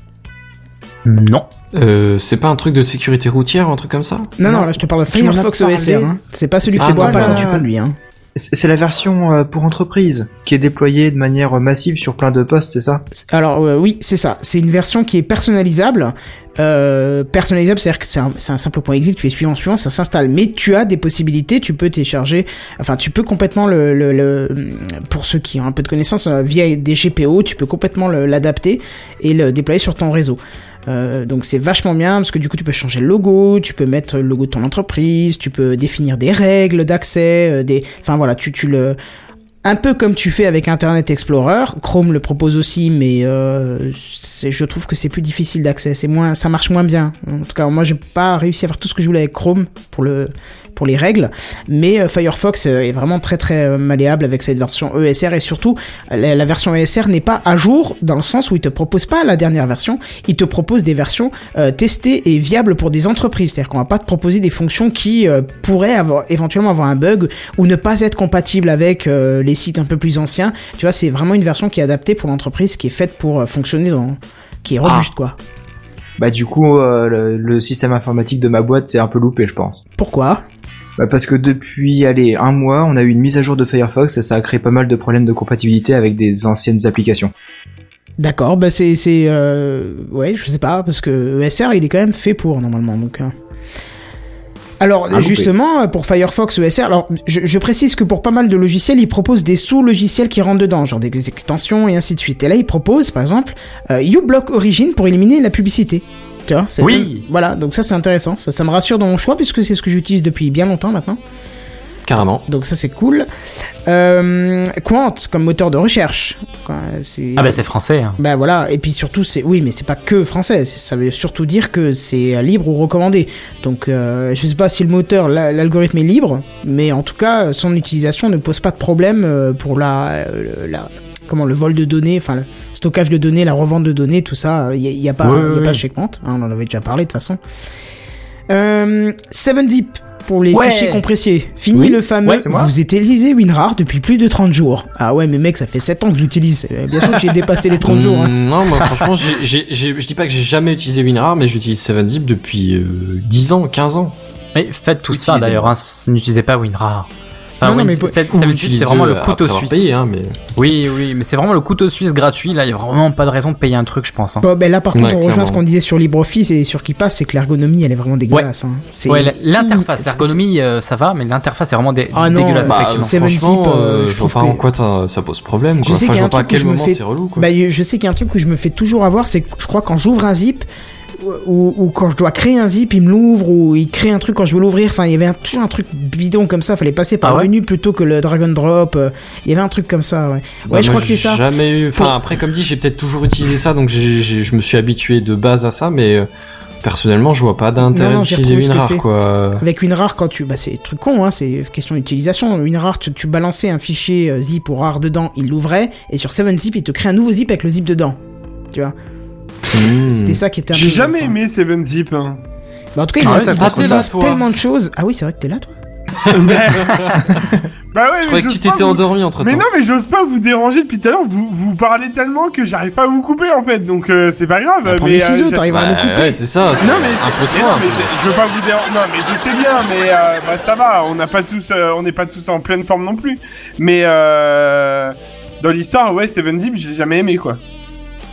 C: Non.
D: Euh, c'est pas un truc de sécurité routière, un truc comme ça
A: non, non, là je te parle de
G: Tu m'en as
A: Firefox
G: parlé,
A: ESR. hein.
G: hein.
A: C'est pas celui
G: Ah,
A: qui boit
G: non,
A: pas quand
G: non.
A: tu conduis. Hein.
G: C'est c'est la version euh, pour entreprise qui est déployée de manière massive sur plein de postes, c'est ça
A: Alors euh, oui, c'est ça. C'est une version qui est personnalisable. Euh, personnalisable, c'est-à-dire que c'est un, c'est un simple point exit, tu fais suivant, suivant, ça s'installe. Mais tu as des possibilités, tu peux télécharger, enfin tu peux complètement le, le, le- pour ceux qui ont un peu de connaissances, euh, via des GPO, tu peux complètement le- l'adapter et le déployer sur ton réseau. Euh, donc c'est vachement bien parce que du coup tu peux changer le logo, tu peux mettre le logo de ton entreprise, tu peux définir des règles d'accès, euh, des, enfin voilà, tu tu le Un peu comme tu fais avec Internet Explorer, Chrome le propose aussi, mais euh, c'est- je trouve que c'est plus difficile d'accès, c'est moins, ça marche moins bien. En tout cas, moi j'ai pas réussi à faire tout ce que je voulais avec Chrome pour le pour les règles, mais euh, Firefox euh, est vraiment très très euh, malléable avec cette version ESR et surtout la, la version ESR n'est pas à jour dans le sens où il te propose pas la dernière version, il te propose des versions euh, testées et viables pour des entreprises, c'est-à-dire qu'on va pas te proposer des fonctions qui euh, pourraient avoir éventuellement avoir un bug ou ne pas être compatible avec euh, les sites un peu plus anciens. Tu vois, c'est vraiment une version qui est adaptée pour l'entreprise, qui est faite pour euh, fonctionner dans qui est robuste quoi.
G: Bah du coup, euh, le, le système informatique de ma boîte s'est un peu loupé, je pense.
A: Pourquoi
G: Bah, parce que depuis, allez, un mois, on a eu une mise à jour de Firefox et ça a créé pas mal de problèmes de compatibilité avec des anciennes applications.
A: D'accord, bah c'est c'est euh, ouais, je sais pas parce que ESR il est quand même fait pour normalement donc. hein. Alors
G: loupé.
A: justement euh, pour Firefox ESR, alors je, je précise que pour pas mal de logiciels ils proposent des sous-logiciels qui rentrent dedans, genre des extensions et ainsi de suite. Et là ils proposent par exemple euh, uBlock Origin pour éliminer la publicité. Tu vois, c'est-
C: Oui.
A: Voilà, donc ça c'est intéressant, ça, ça me rassure dans mon choix puisque c'est ce que j'utilise depuis bien longtemps maintenant.
D: Carrément.
A: Donc ça c'est cool. Euh, Quant comme moteur de recherche. Quoi, c'est-
C: Ah bah c'est français. hein.
A: ben voilà, et puis surtout, c'est oui, mais c'est pas que français. Ça veut surtout dire que c'est euh, libre ou recommandé. Donc, euh, je sais pas si le moteur, la- l'algorithme est libre, mais en tout cas, son utilisation ne pose pas de problème euh, pour la, euh, la- comment le vol de données, enfin le stockage de données, la revente de données, tout ça. Il n'y a, pas,
C: Ouais,
A: y a
C: ouais,
A: pas
C: ouais.
A: checkpoint. hein, on en avait déjà parlé de toute façon. Euh, 7-Zip pour les
C: Ouais.
A: fichiers compressés. Fini
G: Oui.
A: le fameux.
G: Ouais, c'est moi.
A: vous utilisez WinRAR depuis plus de 30 jours. Ah ouais, mais mec, ça fait 7 ans que j'utilise. Euh, Bien sûr, que j'ai dépassé les 30 jours. hein.
D: Mm, Non, moi, franchement, j'ai- j'ai- j'ai- je dis pas que j'ai jamais utilisé WinRAR, mais j'utilise 7zip depuis euh, 10 ans, 15 ans.
C: Mais faites tout ça
G: Utilisez.
C: d'ailleurs, hein, s- n'utilisez pas WinRAR.
A: Non,
C: Enfin,
A: non,
C: Win-
A: mais pour-
C: sept- seven Suite, c'est vraiment le couteau suisse.
D: Payé, hein, mais...
C: Oui, oui, mais c'est vraiment le couteau suisse gratuit. Là, il y a vraiment pas de raison de payer un truc, je pense. hein.
A: Bon, ben là, par contre,
D: Ouais,
A: on rejoint
D: clairement.
A: ce qu'on disait sur LibreOffice et sur qui passe, c'est que l'ergonomie, elle est vraiment dégueulasse. hein. C'est
C: Ouais, la- l'interface,
A: c'est-
C: l'ergonomie, euh, ça va, mais l'interface est vraiment dé-
A: Ah non,
C: dégueulasse.
A: bah,
C: effectivement.
A: c'est- 7zip,
D: franchement,
A: euh, je
D: je vois
A: trouve
D: pas
A: que-
D: en quoi ça ça pose problème.
A: Je
D: Quoi.
A: sais
D: Enfin,
A: qu'il y
D: je
A: a un
D: vois pas à
A: truc que
D: quel
A: je me
D: moment
A: fais-
D: c'est relou. Quoi.
A: Bah, je sais qu'il y a un truc que je me fais toujours avoir, c'est que je crois quand j'ouvre un zip ou, ou quand je dois créer un zip, il me l'ouvre ou il crée un truc quand je veux l'ouvrir. Enfin, il y avait un- toujours un truc bidon comme ça. Fallait passer par
C: Ah ouais
A: le menu plutôt que le drag and drop. euh, Il y avait un truc comme ça. Ouais, ouais
D: Bah,
A: je
D: moi,
A: crois que c'est
D: j'ai
A: ça.
D: Jamais eu. Enfin,
A: Pour-
D: après, comme dit, j'ai peut-être toujours utilisé ça, donc j'ai- j'ai- je me suis habitué de base à ça, mais euh, personnellement, je vois pas
A: Non,
D: d'intérêt
A: non, j'ai
D: d'utiliser
A: retrouvé ce que
D: WinRAR,
A: c'est.
D: quoi.
A: Avec WinRAR, quand tu. Bah, c'est truc con, hein, c'est question d'utilisation. WinRAR, tu, tu balançais un fichier euh, zip ou RAR dedans, il l'ouvrait, et sur 7zip, il te crée un nouveau zip avec le zip dedans. Tu vois
D: Hmm.
A: C'était ça qui était un
F: J'ai
A: peu-
F: jamais
A: enfin.
F: aimé 7-Zip. hein.
A: Bah, en tout cas, ils
G: Ah,
A: ont-
G: t'as
A: ils
G: pas
A: ont
D: là, toi.
A: tellement de choses. Ah oui, c'est vrai que t'es là, toi.
F: Bah ouais,
D: Je
F: mais
D: croyais que tu
F: j'ose pas
D: t'étais
F: vous-
D: endormi entre temps.
F: Mais non, mais j'ose pas vous déranger depuis tout à l'heure. Vous, vous parlez tellement que j'arrive pas à vous couper en fait, donc euh, c'est pas grave.
A: Prends
F: mais,
A: des
F: euh,
A: ciseaux,
F: j'ai-
A: t'arrives à nous couper.
D: Bah, ouais, c'est ça, c'est
F: Non, mais- Mais non,
D: impose-toi.
F: mais je- je veux pas vous déranger. Non, mais je sais bien, mais euh, bah, ça va. On n'a pas tous, euh, on n'est pas tous en pleine forme non plus. Mais euh, dans l'histoire, ouais, Seven Zip, j'ai jamais aimé quoi.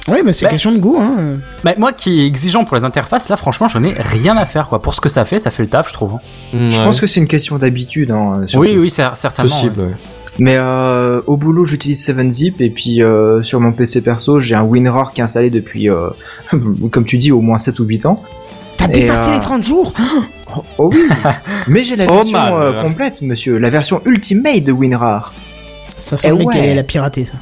A: Ouais, mais c'est
C: Bah.
A: question de goût, hein.
C: Bah, moi qui est exigeant pour les interfaces, là, franchement, j'en ai rien à faire, quoi. Pour ce que ça fait, ça fait le taf, je trouve. hein.
D: Mm,
G: Je
D: ouais.
G: pense que c'est une question d'habitude. Hein, euh, surtout.
C: Oui, oui, cer- certainement.
D: possible.
C: ouais.
D: ouais.
G: Mais euh, au boulot, j'utilise 7zip et puis euh, sur mon PC perso, j'ai un WinRAR qui est installé depuis, euh, comme tu dis, au moins 7 ou 8 ans.
A: T'as
G: Et,
A: dépassé
G: euh,
A: les 30 jours
G: Oh, oh oui Mais j'ai la
D: Oh,
G: version
D: mal.
G: euh, complète, monsieur, la version Ultimate de WinRAR.
A: Ça semblait
G: ouais.
A: qu'elle allait la pirater, ça.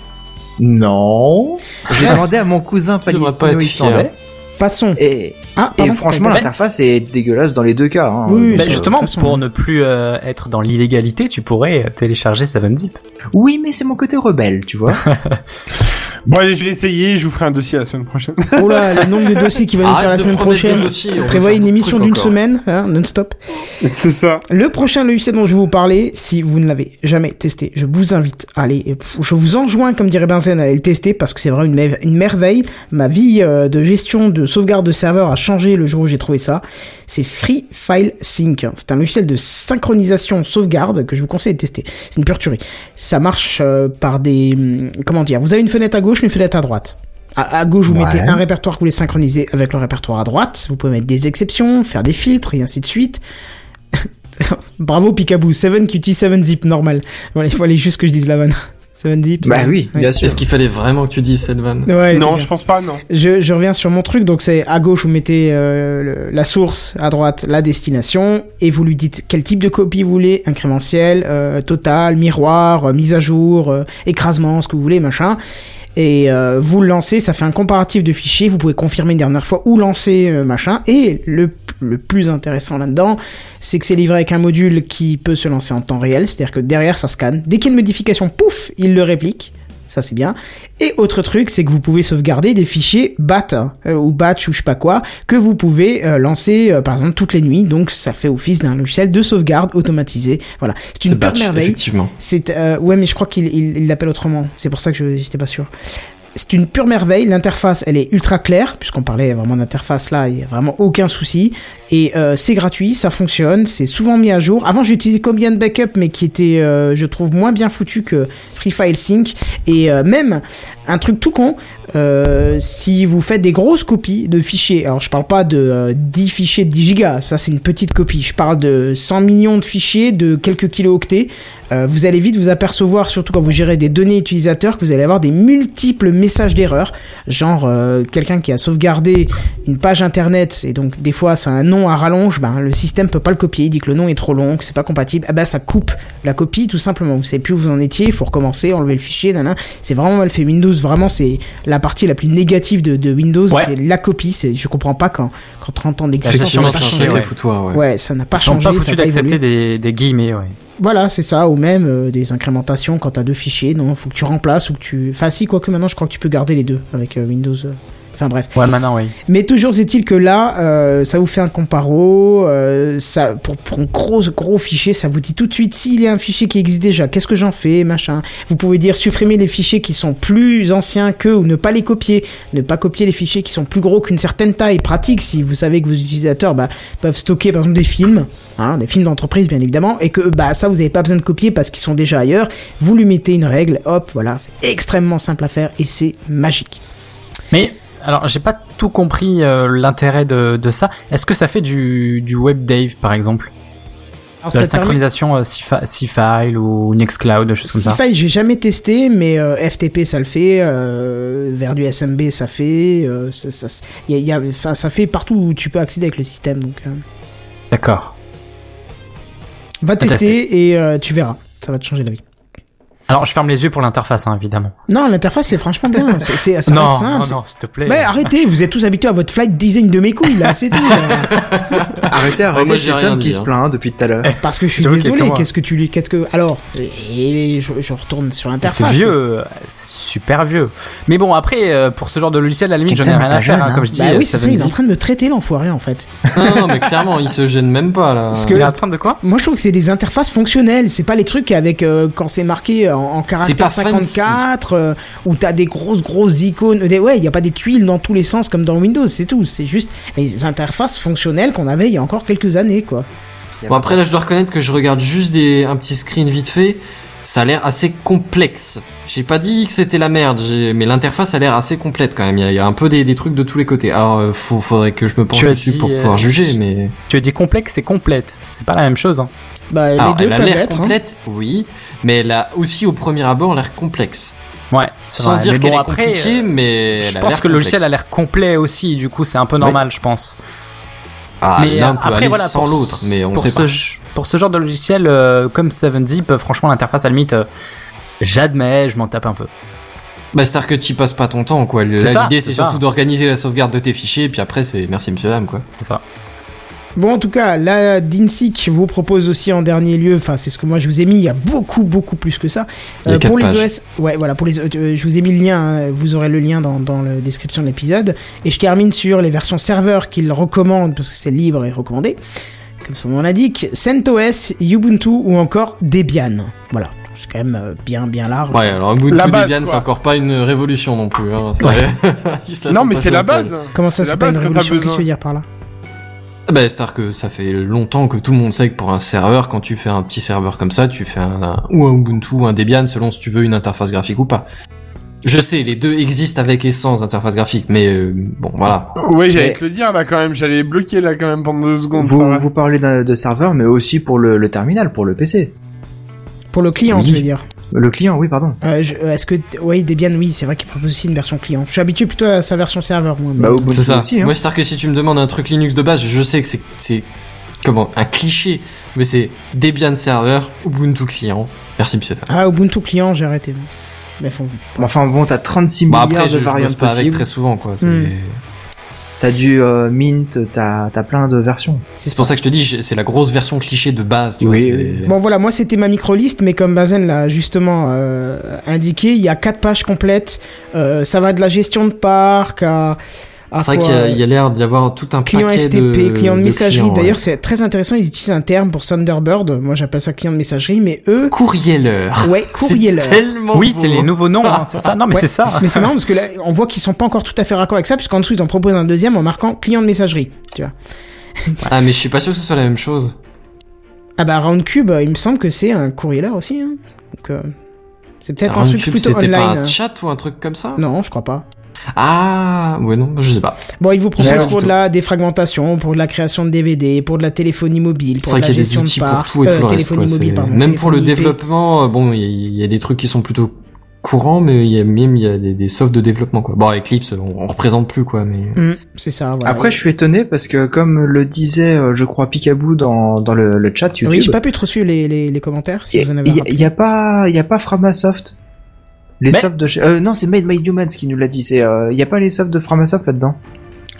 G: Non J'ai demandé à mon cousin
D: devrait pas être
G: palestino-islandais
A: Passons.
G: et,
A: Ah,
G: et
A: pardon,
G: franchement,
A: t'as-
G: l'interface est dégueulasse dans les deux cas. hein.
A: Oui, oui,
C: Bah,
A: ça,
C: justement,
A: de toute façon,
C: pour
A: hein.
C: ne plus euh, être dans l'illégalité, tu pourrais euh, télécharger 7zip.
G: Oui, mais c'est mon côté rebelle, tu vois.
F: Bon, allez, je vais essayer. Je vous ferai un dossier la semaine prochaine.
A: Oh là, le nombre de dossiers qui va nous
D: Arrête
A: faire la
D: de
A: semaine
D: promettre des
A: prochaine.
D: dossiers, on va faire
A: Prévoyez une
D: beaucoup de
A: émission
D: trucs
A: d'une
D: encore.
A: semaine, hein, non-stop.
F: c'est ça.
A: Le prochain logiciel dont je vais vous parler, si vous ne l'avez jamais testé, je vous invite à aller, et pff, je vous enjoins, comme dirait Benzen, à aller le tester parce que c'est vraiment une, mer- une merveille. Ma vie euh, de gestion de sauvegarde de serveur a changé le jour où j'ai trouvé ça. C'est Free File Sync. C'est un logiciel de synchronisation sauvegarde que je vous conseille de tester. C'est une pure tuerie. Ça marche euh, par des, hum, comment dire, vous avez une fenêtre à gauche, une fenêtre à droite. À, à gauche, vous
G: Ouais.
A: mettez un répertoire que vous voulez synchroniser avec le répertoire à droite. Vous pouvez mettre des exceptions, faire des filtres et ainsi de suite. Bravo Picaboo, Seven qui utilise 7 zip normal. Voilà, il faut aller juste que je dise la vanne. Seven Zip.
G: Bah
A: ça.
G: oui,
A: Ouais.
G: bien sûr.
D: Est-ce qu'il fallait vraiment que tu dises cette vanne
A: Ouais, c'est
F: non,
A: bien.
F: je pense pas, non.
A: Je, je reviens sur mon truc, donc c'est à gauche vous mettez euh, le- la source, à droite la destination, et vous lui dites quel type de copie vous voulez, incrémentiel, euh, total, miroir, euh, mise à jour, euh, écrasement, ce que vous voulez, machin. Et euh, vous le lancez, ça fait un comparatif de fichiers, vous pouvez confirmer une dernière fois ou lancer euh, machin. Et le, le plus intéressant là-dedans, c'est que c'est livré avec un module qui peut se lancer en temps réel, c'est-à-dire que derrière ça scanne. Dès qu'il y a une modification, pouf, il le réplique. Ça c'est bien. Et autre truc, c'est que vous pouvez sauvegarder des fichiers BAT hein, euh, ou batch ou je sais pas quoi que vous pouvez euh, lancer euh, par exemple toutes les nuits. Donc ça fait office d'un logiciel de sauvegarde automatisé. Voilà, c'est
D: C'est
A: une pure
D: batch,
A: merveille.
D: effectivement.
A: C'est euh, ouais, mais je crois qu'il il- il l'appelle autrement. C'est pour ça que je j'étais pas sûr. C'est une pure merveille. L'interface, elle est ultra claire puisqu'on parlait vraiment d'interface là. Il y a vraiment aucun souci et euh, c'est gratuit, ça fonctionne, c'est souvent mis à jour. Avant, j'ai utilisé Combien de Backup, mais qui était, euh, je trouve, moins bien foutu que Free File Sync. Et euh, même un truc tout con, euh, si vous faites des grosses copies de fichiers, alors je parle pas de euh, 10 fichiers de 10 gigas, ça c'est une petite copie, je parle de 100 millions de fichiers de quelques kilooctets, euh, vous allez vite vous apercevoir, surtout quand vous gérez des données utilisateurs, que vous allez avoir des multiples messages d'erreur, genre euh, quelqu'un qui a sauvegardé une page internet et donc des fois c'est un nom à rallonge, ben, le système peut pas le copier, il dit que le nom est trop long, que c'est pas compatible, ah ben ça coupe la copie tout simplement, vous savez plus où vous en étiez, il faut recommencer, enlever le fichier, nanana. c'est vraiment mal fait. Windows vraiment c'est la partie la plus négative de, de Windows,
C: Ouais.
A: c'est la copie, c'est je comprends pas quand, quand 30 ans d'existence ça
D: Effectivement,
A: n'a
D: c'est
A: pas
D: un
A: changé.
D: sacré
A: Ouais.
D: foutoir, ouais.
A: Ouais, ça n'a pas
C: Ils sont
A: changé.
C: pas
A: ça
C: foutus
A: n'a pas évolué.
C: d'accepter des, des guillemets, ouais.
A: Voilà, c'est ça, ou même euh, des incrémentations quand t'as deux fichiers, non, faut que tu remplaces ou que tu. Enfin, si, quoique maintenant, je crois que tu peux garder les deux avec euh, Windows. euh. Enfin, bref.
C: Ouais, maintenant, oui.
A: Mais toujours est-il que là, euh, ça vous fait un comparo, euh, ça, pour, pour un gros, gros fichier, ça vous dit tout de suite s'il y a un fichier qui existe déjà, qu'est-ce que j'en fais, machin. Vous pouvez dire supprimer les fichiers qui sont plus anciens qu'eux ou ne pas les copier, ne pas copier les fichiers qui sont plus gros qu'une certaine taille, pratique si vous savez que vos utilisateurs bah, peuvent stocker par exemple des films, hein, des films d'entreprise bien évidemment, et que bah, ça vous n'avez pas besoin de copier parce qu'ils sont déjà ailleurs, vous lui mettez une règle, hop, voilà, c'est extrêmement simple à faire et c'est magique.
C: Mais alors, j'ai pas tout compris euh, l'intérêt de, de ça. Est-ce que ça fait du, du web Dave, par exemple
A: Alors,
C: De la
A: ça permet-
C: synchronisation euh, C-Fi- C-File ou Nextcloud, des choses comme ça
A: C-File, j'ai jamais testé, mais euh, FTP, ça le fait. euh, vers du SMB, ça fait. euh, ça, ça, y a- y a- enfin, ça fait partout où tu peux accéder avec le système. Donc, euh,
C: D'accord.
A: va tester,
C: tester.
A: et euh, tu verras. Ça va te changer la vie.
C: Alors, je ferme les yeux pour l'interface, hein, évidemment.
A: Non, l'interface, c'est franchement bien. C'est c'est- ça reste
C: Non, non,
A: simple.
C: non, s'il te plaît.
A: Mais arrêtez, vous êtes tous habitués à votre flight design de mes couilles, là, c'est tout. là.
G: Arrêtez,
D: Ah, moi,
G: arrêtez,
D: j'ai
G: c'est
D: rien
G: Sam
D: dit,
G: qui se
D: hein.
G: plaint hein, depuis tout à l'heure.
A: Parce que je suis
C: J'avoue qu'il y a que
A: désolé,
C: moi.
A: qu'est-ce que tu lui. Qu'est-ce que. Alors, et je, je retourne sur l'interface.
C: C'est vieux, euh, c'est super vieux. Mais bon, après, euh, pour ce genre de logiciel, à la limite, j'en ai
G: Quelqu'un
C: rien
G: n'a
C: à
G: pas
C: faire,
G: jeune,
C: hein,
G: hein.
C: comme je dis.
A: Bah
C: euh,
A: oui, c'est ça,
C: Seven
A: il est en
C: Zip.
A: train de me traiter l'enfoiré, en fait.
D: Non, non, mais clairement, il se gêne même pas, là.
A: Parce que-
C: Il est en train de quoi
A: Moi, je trouve que c'est des interfaces fonctionnelles. C'est pas les trucs avec euh, quand c'est marqué en, en caractère
D: pas fancy.
A: 54 euh, où t'as des grosses grosses icônes. Des, ouais, il y a pas des tuiles dans tous les sens comme dans Windows. C'est tout. C'est juste les interfaces fonctionnelles qu'on avait il y a encore quelques années, quoi.
D: Eh, Bon après là je dois reconnaître que je regarde juste des un petit screen vite fait. Ça a l'air assez complexe. J'ai pas dit que c'était la merde, j'ai- mais l'interface a l'air assez complète quand même. Il y a, il y a un peu des, des trucs de tous les côtés. Alors euh, faut, faudrait que je me penche
C: Tu as
D: dessus
C: dit,
D: pour
C: euh,
D: pouvoir juger, mais
C: Tu as dit complexe et complète. C'est pas la même chose. Hein.
A: Bah,
D: Alors,
A: les deux
D: Ah, elle a
A: peuvent
D: l'air
A: être. hein.
D: complète, oui, mais elle a aussi au premier abord l'air complexe.
C: Ouais. c'est
D: Sans
C: vrai.
D: dire
C: Mais
D: qu'elle
C: bon,
D: est
C: après,
D: compliquée,
C: euh,
D: mais
C: Je
D: elle a
C: pense
D: l'air
C: que le
D: complexe.
C: logiciel a l'air complet aussi, du coup, c'est un peu normal, je pense.
D: Ah,
C: mais
D: l'un
C: euh,
D: peut
C: après,
D: aller
C: voilà,
D: sans
C: pour-
D: l'autre, mais on
C: pour
D: sait
C: ce,
D: pas.
C: ge- Pour ce genre de logiciel euh, comme 7zip, euh, franchement, l'interface, à la limite, euh, j'admets, je m'en tape un peu.
D: Bah c'est-à-dire que tu passes pas ton temps quoi. Le-
C: C'est
D: là,
C: ça,
D: L'idée
C: c'est
D: c'est
C: ça.
D: surtout d'organiser la sauvegarde de tes fichiers et puis après c'est merci monsieur dame quoi.
C: C'est ça.
A: Bon, en tout cas, la DINSIC vous propose aussi en dernier lieu, enfin, c'est ce que moi je vous ai mis, il y a beaucoup, beaucoup plus que ça. Euh,
D: Il y a quatre
A: pour les
D: pages.
A: OS, ouais, voilà, pour les, euh, je vous ai mis le lien, hein, vous aurez le lien dans, dans la description de l'épisode. Et je termine sur les versions serveur qu'ils recommandent, parce que c'est libre et recommandé. Comme son nom l'indique, CentOS, Ubuntu ou encore Debian. Voilà, c'est quand même euh, bien, bien large.
D: Ouais, alors Ubuntu
F: La base,
D: Debian, c'est
F: quoi.
D: encore pas une révolution non plus. Hein, c'est Ils se la
F: Non,
D: sentent
F: mais
D: pas
F: c'est la
D: chaude,
F: base.
A: Comment ça,
F: C'est
A: c'est
F: la
A: pas une
F: base que t'as
A: révolution Qu'est-ce que
F: besoin.
A: tu veux dire par là
D: elle. Bah, c'est-à-dire que ça fait longtemps que tout le monde sait que pour un serveur, quand tu fais un petit serveur comme ça, tu fais un, un- ou un Ubuntu ou un Debian selon si tu veux une interface graphique ou pas. Je sais, les deux existent avec et sans interface graphique, mais euh, bon, voilà.
G: Ah, bah,
F: Ouais, j'allais
G: Mais-
F: te le dire là quand même. J'allais bloquer là quand même pendant deux secondes. ça
G: Vous,
F: va.
G: vous parlez d'un- de serveur, mais aussi pour le, le terminal, pour le PC.
A: Pour le client,
D: Oui.
A: tu veux dire
G: Le client, oui, pardon.
A: Euh, je- euh, Est-ce que. Oui, Debian, oui, c'est vrai qu'il propose aussi une version client. Je suis habitué plutôt à sa version serveur, moi. mais-
G: Bah, Ubuntu
D: C'est ça.
G: aussi, hein.
D: Moi, c'est-à-dire que si tu me demandes un truc Linux de base, je sais que c'est, c'est comment un cliché, mais c'est Debian Server, Ubuntu client, Perceptionnel.
A: Ah, Ubuntu client, j'ai arrêté. Mais bon.
G: Enfin bon, t'as 36
D: Bah
G: milliards
D: après, je,
G: de
D: je bosse
G: variantes
D: pas avec
G: possibles.
D: très souvent, quoi. C'est,
A: Hmm.
G: T'as du euh, Mint, t'as t'as plein de versions.
D: c'est pour ça que je te dis, j'ai- c'est la grosse version cliché de base. Tu
G: Oui,
D: vois,
G: oui.
D: c'est-
A: Bon voilà, moi c'était ma micro-liste, mais comme Bazen l'a justement euh, indiqué, il y a quatre pages complètes. Euh, ça va de la gestion de parc à... à
D: C'est vrai
A: quoi,
D: qu'il y a,
A: euh,
D: il y a l'air d'y avoir tout un
A: Client
D: paquet
A: FTP,
D: de
A: client de messagerie.
D: clients, ouais.
A: D'ailleurs, c'est très intéressant. Ils utilisent un terme pour Thunderbird. Moi, j'appelle ça client de messagerie, mais eux,
D: courrieleur.
A: ouais, courriel.
D: C'est tellement
C: Oui,
D: beau.
C: c'est les nouveaux noms, hein, c'est ça. Non, mais
A: Ouais.
C: c'est ça.
A: Mais c'est marrant parce que là, on voit qu'ils sont pas encore tout à fait raccord avec ça, puisqu'en dessous, ils en proposent un deuxième en marquant client de messagerie. Tu vois.
D: Ah, mais je suis pas sûr que ce soit la même chose.
A: Ah bah Roundcube, euh, il me semble que c'est un courrieleur aussi. hein. Donc, euh, c'est peut-être un truc
D: Roundcube,
A: plutôt
D: c'était
A: online.
D: pas un
A: hein.
D: chat ou un truc comme ça
A: Non, je crois pas.
D: Ah, ouais, non, je sais pas.
A: Bon, ils vous
D: Mais
A: proposent
D: alors,
A: pour de
D: plutôt.
A: la défragmentation, pour de la création de DVD, pour de la téléphonie mobile,
D: C'est
A: pour
D: vrai
A: de la
D: qu'il y a des
A: gestion
D: outils
A: de
D: pour
A: parc,
D: tout et
A: euh,
D: tout le reste.
A: téléphonie
D: quoi,
A: mobile,
D: c'est-
A: pardon,
D: Même pour le
A: téléphonie IP.
D: développement, euh, bon, il y, a- il y a des trucs qui sont plutôt courants, mais il y a même il y a des, des softs de développement quoi. Bon, Eclipse, on, on représente plus quoi, mais
A: Mm, c'est ça. Voilà.
G: Après, je suis étonné parce que, comme le disait, euh, je crois, Picaboo dans, dans le, le chat
A: oui, j'ai
G: YouTube,
A: pas pu trop suivre les, les, les commentaires. Si vous en
G: il
A: avez. un
G: y, y a pas, il y a pas Framasoft. Les
A: Mais-
G: softs de chez, euh, non, c'est Made by Humans qui nous l'a dit. C'est, euh, y a pas les softs de Framasoft là-dedans.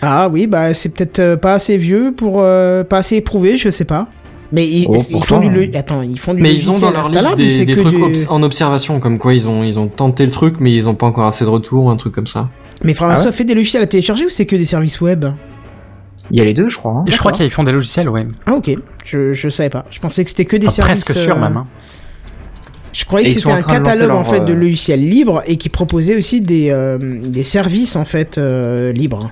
A: rappel. Ah oui, bah c'est peut-être euh, pas assez vieux pour euh, pas assez éprouvé, je sais pas. Mais ils,
G: Oh,
A: ils font
G: pourtant.
A: du lo- attends, ils font du
D: mais ils ont dans
A: logiciel
D: leur liste
A: installable ou
D: des,
A: c'est
D: des
A: que
D: trucs
A: du-
D: obs- en observation, comme quoi ils ont ils ont tenté le truc, mais ils ont pas encore assez de retour, un truc comme ça.
A: Mais
G: Ah
A: Framasoft fait des logiciels à télécharger ou c'est que des services web
G: Il y a les deux, je crois. hein.
C: Je crois qu'ils font des logiciels, ouais.
A: Ah ok, je je savais pas. Je pensais que c'était que des
G: Ah,
C: Enfin,
A: services.
C: presque sûr
A: euh,
C: même. hein.
A: Je croyais
G: Et
A: que
G: ils
A: c'était
G: sont en
A: un
G: train de lancer
A: catalogue en
G: leur,
A: fait de
G: euh,
A: logiciels libres et qui proposait aussi des, euh, des services en fait euh, libres.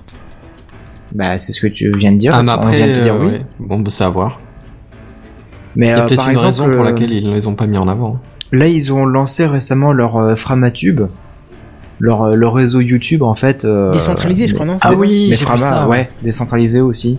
G: Bah, c'est ce que tu viens de dire.
D: ah,
G: parce
D: mais
G: qu'on vient
D: après,
G: de te dire
D: euh,
G: oui.
D: ouais. bon, bah, c'est à voir.
G: Mais
D: Il y a
G: euh,
D: peut-être
G: par
D: une
G: exemple,
D: raison pour
G: euh,
D: laquelle ils les ont pas mis en avant.
G: Là, ils ont lancé récemment leur euh, Framatube, leur, euh, leur réseau YouTube en fait. euh,
A: Décentralisé, je crois, non
C: Ah
G: mais-
C: oui,
G: mais
C: j'ai vu
G: Frama,
C: ça, ouais.
G: ouais. décentralisé aussi.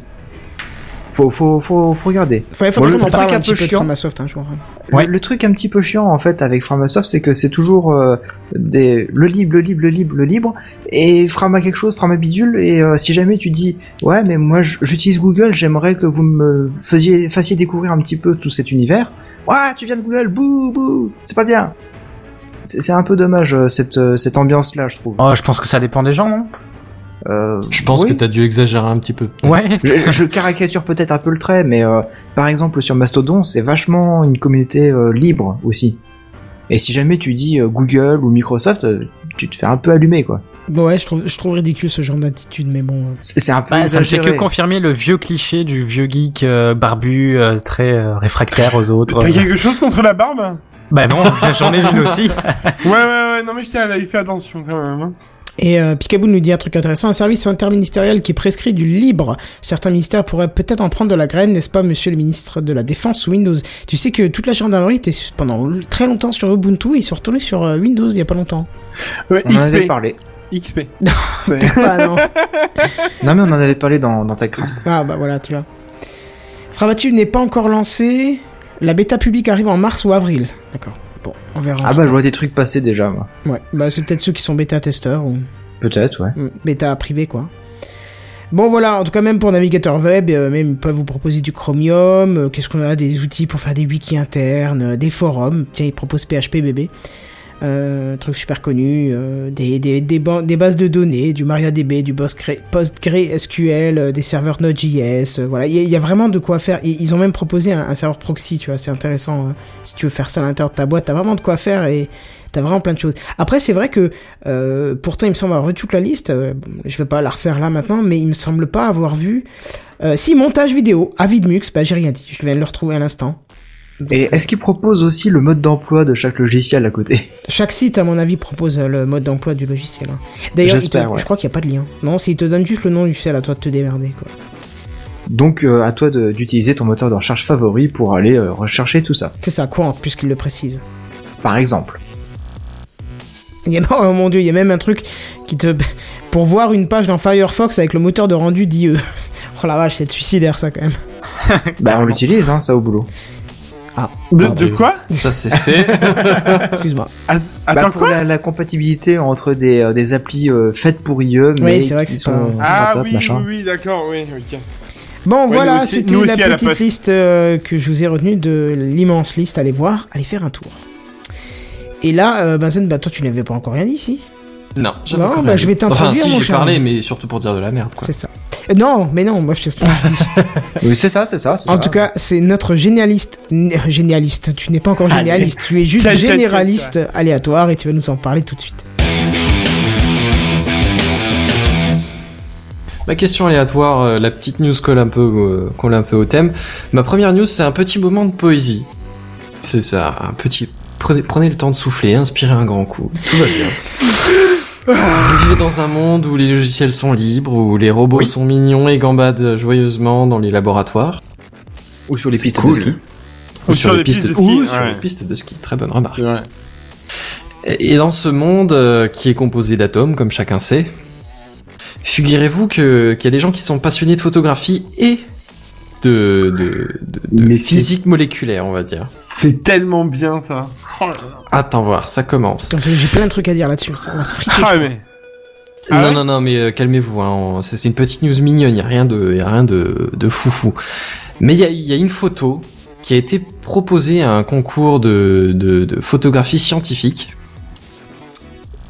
G: Faut, faut, faut, faut regarder.
A: Faudrait,
G: Bon,
A: faudrait
G: le
A: qu'on en
G: truc
A: parle un
G: un peu
A: petit peu de
G: chiant.
A: Framasoft hein, un jour.
C: Ouais.
G: Le, le truc un petit peu chiant en fait avec Framasoft, c'est que c'est toujours euh, des, le libre, le libre, le libre, le libre, et Frama quelque chose, Frama bidule, et euh, si jamais tu dis ouais mais moi j- j'utilise Google, j'aimerais que vous me faisiez, fassiez découvrir un petit peu tout cet univers. Ouais, tu viens de Google, bouh bouh, c'est pas bien. C'est c'est un peu dommage euh, cette, euh, cette ambiance là, je trouve.
C: Oh, je pense que ça dépend des gens, hein. non
G: Euh,
D: Je pense
G: oui.
D: que t'as dû exagérer un petit peu.
C: Ouais.
G: je, je caricature peut-être un peu le trait, mais euh, par exemple sur Mastodon, c'est vachement une communauté euh, libre aussi. Et si jamais tu dis euh, Google ou Microsoft, euh, tu te fais un peu allumer quoi.
A: Bon ouais, je trouve, je trouve ridicule ce genre d'attitude, mais bon. euh.
G: C'est c'est un peu
C: Bah, ça ne fait que
G: exagéré.
C: confirmer le vieux cliché du vieux geek euh, barbu euh, très euh, réfractaire aux autres.
F: T'as quelque chose contre la barbe
C: Bah non, j'en ai une aussi.
F: Ouais, ouais, ouais, non mais je tiens à fait attention quand même. hein.
A: Et euh, Picaboo nous dit un truc intéressant, un service interministériel qui prescrit du libre. Certains ministères pourraient peut-être en prendre de la graine, n'est-ce pas, monsieur le ministre de la Défense ou Windows Tu sais que toute la gendarmerie était sus- pendant l- très longtemps sur Ubuntu et ils sont retournés sur euh, Windows il y a pas longtemps.
F: Ouais,
G: On en avait
F: XP,
G: parlé.
F: XP.
A: Ah non.
G: Non mais on en avait parlé dans, dans TechCraft.
A: Ah bah voilà, tu vois. Frabatube n'est pas encore lancé. La bêta publique arrive en mars ou avril. D'accord. Bon, on verra.
G: Ah bah je vois des trucs passer déjà moi.
A: Ouais, bah c'est peut-être ceux qui sont bêta testeurs ou
G: Peut-être ouais.
A: mm, bêta privés quoi. Bon voilà, en tout cas même pour navigateur web, euh, même ils peuvent vous proposer du Chromium, euh, qu'est-ce qu'on a des outils pour faire des wikis internes, euh, des forums, tiens ils proposent PHP bébé, euh, truc super connu, euh, des, des, des, ban- des bases de données, du MariaDB, du Postgre- PostgreSQL, euh, des serveurs Node.js, euh, voilà, il y, a- il y a vraiment de quoi faire, ils, ils ont même proposé un, un serveur proxy, tu vois, c'est intéressant, euh, si tu veux faire ça à l'intérieur de ta boîte, t'as vraiment de quoi faire et t'as vraiment plein de choses. Après c'est vrai que euh, pourtant, il me semble avoir vu toute la liste. euh, bon, je vais pas la refaire là maintenant, mais il me semble pas avoir vu. Euh, si, montage vidéo, Avidmux, bah j'ai rien dit. Je viens de le retrouver à l'instant. Donc,
G: Et est-ce qu'ils proposent aussi le mode d'emploi de chaque logiciel à côté
A: Chaque site, à mon avis, propose euh, le mode d'emploi du logiciel. hein. D'ailleurs, il te-
G: J'espère, ouais.
A: je crois qu'il n'y a pas de lien. Non, s'il te donne juste le nom du logiciel, à toi de te démerder. Quoi.
G: Donc euh, à toi de- d'utiliser ton moteur de recherche favori pour aller euh, rechercher tout ça,
A: C'est ça, quoi, en plus qu'il le précise.
G: par exemple.
A: Il y a, oh mon dieu, il y a même un truc qui te. Pour voir une page dans Firefox avec le moteur de rendu euh, d'IE. Oh la vache, c'est suicidaire ça quand même.
G: Bah on l'utilise hein, ça au boulot.
A: Ah,
F: De,
A: pardon,
F: de quoi
D: Ça c'est fait.
A: excuse-moi.
F: Att-
G: Bah,
F: Attends
G: pour
F: quoi
G: la, la compatibilité entre des, euh, des applis euh, faites pour IE, mais
A: c'est vrai que
G: qui
A: c'est
G: sont
A: pas-
G: en
F: Ah
G: laptop,
F: oui,
G: machin.
F: oui, oui, d'accord, oui, ok.
A: Bon,
F: Ouais, nous
A: voilà,
F: aussi-
A: c'était
F: nous
A: la
F: aussi à la
A: petite
F: poste.
A: liste euh, que je vous ai retenue de l'immense liste. Allez voir, allez faire un tour. Et là, euh, Benzen, bah toi, tu n'avais pas encore rien dit, si
D: non, j'ai
A: Non,
D: pas
A: bah,
D: parlé.
A: je vais t'introduire,
D: Enfin, si
A: mon
D: j'ai
A: cher
D: parlé,
A: ami.
D: mais surtout pour dire de la merde. Quoi.
A: C'est ça. Euh, non, mais non, moi je t'explique.
F: Ah,
G: Oui, c'est ça, c'est ça. c'est
A: en
G: ça.
A: tout cas, c'est notre génialiste. n- Génialiste, tu n'es pas encore génialiste, tu es juste
F: Tiens, tiens, tiens,
A: généraliste aléatoire et tu vas nous en parler tout de suite.
D: Ma question aléatoire, euh, la petite news colle un peu, euh, colle un peu au thème. Ma première news, c'est un petit moment de poésie. C'est ça, un petit. Prenez, prenez le temps de souffler, inspirez un grand coup. Tout va bien. Vous vivez dans un monde où les logiciels sont libres, où les robots sont mignons et gambadent joyeusement dans les laboratoires.
G: Ou sur les
D: C'est
G: pistes
D: cool.
G: de ski.
D: Ou, sur les pistes de ski. Ou sur
F: ouais.
D: les pistes de ski. Très bonne remarque.
F: C'est vrai.
D: Et dans ce monde euh, qui est composé d'atomes, comme chacun sait, figurez-vous que- qu'il y a des gens qui sont passionnés de photographie et de, de, de- de
G: Mais
D: physique moléculaire, on va dire.
F: C'est tellement bien ça. Oh là là.
D: Attends voir, ça commence.
A: Parce que J'ai plein de trucs à dire là-dessus, ça, on va se friter.
F: Ah mais. Ah
D: non,
F: ouais
D: non, non, mais euh, calmez-vous. Hein, on- c'est c'est une petite news mignonne. Il y a rien de, y a rien de, de foufou. Mais il y a, il y a une photo qui a été proposée à un concours de, de, de photographie scientifique.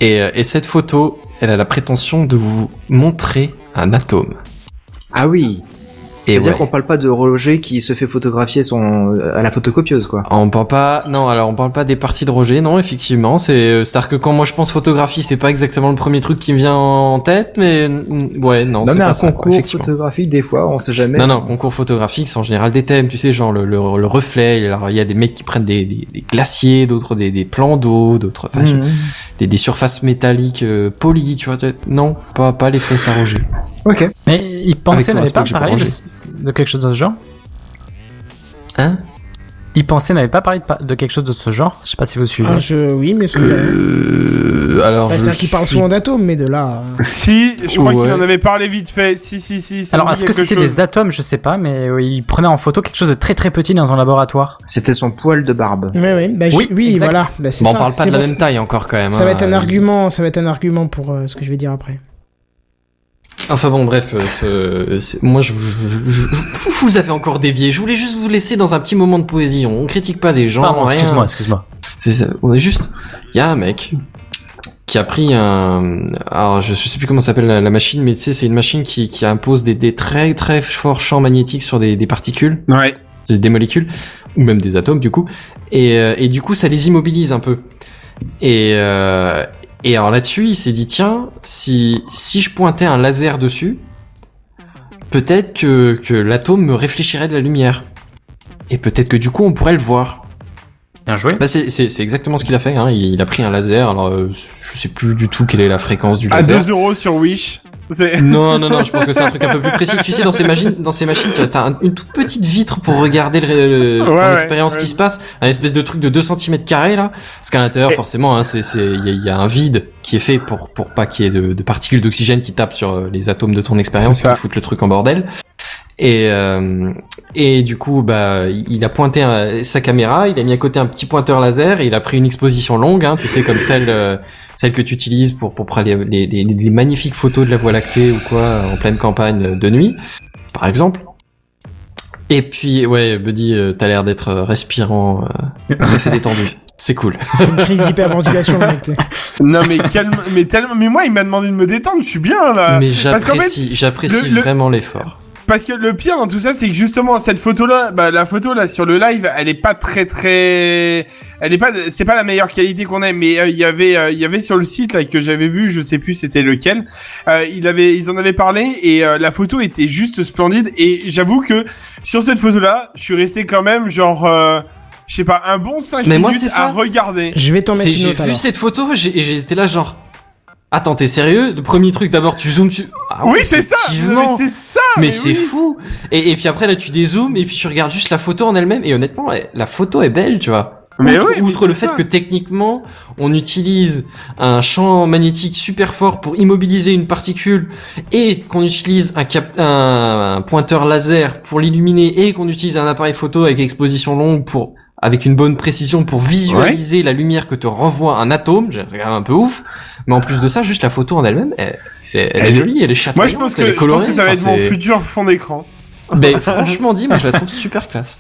D: Et, euh, et cette photo, elle a la prétention de vous montrer un atome.
G: Ah oui.
D: Et
G: C'est-à-dire
D: ouais.
G: qu'on parle pas de Roger qui se fait photographier son euh, à la photocopieuse, quoi.
D: On parle pas, non, alors on parle pas des parties de Roger, non, effectivement, c'est, euh, c'est-à-dire que quand moi je pense photographie, c'est pas exactement le premier truc qui me vient en tête, mais, mm, ouais, non,
G: non
D: c'est
G: mais
D: pas
G: un
D: ça, quoi,
G: concours
D: effectivement.
G: photographique des fois, on sait jamais.
D: Non, non, concours photographique, c'est en général des thèmes, tu sais, genre le, le, le reflet, alors il y a des mecs qui prennent des, des, des glaciers, d'autres des, des plans d'eau, d'autres,
A: Mm.
D: enfin, je-
G: Mhm.
D: des, des surfaces métalliques euh, polies, tu vois, tu- non, pas, pas l'effet Saint-Roger.
G: Ok.
C: Mais il
D: Avec
C: pensait
D: le
C: n'avait
D: respect
C: pas
D: que j'ai pour
C: parlé de,
D: Roger.
C: de quelque chose de ce genre.
D: Hein?
C: Il pensait n'avait pas parlé de, pa- de quelque chose de ce genre. Je sais pas si vous suivez.
A: Ah, je... Oui, mais c'est...
D: Euh, alors,
A: Ouais,
D: je
A: C'est-à-dire qu'il parle
D: suis-
A: souvent d'atomes, mais de là... euh,
F: Si, je crois
D: Ouais.
F: qu'il en avait parlé vite fait. Si, si, si. ça
C: Alors
F: me dit
C: est-ce que
F: quelque
C: c'était
F: chose.
C: des atomes Je sais pas, mais oui, il prenait en photo quelque chose de très très petit dans son laboratoire.
G: C'était son poil de barbe.
A: Oui, oui, bah,
C: Oui,
A: oui, oui
C: exact.
A: voilà. bah, c'est
D: Bon, on
A: ça,
D: parle pas
A: c'est
D: de la
A: pour
D: même taille encore quand même.
A: Ça va être un
D: hein.
A: argument, ça va être un argument pour euh, ce que je vais dire après.
D: Enfin bon, bref, euh, ce- c'est- moi je, je- je- je- vous avez encore dévié. Je voulais juste vous laisser dans un petit moment de poésie. On critique pas des gens.
C: Pardon,
D: rien.
C: excuse-moi, excuse-moi.
D: C'est ça. On est juste. Il y a un mec qui a pris un. Alors je, je sais plus comment s'appelle la, la machine, mais tu sais, c'est une machine qui, qui impose des, des très très forts champs magnétiques sur des, des particules,
F: Ouais.
D: des, des molécules ou même des atomes du coup. Et, euh, et du coup, ça les immobilise un peu. Et euh, et alors là-dessus, il s'est dit tiens, si si je pointais un laser dessus, peut-être que que l'atome me réfléchirait de la lumière. Et peut-être que du coup, on pourrait le voir.
C: Bien joué.
D: Bah c'est, c'est, c'est exactement ce qu'il a fait. Hein. Il, il a pris un laser. Alors euh, je sais plus du tout quelle est la fréquence du
F: À
D: laser.
F: 2 euros sur Wish. C'est.
D: Non non non. Je pense que c'est un truc un peu plus précis. Tu sais dans ces machines, dans ces machines, t'as- t'as un- une toute petite vitre pour regarder le, le-
F: Ouais,
D: ton
F: ouais,
D: expérience
F: ouais.
D: qui se passe. Un espèce de truc de 2 cm carrés là. Parce qu'à l'intérieur
F: Et-
D: forcément, hein, c'est c'est il y, a- il y a un vide qui est fait pour pour pas qu'il y ait de, de particules d'oxygène qui tapent sur euh, les atomes de ton expérience
F: C'est ça.
D: qui foutent le truc en bordel. Et, euh, et du coup, bah, il a pointé un- sa caméra, il a mis à côté un petit pointeur laser, et il a pris une exposition longue, hein, tu sais, comme celle, euh, celle que tu utilises pour, pour prendre les, les- les- les magnifiques photos de la Voie lactée ou quoi, en pleine campagne de nuit, par exemple. Et puis, ouais, Buddy, euh, t'as l'air d'être euh, respirant, euh, tout à fait détendu. C'est cool.
A: Une crise d'hyperventilation, le mec. t'es.
F: non mais calme, mais tellement. Mais moi, il m'a demandé de me détendre. Je suis bien là.
D: Mais
F: Euh, Parce qu'en fait,
D: j'apprécie, j'apprécie
F: le- le-
D: vraiment l'effort.
F: Parce que le pire dans tout ça, c'est que justement cette photo-là, bah, la photo là sur le live, elle est pas très très, elle est pas, c'est pas la meilleure qualité qu'on ait. Mais euh, il y avait, euh, il y avait sur le site là que j'avais vu, je sais plus c'était lequel, euh, il avait, ils en avaient parlé et euh, la photo était juste splendide. Et j'avoue que sur cette photo-là, je suis resté quand même genre, euh, je sais pas, un bon 5
D: Mais moi,
F: minutes
D: c'est ça.
F: à regarder.
A: Je vais t'en mettre
D: C'est-
A: une
D: J'ai
A: autre
D: vu
A: alors.
D: cette photo, j'ai- et j'étais là genre, attends, t'es sérieux Le premier truc, d'abord, tu zoomes, tu... Ah
F: oui, c'est ça.
D: effectivement.
F: Mais c'est ça.
D: Mais c'est
F: oui.
D: fou Et, et puis après, là, tu dézoomes, et puis tu regardes juste la photo en elle-même, et honnêtement, la- la photo est belle, tu vois.
F: Mais
D: outre
F: oui, mais
D: outre
F: c'est
D: le fait
F: ça.
D: que techniquement, on utilise un champ magnétique super fort pour immobiliser une particule, et qu'on utilise un, cap un, un pointeur laser pour l'illuminer, et qu'on utilise un appareil photo avec exposition longue pour avec une bonne précision pour visualiser la lumière que te renvoie un atome. C'est quand même un peu ouf. Mais en plus de ça, juste la photo en elle-même, elle, elle- elle
F: Elle
D: est
F: est-
D: jolie, elle est
F: Moi,
D: chatoyante,
F: je pense que,
D: elle
F: je
D: est
F: pense
D: colorée.
F: que ça va
D: Enfin,
F: être mon
D: c'est-
F: futur fond d'écran.
D: Mais franchement dit, moi je la trouve super classe.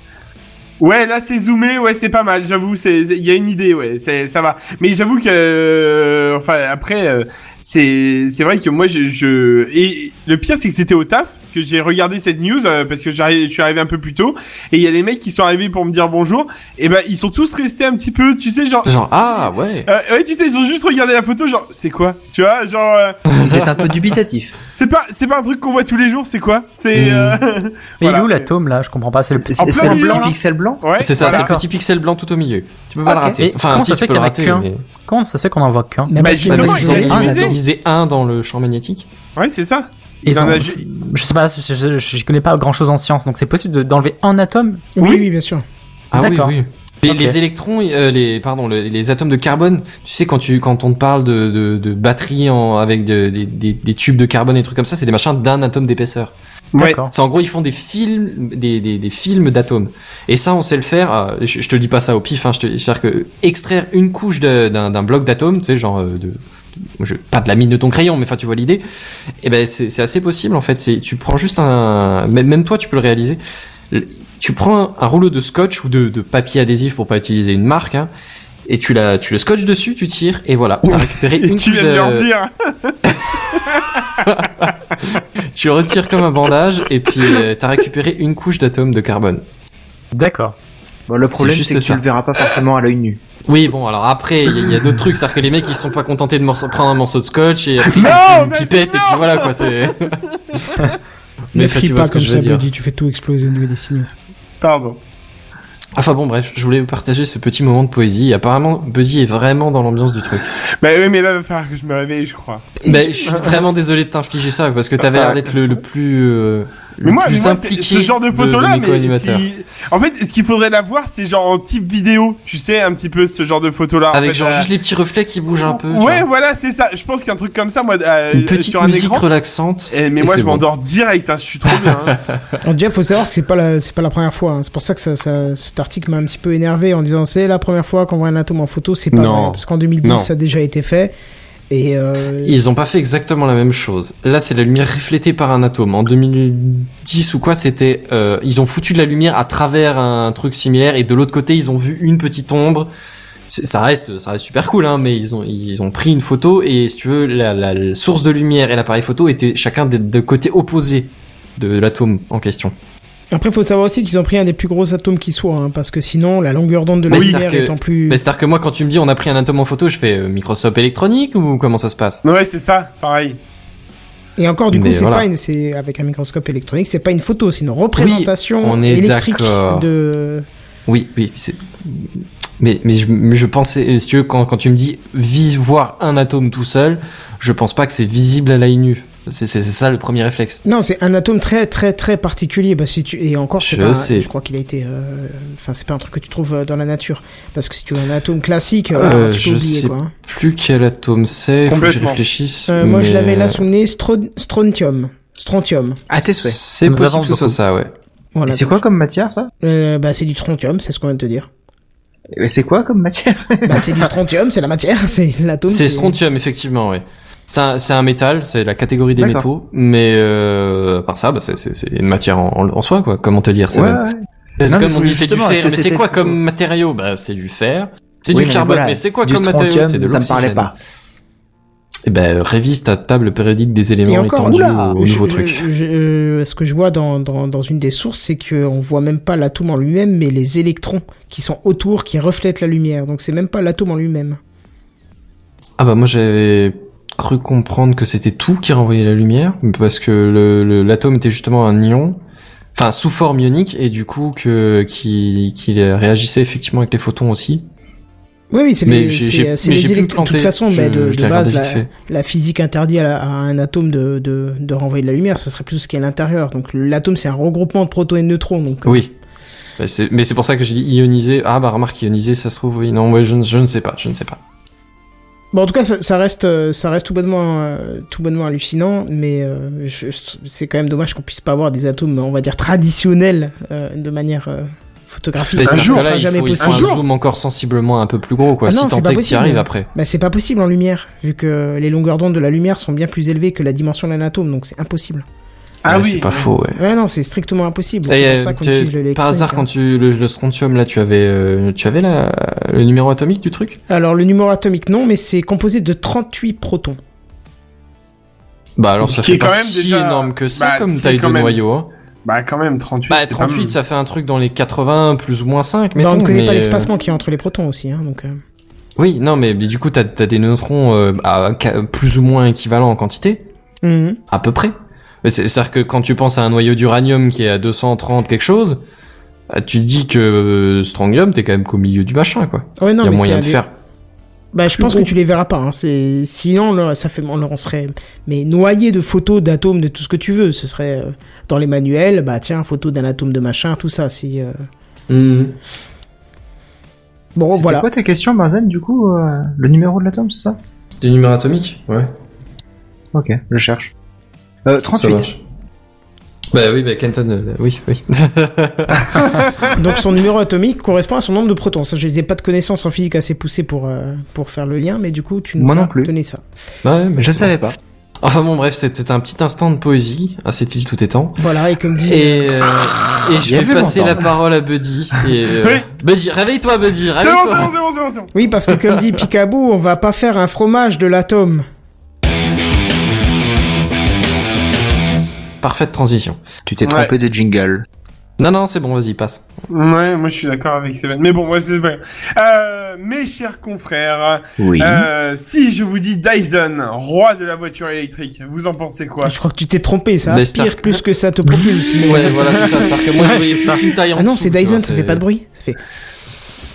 F: Ouais, là c'est zoomé, ouais c'est pas mal, j'avoue, c'est il y a une idée, ouais, c'est ça va. Mais j'avoue que, euh, enfin après, euh, c'est c'est vrai que moi je, je et le pire c'est que c'était au taf que j'ai regardé cette news euh, parce que j'arrive, je suis arrivé un peu plus tôt et il y a les mecs qui sont arrivés pour me dire bonjour et ben ils sont tous restés un petit peu, tu sais genre,
D: Genre, ah ouais.
F: euh, ouais tu sais ils ont juste regardé la photo genre c'est quoi, tu vois genre euh,
G: C'est un peu dubitatif.
F: c'est pas c'est pas un truc qu'on voit tous les jours, c'est quoi, c'est
D: Hmm.
C: Mm.
F: euh,
C: Mais il
F: Voilà.
C: est où l'atome là Je comprends pas. C'est le petit.
G: C'est
F: plein
G: c'est le
F: milieu,
G: petit
F: là.
A: hein.
G: pixel blanc.
F: ouais
D: C'est ça,
F: voilà.
D: c'est le petit pixel blanc tout au milieu. Tu peux pas le
G: Ok.
D: rater.
C: Et comment ça
D: tu
C: fait
D: peux
C: qu'il y en a
D: raté,
C: qu'un
D: mais-
C: Comment ça se fait qu'on en voit qu'un
A: Mais
F: Bah,
A: parce
D: Bah,
A: qu'ils
F: justement,
D: parce
A: ont-
G: ils
D: qu'ils en ont
G: ont un
D: divisé-
G: addon.
D: divisé un dans le champ magnétique.
F: ouais c'est ça.
C: Et
F: Ils en
C: en-
F: a-
C: Je sais pas, je, je, je connais pas grand chose en science, donc c'est possible de- d'enlever un atome
A: Oui,
F: Oui.
A: oui, bien sûr.
D: Ah oui,
C: D'accord.
D: oui. Les,
C: Ok.
D: les électrons, euh, les pardon, les, les atomes de carbone. Tu sais quand tu quand on te parle de de, de batteries en, avec de- des, des, des tubes de carbone et des trucs comme ça, c'est des machins d'un atome d'épaisseur.
F: Ouais.
C: D'accord.
D: C'est en gros ils font des films des, des, des films d'atomes. Et ça on sait le faire. euh, je, je te dis pas ça au pif. Hein, je te je veux dire que extraire une couche de- d'un d'un bloc d'atomes, tu sais genre euh, de je, pas de la mine de ton crayon, mais enfin tu vois l'idée. Et ben c'est c'est assez possible en fait. C'est- Tu prends juste un même même toi tu peux le réaliser. Le- Tu prends un, un rouleau de scotch ou de, de papier adhésif pour pas utiliser une marque. hein, et tu, la, tu le scotches dessus, tu tires, et voilà, t'as récupéré
F: Et
D: une
F: tu
D: couche
F: viens de leur
D: de...
F: dire.
D: Tu le retires comme un bandage, et puis euh, t'as récupéré une couche d'atomes de carbone.
C: D'accord.
G: Bon, le problème,
D: juste
G: c'est que
D: ça.
G: tu le verras pas forcément à l'œil nu.
D: Oui, bon, alors après, il y a- il y a, d'autres trucs, c'est-à-dire que les mecs, ils sont pas contentés de morceau- prendre un morceau de scotch, et après, ils
F: Non,
D: ont une
F: mais
D: pipette, et puis voilà, quoi, c'est...
A: ne
D: enfin,
A: frie pas comme ça, Buddy, tu fais tout exploser au niveau des signaux.
F: Pardon.
D: Enfin bon, bref, je voulais vous partager ce petit moment de poésie. Apparemment, Buddy est vraiment dans l'ambiance du truc.
F: Bah oui, mais là, il va falloir que je me réveille, je crois.
D: Ben, je suis vraiment désolé de t'infliger ça, parce que t'avais l'air d'être le, le plus, euh, le
F: mais moi, mais
D: plus
F: moi, c'est-
D: impliqué
F: ce genre de
D: de
F: photo-là,
D: mes
F: mais
D: co-animateurs.
F: si- en fait, ce qu'il faudrait la voir, c'est genre en type vidéo, tu sais, un petit peu ce genre de photo-là. en
D: Avec
F: fait,
D: genre
F: euh,
D: juste les petits reflets qui bougent un peu. tu
F: Ouais,
D: vois.
F: voilà, c'est ça. Je pense qu'un truc comme ça, moi, euh,
D: Une petite
F: sur un
D: musique
F: écran.
D: relaxante.
F: Eh, mais
D: Et
F: moi,
D: c'est
F: je
D: bon.
F: m'endors direct. Hein, je suis trop bien. hein.
A: Alors déjà, faut savoir que c'est pas la, c'est pas la première fois. hein. C'est pour ça que ça, ça- cet article m'a un petit peu énervé en disant c'est la première fois qu'on voit un atome en photo. C'est pas
D: Non.
A: vrai, parce qu'en 2010
D: Non.
A: ça a déjà été fait. Et euh,
D: Ils ont pas fait exactement la même chose. Là, c'est la lumière reflétée par un atome. En 2010 ou quoi, c'était euh, ils ont foutu de la lumière à travers un truc similaire et de l'autre côté, ils ont vu une petite ombre. C'est- Ça reste, ça reste super cool, hein, mais ils ont, ils ont pris une photo et si tu veux, la, la- la source de lumière et l'appareil photo étaient chacun des, de côtés opposés de l'atome en question.
A: après, faut savoir aussi qu'ils ont pris un des plus gros atomes qui soit, hein, parce que sinon la longueur d'onde de la
D: Mais
A: lumière
D: c'est-à-dire que-
A: étant plus.
D: Mais c'est-à-dire que moi, quand tu me dis on a pris un atome en photo, je fais euh, microscope électronique ou comment ça se passe
F: ouais, c'est ça. Pareil.
A: Et encore, du coup,
D: Mais
A: c'est
D: voilà.
A: pas une, c'est avec un microscope électronique, c'est pas une photo, c'est une représentation
D: on est
A: électrique
D: d'accord.
A: de.
D: Oui, oui, c'est. Mais, mais je, mais je pensais, si tu veux, quand, quand tu me dis vis voir un atome tout seul, je pense pas que c'est visible à l'œil nu. C'est c'est- c'est ça le premier réflexe.
A: Non, c'est un atome très très très particulier. Bah, si tu... Et encore, c'est
D: Je
A: pas un-
D: sais.
A: je crois qu'il a été. euh, Enfin, c'est pas un truc que tu trouves euh, dans la nature. Parce que si tu veux un atome classique, euh,
D: Euh,
A: tu
D: je
A: peux oublier
D: sais
A: quoi. hein.
D: Plus quel atome c'est, faut que je
F: Complètement.
D: réfléchisse.
A: Euh, Moi, je
D: mais-
A: l'avais là sous le nez, stro- strontium. Strontium.
G: À tes souhaits.
D: C'est
C: Ça nous
D: possible
C: avance
D: que ce soit
C: beaucoup.
D: ça, ouais.
A: Voilà.
G: Et c'est quoi comme matière, ça
A: Euh, Bah, c'est du strontium, c'est ce qu'on vient de te dire.
G: Et C'est quoi comme matière
A: bah, c'est du strontium, c'est la matière, c'est l'atome.
D: C'est strontium, effectivement, ouais. C'est un, c'est un métal, c'est la catégorie des
G: D'accord.
D: métaux, mais euh, par ça, bah, c'est- c'est c'est une matière en, en- en soi, quoi. Comment te dire ça même C'est
G: Non, mais
D: comme on
G: je-
D: dit, c'est du
G: justement,
D: fer.
G: est-ce que
D: Mais c'est
G: c'était
D: quoi
G: du-
D: comme matériau Bah, c'est du fer. C'est
G: Oui,
D: du
G: mais
D: carbone.
G: voilà,
D: Mais c'est quoi
G: du
D: comme matériau
G: strontium,
D: C'est de
G: Ça me parlait
D: l'oxygène.
G: pas.
D: Eh ben, révise ta table périodique des
A: Et
D: éléments
A: encore,
D: étendus
A: oula,
D: au
A: je-
D: nouveau
A: je-
D: truc.
A: je- euh, ce que je vois dans, dans, dans une des sources, c'est qu'on voit même pas l'atome en lui-même, mais les électrons qui sont autour, qui reflètent la lumière. Donc c'est même pas l'atome en lui-même.
D: Ah bah moi j'avais cru comprendre que c'était tout qui renvoyait la lumière, parce que le- le- l'atome était justement un ion, enfin sous forme ionique, et du coup que qui qu'il réagissait effectivement avec les photons aussi.
A: Oui, oui, c'est
D: Mais
A: les,
D: j'ai-
A: c'est- euh,
D: j'ai-
A: c'est
D: mais
A: les
D: j'ai pu me
A: électrons. De toute
D: planter.
A: façon,
D: Je-
A: mais de,
D: je
A: de
D: l'ai regardé
A: base, bah, la,
D: vite fait.
A: la physique interdit à, la- à un atome de, de, de renvoyer de la lumière. Ce serait plus ce qui est à l'intérieur. Donc l'atome, c'est un regroupement de protons et de neutrons. Donc, euh,
D: Oui. Bah, c'est- Mais c'est pour ça que j'ai dit ionisé. Ah bah remarque ionisé, ça se trouve oui. Non, ouais, je, ne- je ne sais pas, je ne sais pas.
A: Bon, en tout cas, ça, ça reste, euh, ça reste tout bonnement, euh, tout bonnement hallucinant, mais euh, je- je- c'est quand même dommage qu'on puisse pas avoir des atomes, on va dire traditionnels, euh, de manière euh, photographie.
D: Mais
A: ça
D: c'est
A: ne
F: jour,
D: parce que
A: sera
D: là, il
A: jamais
D: faut, il faut
A: possible.
D: un
F: Un jour.
D: zoom encore sensiblement un peu plus gros, quoi.
A: Ah
D: si
A: non, c'est
D: tant
A: pas
D: est que tu
A: possible.
D: arrives après.
A: Bah, c'est pas possible en lumière, vu que les longueurs d'onde de la lumière sont bien plus élevées que la dimension d'un atome, donc c'est impossible.
F: Ah
D: Ouais,
F: oui.
D: C'est pas faux, ouais.
A: Ouais, non, c'est strictement impossible.
D: Et,
A: C'est
D: euh,
A: pour ça qu'on
D: tu-
A: utilise le
D: par hasard, quand tu le, le strontium là, tu avais, euh, tu avais la, le numéro atomique du truc
A: hein. Alors, le numéro atomique, non, mais c'est composé de 38 protons.
D: Bah alors
F: Ce
D: ça
F: qui
D: fait
F: est quand
D: pas
F: même
D: si
F: déjà-
D: énorme que ça
F: bah,
D: comme
F: c'est
D: taille de
F: quand même-
D: noyau. Hein.
F: Bah quand même 38.
D: Bah
F: c'est pas
D: 38,
F: mal.
D: ça fait un truc dans les 80 plus ou moins 5,
A: Bah,
D: mettons, mais
A: on ne connaît pas
D: euh,
A: l'espacement qu'il y a entre les protons aussi, hein, donc. euh,
D: Oui, non, mais, mais du coup, t'as as des neutrons euh, à ca- plus ou moins équivalents en quantité,
A: mhm.
D: à peu près. Mais c'est- C'est-à-dire que quand tu penses à un noyau d'uranium qui est à 230 quelque chose, euh, tu te dis que euh, strontium, t'es quand même qu'au milieu du machin, quoi.
A: Ouais, non,
D: Il y a
A: mais c'est
D: moyen de
A: un des-
D: faire.
A: Bah, je pense que tu les verras pas. Hein. C'est sinon, là, ça fait, on en serait mais noyé de photos d'atomes de tout ce que tu veux. Ce serait euh, dans les manuels, bah tiens, photo d'un atome de machin, tout ça. Si euh,
D: Mmh.
A: bon,
G: C'était
A: voilà.
G: quoi ta question, Benzen, du coup euh, Le numéro de l'atome, c'est ça
D: Des numéros atomiques Ouais.
G: Ok, je cherche. Euh, 38.
D: Bah oui, bah Kenton, euh, oui, oui.
A: Donc son numéro atomique correspond à son nombre de protons. Ça, je n'ai pas de connaissances en physique assez poussées pour euh, pour faire le lien, mais du coup, tu nous
G: Moi
A: as
G: non plus.
A: donné ça.
D: Ouais, mais
G: Je
D: c'est-
G: ne savais pas.
D: Enfin bon, bref, c'était un petit instant de poésie, à cette île tout étant.
A: Voilà, et comme dit,
D: Et, euh, et
G: Il y
D: je vais
G: avait
D: passer
G: longtemps.
D: la parole à Buddy. Et, euh,
F: Oui.
D: Buddy, réveille-toi, Buddy,
F: C'est bon, c'est
D: réveille-toi.
F: bon, c'est bon, c'est bon, c'est bon.
A: oui, parce que comme dit Picaboo, on va pas faire un fromage de l'atome.
D: Parfaite transition.
G: Tu t'es
F: Ouais.
G: trompé de jingle.
D: Non, non, c'est bon, vas-y, passe.
F: Ouais, moi je suis d'accord avec Seven. Mais bon, moi c'est pas grave. Euh, mes chers confrères,
G: Oui.
F: euh, si je vous dis Dyson, roi de la voiture électrique, vous en pensez quoi
A: Je crois que tu t'es trompé. Ça
D: Mais
A: aspire
D: Stark-
A: plus que ça te propulse. mais-
D: Ouais, voilà, c'est ça. C'est-à-dire que moi, je voyais plus une taille en
A: Ah non,
D: dessous,
A: c'est
D: tu
A: Dyson,
D: vois,
A: ça fait pas de bruit. Ça fait.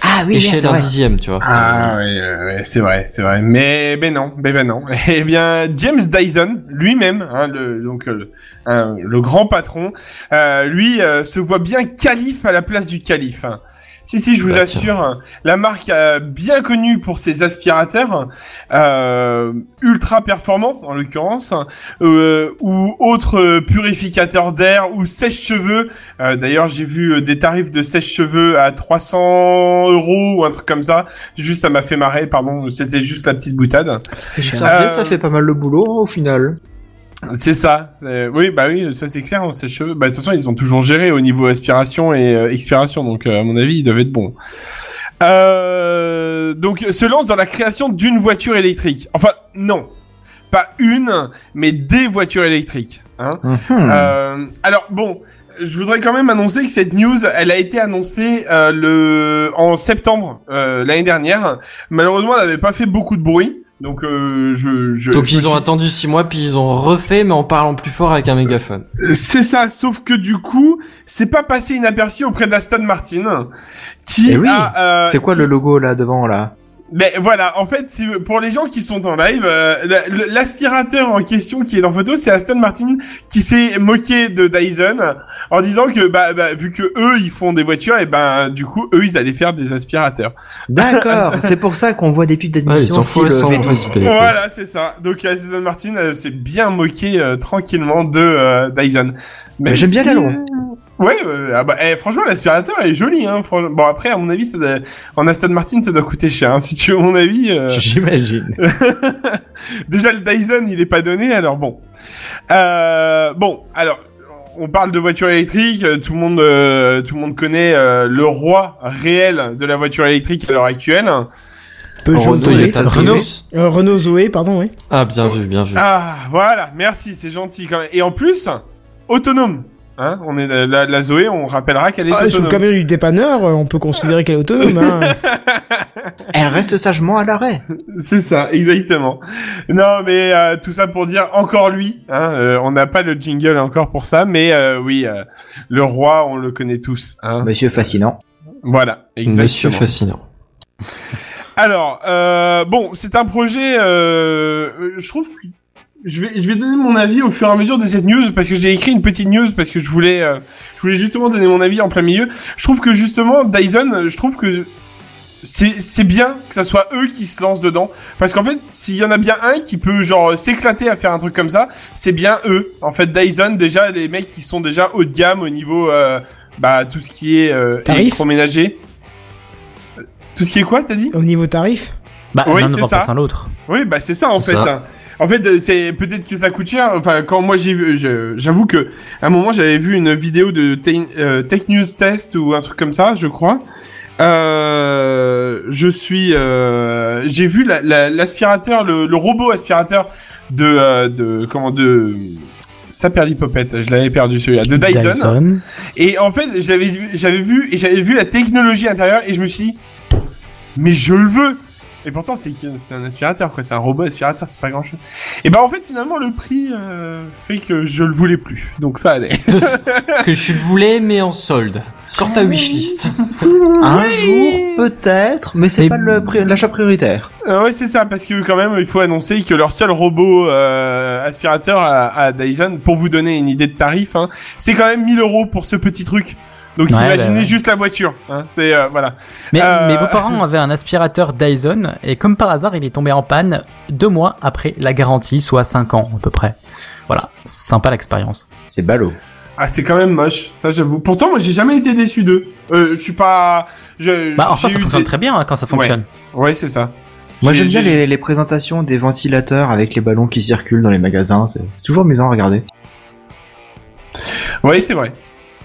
G: Ah oui,
D: Échelle d'un dixième, tu vois.
F: Ah oui, oui, oui, c'est vrai, c'est vrai. Mais ben non, ben ben non. Eh bien, James Dyson lui-même, hein, le, donc euh, le, hein, le grand patron, euh, lui euh, se voit bien calife à la place du calife. hein. Si si, je vous
D: Bah, tiens.
F: assure, hein, la marque euh, bien connue pour ses aspirateurs euh, ultra performants en l'occurrence, hein, euh, ou autres euh, purificateurs d'air ou sèche-cheveux. Euh, D'ailleurs, j'ai vu euh, des tarifs de sèche-cheveux à 300 euros ou un truc comme ça. Juste, ça m'a fait marrer, pardon, c'était juste la petite boutade.
G: Ça,
F: Euh,
G: fait, ça fait pas mal le boulot au final.
F: C'est ça. c'est- Oui, bah oui, ça c'est clair, on sait cheveux. Bah, de toute façon, ils ont toujours géré au niveau aspiration et euh, expiration, donc euh, à mon avis, ils doivent être bons. Euh, donc, se lance dans la création d'une voiture électrique. Enfin, non. Pas une, mais des voitures électriques. Hein.
G: Mhm.
D: Hmm.
F: Euh, alors bon, je voudrais quand même annoncer que cette news, elle a été annoncée euh, le en septembre euh, l'année dernière. Malheureusement, elle n'avait pas fait beaucoup de bruit. Donc euh, je, je,
D: Donc
F: je me
D: ils ont
F: suis-
D: attendu six mois, puis ils ont refait, mais en parlant plus fort avec un mégaphone.
F: c'est ça, sauf que du coup, c'est pas passé inaperçu auprès d'Aston Martin, qui
G: Eh oui.
F: a, euh,
G: C'est quoi le logo là devant là
F: Mais voilà, en fait, si- pour les gens qui sont en live, euh, la- le- l'aspirateur en question qui est en photo, c'est Aston Martin qui s'est moqué de Dyson en disant que bah, bah, vu que eux ils font des voitures et ben du coup eux ils allaient faire des aspirateurs.
G: D'accord, c'est pour ça qu'on voit des pubs d'admission style euh, Vénus.
F: Voilà, c'est ça. Donc Aston Martin euh, s'est bien moqué euh, tranquillement de euh, Dyson. Même
G: j'aime bien la loi.
F: Ouais, ouais, ah bah, eh, franchement l'aspirateur est joli. Hein, franch- Bon après à mon avis, ça doit- en Aston Martin ça doit coûter cher. hein, si tu veux mon avis. euh,
G: J'imagine.
F: Déjà le Dyson il est pas donné alors bon. Euh, bon alors on parle de voiture électrique, euh, tout le monde euh, tout le monde connaît euh, le roi réel de la voiture électrique à l'heure actuelle.
A: Peugeot
D: Renault,
A: Zoé.
D: Toyota,
A: Renault.
D: Prius.
A: Euh, Renault Zoé, pardon, oui.
D: Ah, bien vu, bien vu.
F: Ah voilà merci c'est gentil quand même. Et en plus autonome. Hein, on est la, la- la Zoé, on rappellera qu'elle est
A: Ah, sous le
F: autonome.
A: camion du dépanneur, euh, on peut considérer qu'elle est autonome. hein.
G: Elle reste sagement à l'arrêt.
F: C'est ça, exactement. Non, mais euh, tout ça pour dire encore lui. Hein, euh, on n'a pas le jingle encore pour ça, mais euh, oui, euh, le roi, on le connaît tous. Hein.
G: Monsieur fascinant.
F: Voilà,
D: Monsieur
F: exactement.
D: fascinant.
F: Alors, euh, bon, c'est un projet. euh, je trouve. que Je vais, je vais donner mon avis au fur et à mesure de cette news parce que j'ai écrit une petite news parce que je voulais, euh, je voulais justement donner mon avis en plein milieu. Je trouve que justement Dyson, euh, je trouve que c'est c'est bien que ça soit eux qui se lancent dedans parce qu'en fait s'il y en a bien un qui peut genre euh, s'éclater à faire un truc comme ça, c'est bien eux. En fait Dyson déjà les mecs qui sont déjà haut de gamme au niveau euh, bah, tout ce qui est euh,
A: Tarif
F: électroménager. Euh, Tout ce qui est quoi, t'as dit
A: Au niveau tarif
C: Bah,
F: Oui,
C: l'un ne
F: c'est
C: va pas
F: ça.
C: sans l'autre.
F: Oui, bah c'est ça en
D: C'est
F: fait.
D: ça.
F: hein. En fait, euh, c'est peut-être que ça coûte cher. Enfin, quand moi j'ai vu, je- j'avoue que à un moment j'avais vu une vidéo de Te- euh, Tech News Test ou un truc comme ça, je crois. Euh, je suis, euh, j'ai vu la- la- l'aspirateur, le, le robot aspirateur de, euh, de comment de Saperlipopette, je l'avais perdu celui-là, de Dyson. Et en fait, j'avais vu- j'avais vu et j'avais vu la technologie intérieure et je me suis dit, mais je le veux. Et pourtant, c'est qu'il- c'est un aspirateur, quoi. C'est un robot aspirateur, c'est pas grand chose. Et ben en fait, finalement, le prix euh, fait que je le voulais plus. Donc ça allait.
D: que tu le voulais, mais en solde. Sur
F: Ah
D: ta wishlist.
G: Un jour, peut-être, mais c'est
C: Mais-
G: pas le pri- l'achat prioritaire.
F: Euh, ouais, c'est ça, parce que quand même, il faut annoncer que leur seul robot euh, aspirateur à, à Dyson, pour vous donner une idée de tarif, hein, c'est quand même 1000 euros pour ce petit truc. Donc
C: Ouais,
F: imaginez
C: bah ouais.
F: juste la voiture. Hein, c'est euh, voilà.
C: Mais
F: Euh.
C: mes beaux-parents avaient un aspirateur Dyson et comme par hasard, il est tombé en panne deux mois après la garantie, soit cinq ans à peu près. Voilà, sympa l'expérience.
G: C'est ballot.
F: Ah, c'est quand même moche, ça j'avoue. Pourtant, moi j'ai jamais été déçu d'eux. Euh, je suis pas. Je,
C: Bah, en
F: j'ai
C: soi, ça
F: eu
C: fonctionne
F: des-
C: très bien hein, quand ça fonctionne.
F: Ouais, c'est ça.
G: Moi,
F: J'ai-
G: j'aime bien
F: j'ai-
G: les, les présentations des ventilateurs avec les ballons qui circulent dans les magasins. C'est c'est toujours amusant à regarder.
F: Ouais, c'est vrai.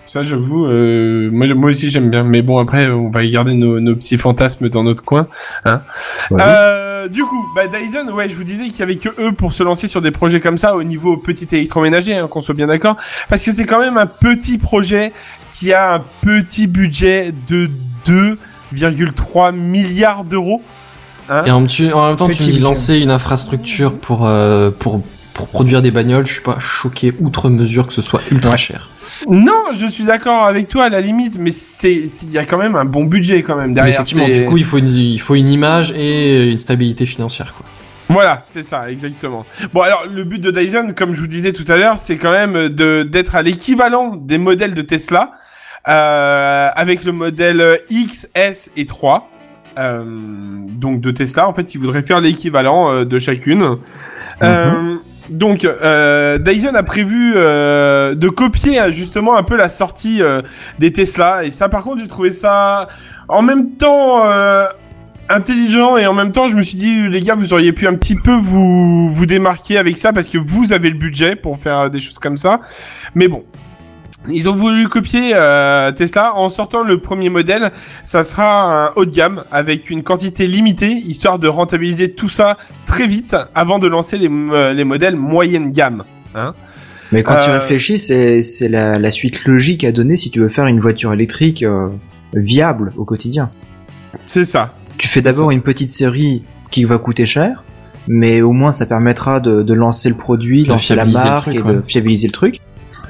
F: Ça, j'avoue, euh, moi, moi aussi j'aime bien. Mais bon, après, on va y garder nos, nos petits fantasmes dans notre coin. Hein.
G: Ouais.
F: Euh, du coup, bah, Dyson, ouais, je vous disais qu'il y avait que eux pour se lancer sur des projets comme ça au niveau petit électroménager, hein, qu'on soit bien d'accord. Parce que c'est quand même un petit projet qui a un petit budget de 2,3 milliards d'euros. Ah.
D: Et en, même tu- en même temps,
A: Petit
D: tu me dis
A: budget.
D: lancer une infrastructure pour, euh, pour, pour produire des bagnoles, je suis pas choqué outre mesure que ce soit ultra cher.
F: Non, je suis d'accord avec toi à la limite, mais c'est c'est- il y a quand même un bon budget quand même
D: Mais
F: derrière.
D: effectivement,
F: c'est-
D: du coup, il faut, une, il faut une image et une stabilité financière, quoi.
F: voilà, c'est ça exactement. Bon alors le but de Dyson, comme je vous disais tout à l'heure, c'est quand même euh, de d'être à l'équivalent des modèles de Tesla euh, avec le modèle X, S et 3. Euh, donc de Tesla, en fait, ils voudraient faire l'équivalent euh, de chacune. Euh, donc euh, Dyson a prévu euh, de copier euh, justement un peu la sortie euh, des Tesla et ça par contre j'ai trouvé ça en même temps euh, intelligent et en même temps je me suis dit les gars vous auriez pu un petit peu vous vous démarquer avec ça parce que vous avez le budget pour faire euh, des choses comme ça mais bon ils ont voulu copier euh, Tesla en sortant le premier modèle. Ça sera un haut de gamme avec une quantité limitée, histoire de rentabiliser tout ça très vite avant de lancer les, mo- les modèles moyenne gamme.
G: Mais quand tu
F: Euh,
G: réfléchis, c'est c'est la, la suite logique à donner si tu veux faire une voiture électrique euh, viable au quotidien.
F: C'est ça.
G: Tu fais d'abord une petite série qui va coûter cher, mais au moins ça permettra de, de lancer le produit,
D: De
G: lancer la
D: fiabiliser le
G: marque
D: truc,
G: et de
D: ouais.
G: fiabiliser le truc.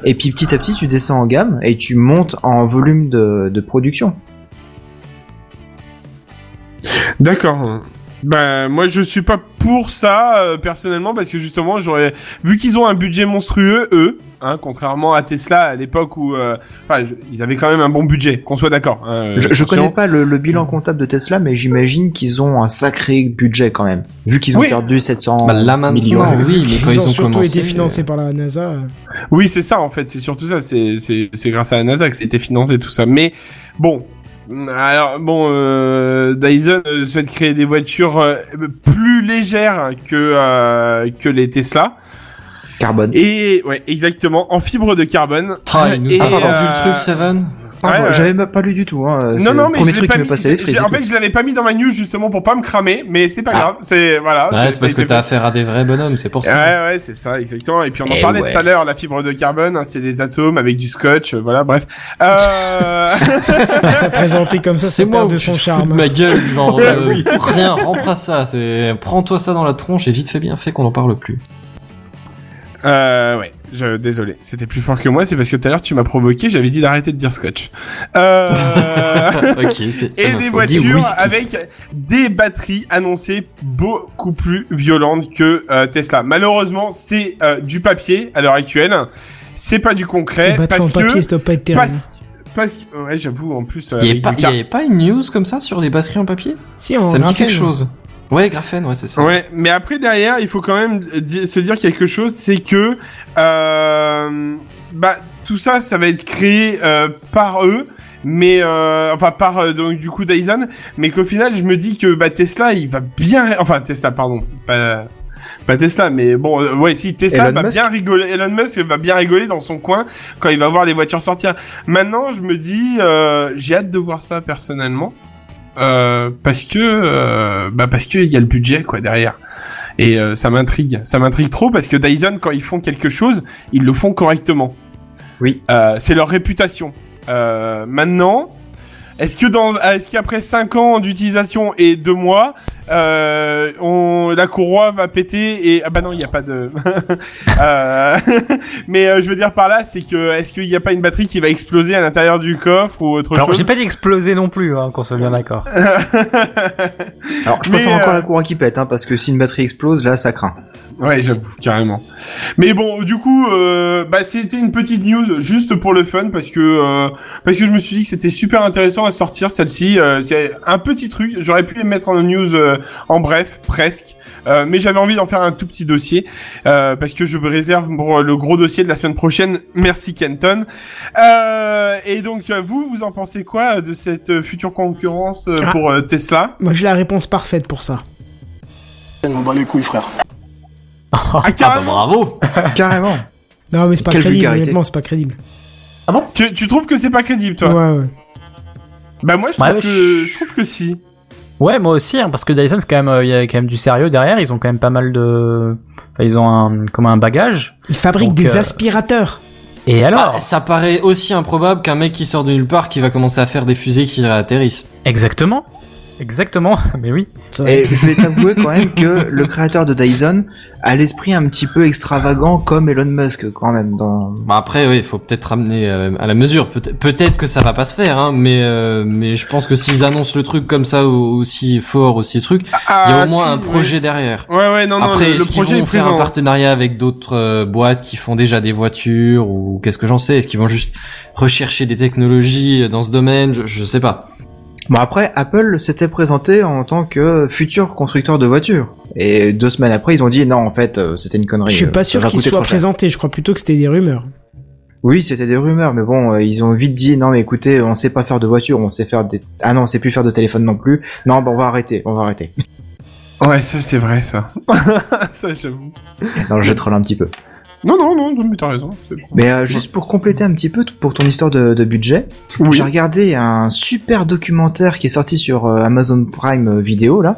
G: Et puis petit à petit, tu descends en gamme et tu montes en volume de, de production.
F: D'accord. Ben moi je suis pas pour ça euh, personnellement parce que justement j'aurais vu qu'ils ont un budget monstrueux eux, hein, contrairement à Tesla à l'époque où euh, enfin je- ils avaient quand même un bon budget, qu'on soit d'accord. hein,
G: Je, je
F: attention. Mm.
G: connais pas le, le bilan comptable de Tesla, mais j'imagine qu'ils ont un sacré budget quand même, vu qu'ils ont
F: Oui.
G: perdu 700
D: Bah, là maintenant,
G: millions.
D: oui, mais quand ils ont,
A: surtout
D: commencé.
A: été financés par la NASA. euh.
F: Oui, c'est ça en fait, c'est surtout ça, c'est c'est c'est grâce à la NASA que c'était financé tout ça. Mais bon, alors bon euh, Dyson euh, souhaite créer des voitures euh, plus légères que euh, que les Tesla
G: carbone.
F: et ouais, exactement en fibre de carbone.
D: Ah, il nous
F: Et,
D: a vendu
F: euh,
D: le truc, Seven.
G: Pardon,
F: Ouais, ouais.
G: j'avais même pas lu du tout. Hein. C'est
F: Non, non,
G: le
F: mais
G: premier
F: je l'ai
G: truc
F: pas
G: qui m'est
F: mis-
G: passé à l'esprit.
F: j'ai-
G: c'est
F: En
G: tout.
F: fait, je l'avais pas mis dans ma news justement pour pas me cramer, mais c'est pas
D: Ah.
F: grave. C'est voilà.
D: Ouais, c'est parce
F: ça
D: que
F: a été
D: t'as affaire à des vrais bonhommes, c'est pour
F: fait.
D: ça.
F: Ouais, ouais, c'est ça, exactement. Et puis on en
G: Eh
F: parlait
G: ouais.
F: tout à l'heure, la fibre de carbone, hein, c'est des atomes avec du scotch, euh, voilà, bref. Euh...
A: T'as présenté comme ça,
D: C'est
A: ça
D: moi
A: perd
D: où
A: de
D: tu te
A: son
D: fous de
A: charme.
D: ma gueule, genre euh, rien, rends ça, c'est prends-toi ça dans la tronche et vite fait bien fait qu'on en parle plus.
F: Euh, ouais, je, désolé, c'était plus fort que moi, c'est parce que tout à l'heure tu m'as provoqué, j'avais dit d'arrêter de dire scotch. Euh...
D: Ah, ok, c'est ça
F: Et des
D: m'a fait-
G: Dis
F: voitures
G: whisky.
F: avec des batteries annoncées beaucoup plus violentes que euh, Tesla. Malheureusement, c'est euh, du papier à l'heure actuelle, c'est pas du
A: Ces
F: concret,
A: batteries
F: parce
A: en
F: que...
A: papier, ça doit pas être terrible.
F: Parce, parce que... Ouais, j'avoue, en plus... euh,
D: Il y avait
F: avec
D: pas,
F: du
D: il y
F: car-
D: avait pas une news comme ça sur des batteries en papier
A: Si, en
D: Ça me dit
A: graphène.
D: quelque chose. Ouais, graphène, ouais, c'est ça.
F: Ouais, mais après derrière, il faut quand même di- se dire quelque chose, c'est que euh, bah tout ça, ça va être créé euh, par eux, mais euh, enfin par euh, donc du coup Dyson, mais qu'au final, je me dis que bah, Tesla, il va bien, ré- enfin Tesla, pardon, pas, pas Tesla, mais bon, euh, ouais, si Tesla
G: Elon
F: va
G: Musk.
F: bien rigoler, Elon Musk va bien rigoler dans son coin quand il va voir les voitures sortir. Maintenant, je me dis, euh, j'ai hâte de voir ça personnellement. Euh, parce que euh, bah parce que il y a le budget quoi derrière et euh, ça m'intrigue ça m'intrigue trop parce que Dyson quand ils font quelque chose ils le font correctement
G: Oui.
F: Euh, c'est leur réputation Euh, maintenant est-ce que dans est-ce qu'après 5 ans d'utilisation et 2 mois euh, on, la courroie va péter et ah bah non il n'y a pas de Euh, mais euh, je veux dire par là c'est que est-ce qu'il n'y a pas une batterie qui va exploser à l'intérieur du coffre ou autre
C: Alors,
F: chose
C: j'ai pas dit exploser non plus, hein, qu'on soit bien d'accord.
G: Alors, je
F: Mais,
G: préfère encore
F: euh,
G: la courroie qui pète, hein, parce que si une batterie explose, là, ça craint.
F: Ouais, j'avoue, carrément. Mais bon, du coup, euh, bah, c'était une petite news juste pour le fun parce que euh, parce que je me suis dit que c'était super intéressant à sortir celle-ci. Euh, c'est un petit truc. J'aurais pu les mettre en news euh, en bref, presque. Euh, mais j'avais envie d'en faire un tout petit dossier euh, parce que je me réserve pour le gros dossier de la semaine prochaine. Merci Kenton. Euh, et donc euh, vous, vous en pensez quoi de cette euh, future concurrence euh,
A: Ah.
F: pour euh, Tesla
A: Moi, j'ai la réponse parfaite pour ça.
F: Ah,
D: Ah bah
F: carrément.
D: bravo
G: Carrément.
A: Non, mais c'est pas
G: Quelle
A: crédible,
G: vulgarité.
A: honnêtement, c'est pas crédible.
F: tu, tu trouves que c'est pas crédible, toi
A: Ouais, ouais.
F: Bah moi je
C: Ouais,
F: trouve
C: mais
F: que
C: je-
F: je trouve que si.
C: Ouais, moi aussi, hein, parce que Dyson, c'est quand même, euh, il y a quand même du sérieux derrière. Ils ont quand même pas mal de, enfin, ils ont un, comme un bagage.
A: Ils fabriquent
C: Donc,
A: des
C: euh,
A: aspirateurs.
C: Et alors
D: Ah, Ça paraît aussi improbable qu'un mec qui sort de nulle part qui va commencer à faire des fusées qui atterrissent.
C: Exactement. Exactement. Mais oui.
G: Et je vais t'avouer quand même que le créateur de Dyson a l'esprit un petit peu extravagant comme Elon Musk quand même. Dans...
D: Bah après, oui, il faut peut-être ramener euh, à la mesure. Peut- Peut-être que ça va pas se faire, hein, mais euh, mais je pense que s'ils annoncent le truc comme ça au- aussi fort, aussi truc, il y a au moins
F: Ah, si,
D: un projet derrière.
F: Ouais ouais, ouais non non
D: Après,
F: le, le
D: est-ce qu'ils
F: projet
D: vont
F: est
D: faire un
F: présent.
D: partenariat avec d'autres euh, boîtes qui font déjà des voitures ou qu'est-ce que j'en sais Est-ce qu'ils vont juste rechercher des technologies dans ce domaine je, je sais pas.
G: Bon après, Apple s'était présenté en tant que futur constructeur de voitures. Et deux semaines après, ils ont dit non, en fait, euh, c'était une connerie.
A: Je suis
G: euh,
A: pas
G: ça
A: sûr
G: va
A: qu'ils
G: coûter
A: soient
G: trop cher.
A: présentés. Je crois plutôt que c'était des rumeurs.
G: Oui, c'était des rumeurs, mais bon, euh, ils ont vite dit non, mais écoutez, on sait pas faire de voiture, on sait faire des... Ah non, on sait plus faire de téléphone non plus. Non, bah on va arrêter, on va arrêter.
F: Ouais ça c'est vrai ça. ça j'avoue.
G: non, je troll un petit peu.
F: Non non non, non mais t'as raison. c'est bon.
G: Mais euh, juste pour compléter un petit peu t- pour ton histoire de, de budget,
F: Oui.
G: j'ai regardé un super documentaire qui est sorti sur euh, Amazon Prime Vidéo là,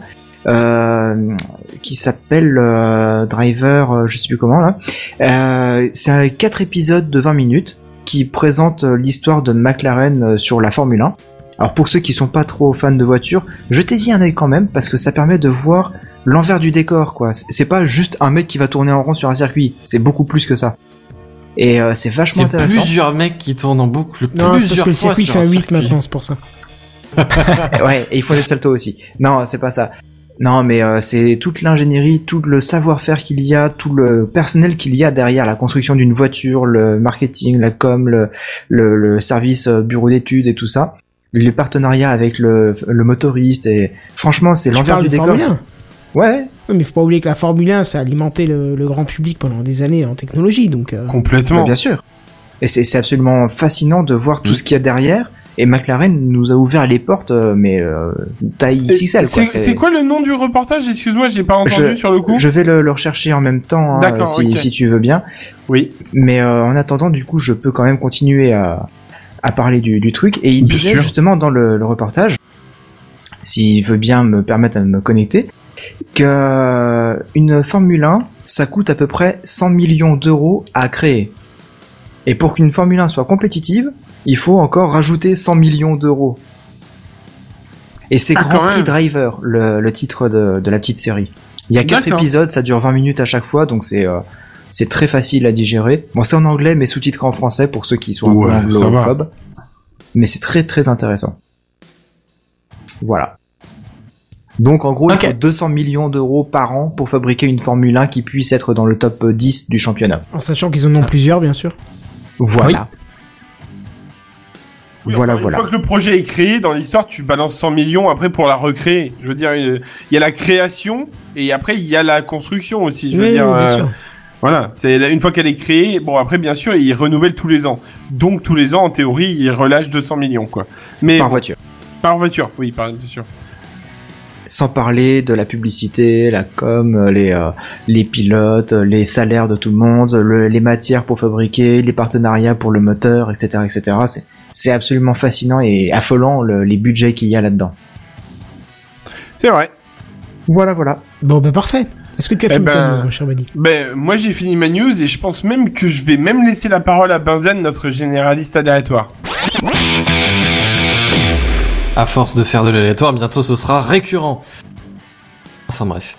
G: euh, qui s'appelle euh, Driver, euh, je sais plus comment là. Euh, c'est un- quatre épisodes de 20 minutes qui présentent euh, l'histoire de McLaren euh, sur la Formule 1. Alors pour ceux qui sont pas trop fans de voitures, jetez-y un œil quand même parce que ça permet de voir l'envers du décor quoi. C'est- C'est pas juste un mec qui va tourner en rond sur un circuit, c'est beaucoup plus que ça. Et euh, c'est vachement
D: C'est
G: intéressant.
D: plusieurs mecs qui tournent en boucle
A: Non, c'est parce
D: plusieurs
A: que le
D: fois
A: circuit
D: sur
A: fait
D: un
A: un 8
D: circuit.
A: maintenant, c'est pour ça.
G: Eh ouais, et ils font des saltos aussi. Non, c'est pas ça. Non, mais euh, c'est toute l'ingénierie, tout le savoir-faire qu'il y a, tout le personnel qu'il y a derrière la construction d'une voiture, le marketing, la com, le, le, le service euh, bureau d'études et tout ça. Les partenariats avec le, le motoriste et franchement, c'est
A: Tu
G: l'envers
A: parles
G: du
A: de
G: décor.
A: Formule 1
G: Ouais,
A: Oui, mais faut pas oublier que la Formule 1, ça a alimenté le, le grand public pendant des années en technologie, donc. euh,
G: bah,
F: Complètement.
G: bien sûr. Et c'est c'est absolument fascinant de voir tout ce qu'il y a derrière. Et McLaren nous a ouvert les portes, euh, mais euh, taille
F: Et
G: XXL.
F: c'est c'est quoi le nom du reportage Excuse-moi, j'ai pas entendu
G: Je-
F: sur le coup.
G: Je vais le, le rechercher en même temps, hein,
F: D'accord,
G: si,
F: ok.
G: si tu veux bien.
F: Oui.
G: Mais euh, en attendant, du coup, je peux quand même continuer à, à parler du, du truc. Et il
F: Bien
G: disait
F: sûr.
G: justement dans le, le reportage, s'il veut bien me permettre de me connecter, que euh, une Formule 1, ça coûte à peu près 100 millions d'euros à créer. Et pour qu'une Formule 1 soit compétitive, il faut encore rajouter 100 millions d'euros. Et c'est
F: Ah,
G: Grand
F: quand
G: Prix
F: même.
G: Driver, le, le titre de, de la petite série. Il y a quatre
F: D'accord.
G: épisodes, ça dure 20 minutes à chaque fois, donc c'est euh, c'est très facile à digérer. Bon, c'est en anglais, mais sous-titré en français pour ceux qui sont un peu
F: Ouais, ça va.
G: anglophobes. Mais c'est très très intéressant. Voilà. Donc en gros,
C: Ok.
G: il faut 200 millions d'euros par an pour fabriquer une Formule 1 qui puisse être dans le top 10 du championnat.
A: En sachant qu'ils en ont plusieurs, bien sûr.
G: Voilà.
F: Oui,
G: voilà,
F: enfin,
G: voilà.
F: Une fois que le projet est créé dans l'histoire, tu balances 100 millions après pour la recréer. Je veux dire, euh, il y a la création et après il y a la construction aussi. Je veux
A: Oui,
F: dire,
A: oui, bien
F: euh,
A: sûr.
F: Voilà, c'est là, une fois qu'elle est créée, bon après bien sûr ils renouvellent tous les ans. Donc tous les ans en théorie ils relâchent 200 millions quoi. Mais
G: par
F: bon,
G: voiture.
F: par voiture, oui par bien sûr.
G: Sans parler de la publicité, la com, les, euh, les pilotes, les salaires de tout le monde, le- les matières pour fabriquer, les partenariats pour le moteur, etc. etc. C'est- C'est absolument fascinant et affolant le- les budgets qu'il y a là-dedans.
F: C'est vrai.
G: Voilà, voilà.
A: Bon, bah parfait. Est-ce que tu as
F: Eh
A: fini ta
F: ben-
A: news, mon cher Benny
F: Ben moi j'ai fini ma news et je pense même que je vais même laisser la parole à Benzen, notre généraliste aléatoire.
D: À force de faire de l'aléatoire, bientôt ce sera récurrent. Enfin bref.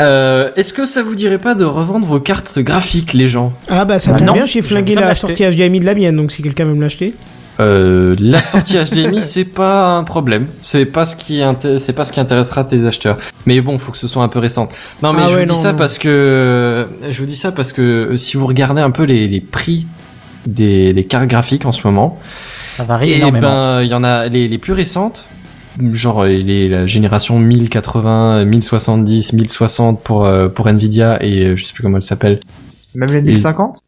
D: Euh, Est-ce que ça vous dirait pas de revendre vos cartes graphiques, les gens
A: Ah bah ça
G: Ah,
A: tombe
C: non,
A: bien, j'ai
C: je
A: flingué
C: viens de
A: la
C: l'acheter.
A: sortie HDMI de la mienne, donc si quelqu'un veut me l'acheter.
D: Euh, la sortie HDMI, c'est pas un problème. C'est pas ce qui inté- c'est pas ce qui intéressera tes acheteurs. Mais bon, faut que ce soit un peu récente. Non, mais
A: Ah
D: je
A: ouais,
D: vous dis
A: non,
D: ça
A: non.
D: parce que je vous dis ça parce que si vous regardez un peu les, les prix des, des cartes graphiques en ce moment,
C: Ça varie
D: et
C: énormément.
D: ben il y en a les, les plus récentes, genre les, les- la génération 1080, 1070, 1060 pour euh, pour Nvidia et euh, je sais plus comment elle s'appelle.
G: Même les 1050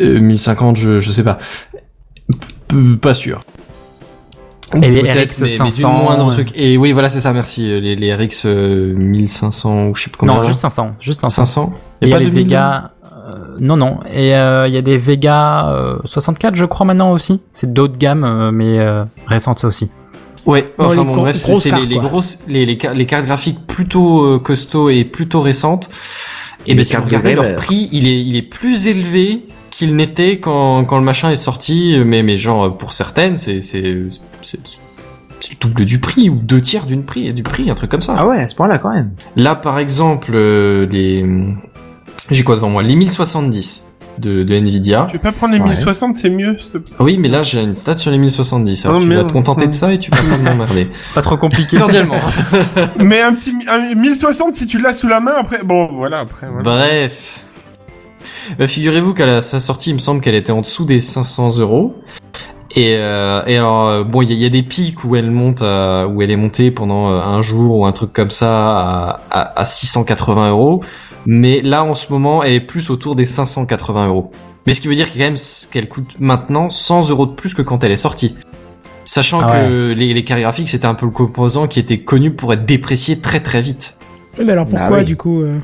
D: Euh, 1050, je, je sais pas. P- pas sûr.
C: Et les
D: Peut-être,
C: RX
D: mais- mais d'une
C: 500,
D: moindre
C: euh.
D: truc. Et oui, voilà, c'est ça, merci. Euh, Les, les RX euh, 1500 ou je sais pas combien.
C: non,
D: là.
C: juste 500. Juste 500.
D: 500.
C: Et il y a
D: pas
C: les
D: 2000,
C: Vega. euh, non, non. Et euh, il y a des Vega euh, 64, je crois, maintenant aussi. C'est d'autres gammes, euh, mais euh, récentes aussi.
D: Ouais,
A: Bon,
D: enfin
A: les
D: bon,
A: gros-
D: bref, c'est
A: grosses
D: c'est
A: cartes,
D: les, les
A: quoi.
D: grosses, les, les, car- les cartes graphiques plutôt euh, costauds et plutôt récentes. Et
G: Les
D: ben si vous
G: cartes de
D: regardez leur
G: gamer.
D: prix, il est, il est plus élevé qu'il n'était quand, quand le machin est sorti. Mais, mais genre, pour certaines, c'est, c'est, c'est, c'est le double du prix ou deux tiers d'une prix, du prix, un truc comme ça.
G: Ah ouais, à ce point-là quand même.
D: Là, par exemple, euh, les, j'ai quoi devant moi? Les 1070 de, de Nvidia.
F: Tu veux pas prendre les
G: Ouais.
F: 1060, c'est mieux. s'il te plaît.
D: Ah Oui, mais là, j'ai une stat sur les 1070. Alors,
F: Oh,
D: tu vas
F: merde.
D: te contenter de ça et tu vas pas m'emmerder.
C: Pas trop compliqué.
D: Cordialement.
F: Mais un petit un 1060 si tu l'as sous la main après. Bon voilà après. Voilà.
D: Bref. Euh, Figurez-vous qu'à la- sa sortie, il me semble qu'elle était en dessous des 500 euros. Et, euh, et alors, euh, bon, il y, a- il y a des pics où elle monte, à- où elle est montée pendant euh, un jour ou un truc comme ça à, à, à 680 euros. Mais là, en ce moment, elle est plus autour des 580 euros. Mais ce qui veut dire qu'il y a quand même s- qu'elle coûte maintenant 100 euros de plus que quand elle est sortie. Sachant
C: Ah ouais.
D: que les, les cartes graphiques, c'était un peu le composant qui était connu pour être déprécié très très vite.
A: Oui, mais alors
G: Bah
A: pourquoi
G: oui.
A: du coup euh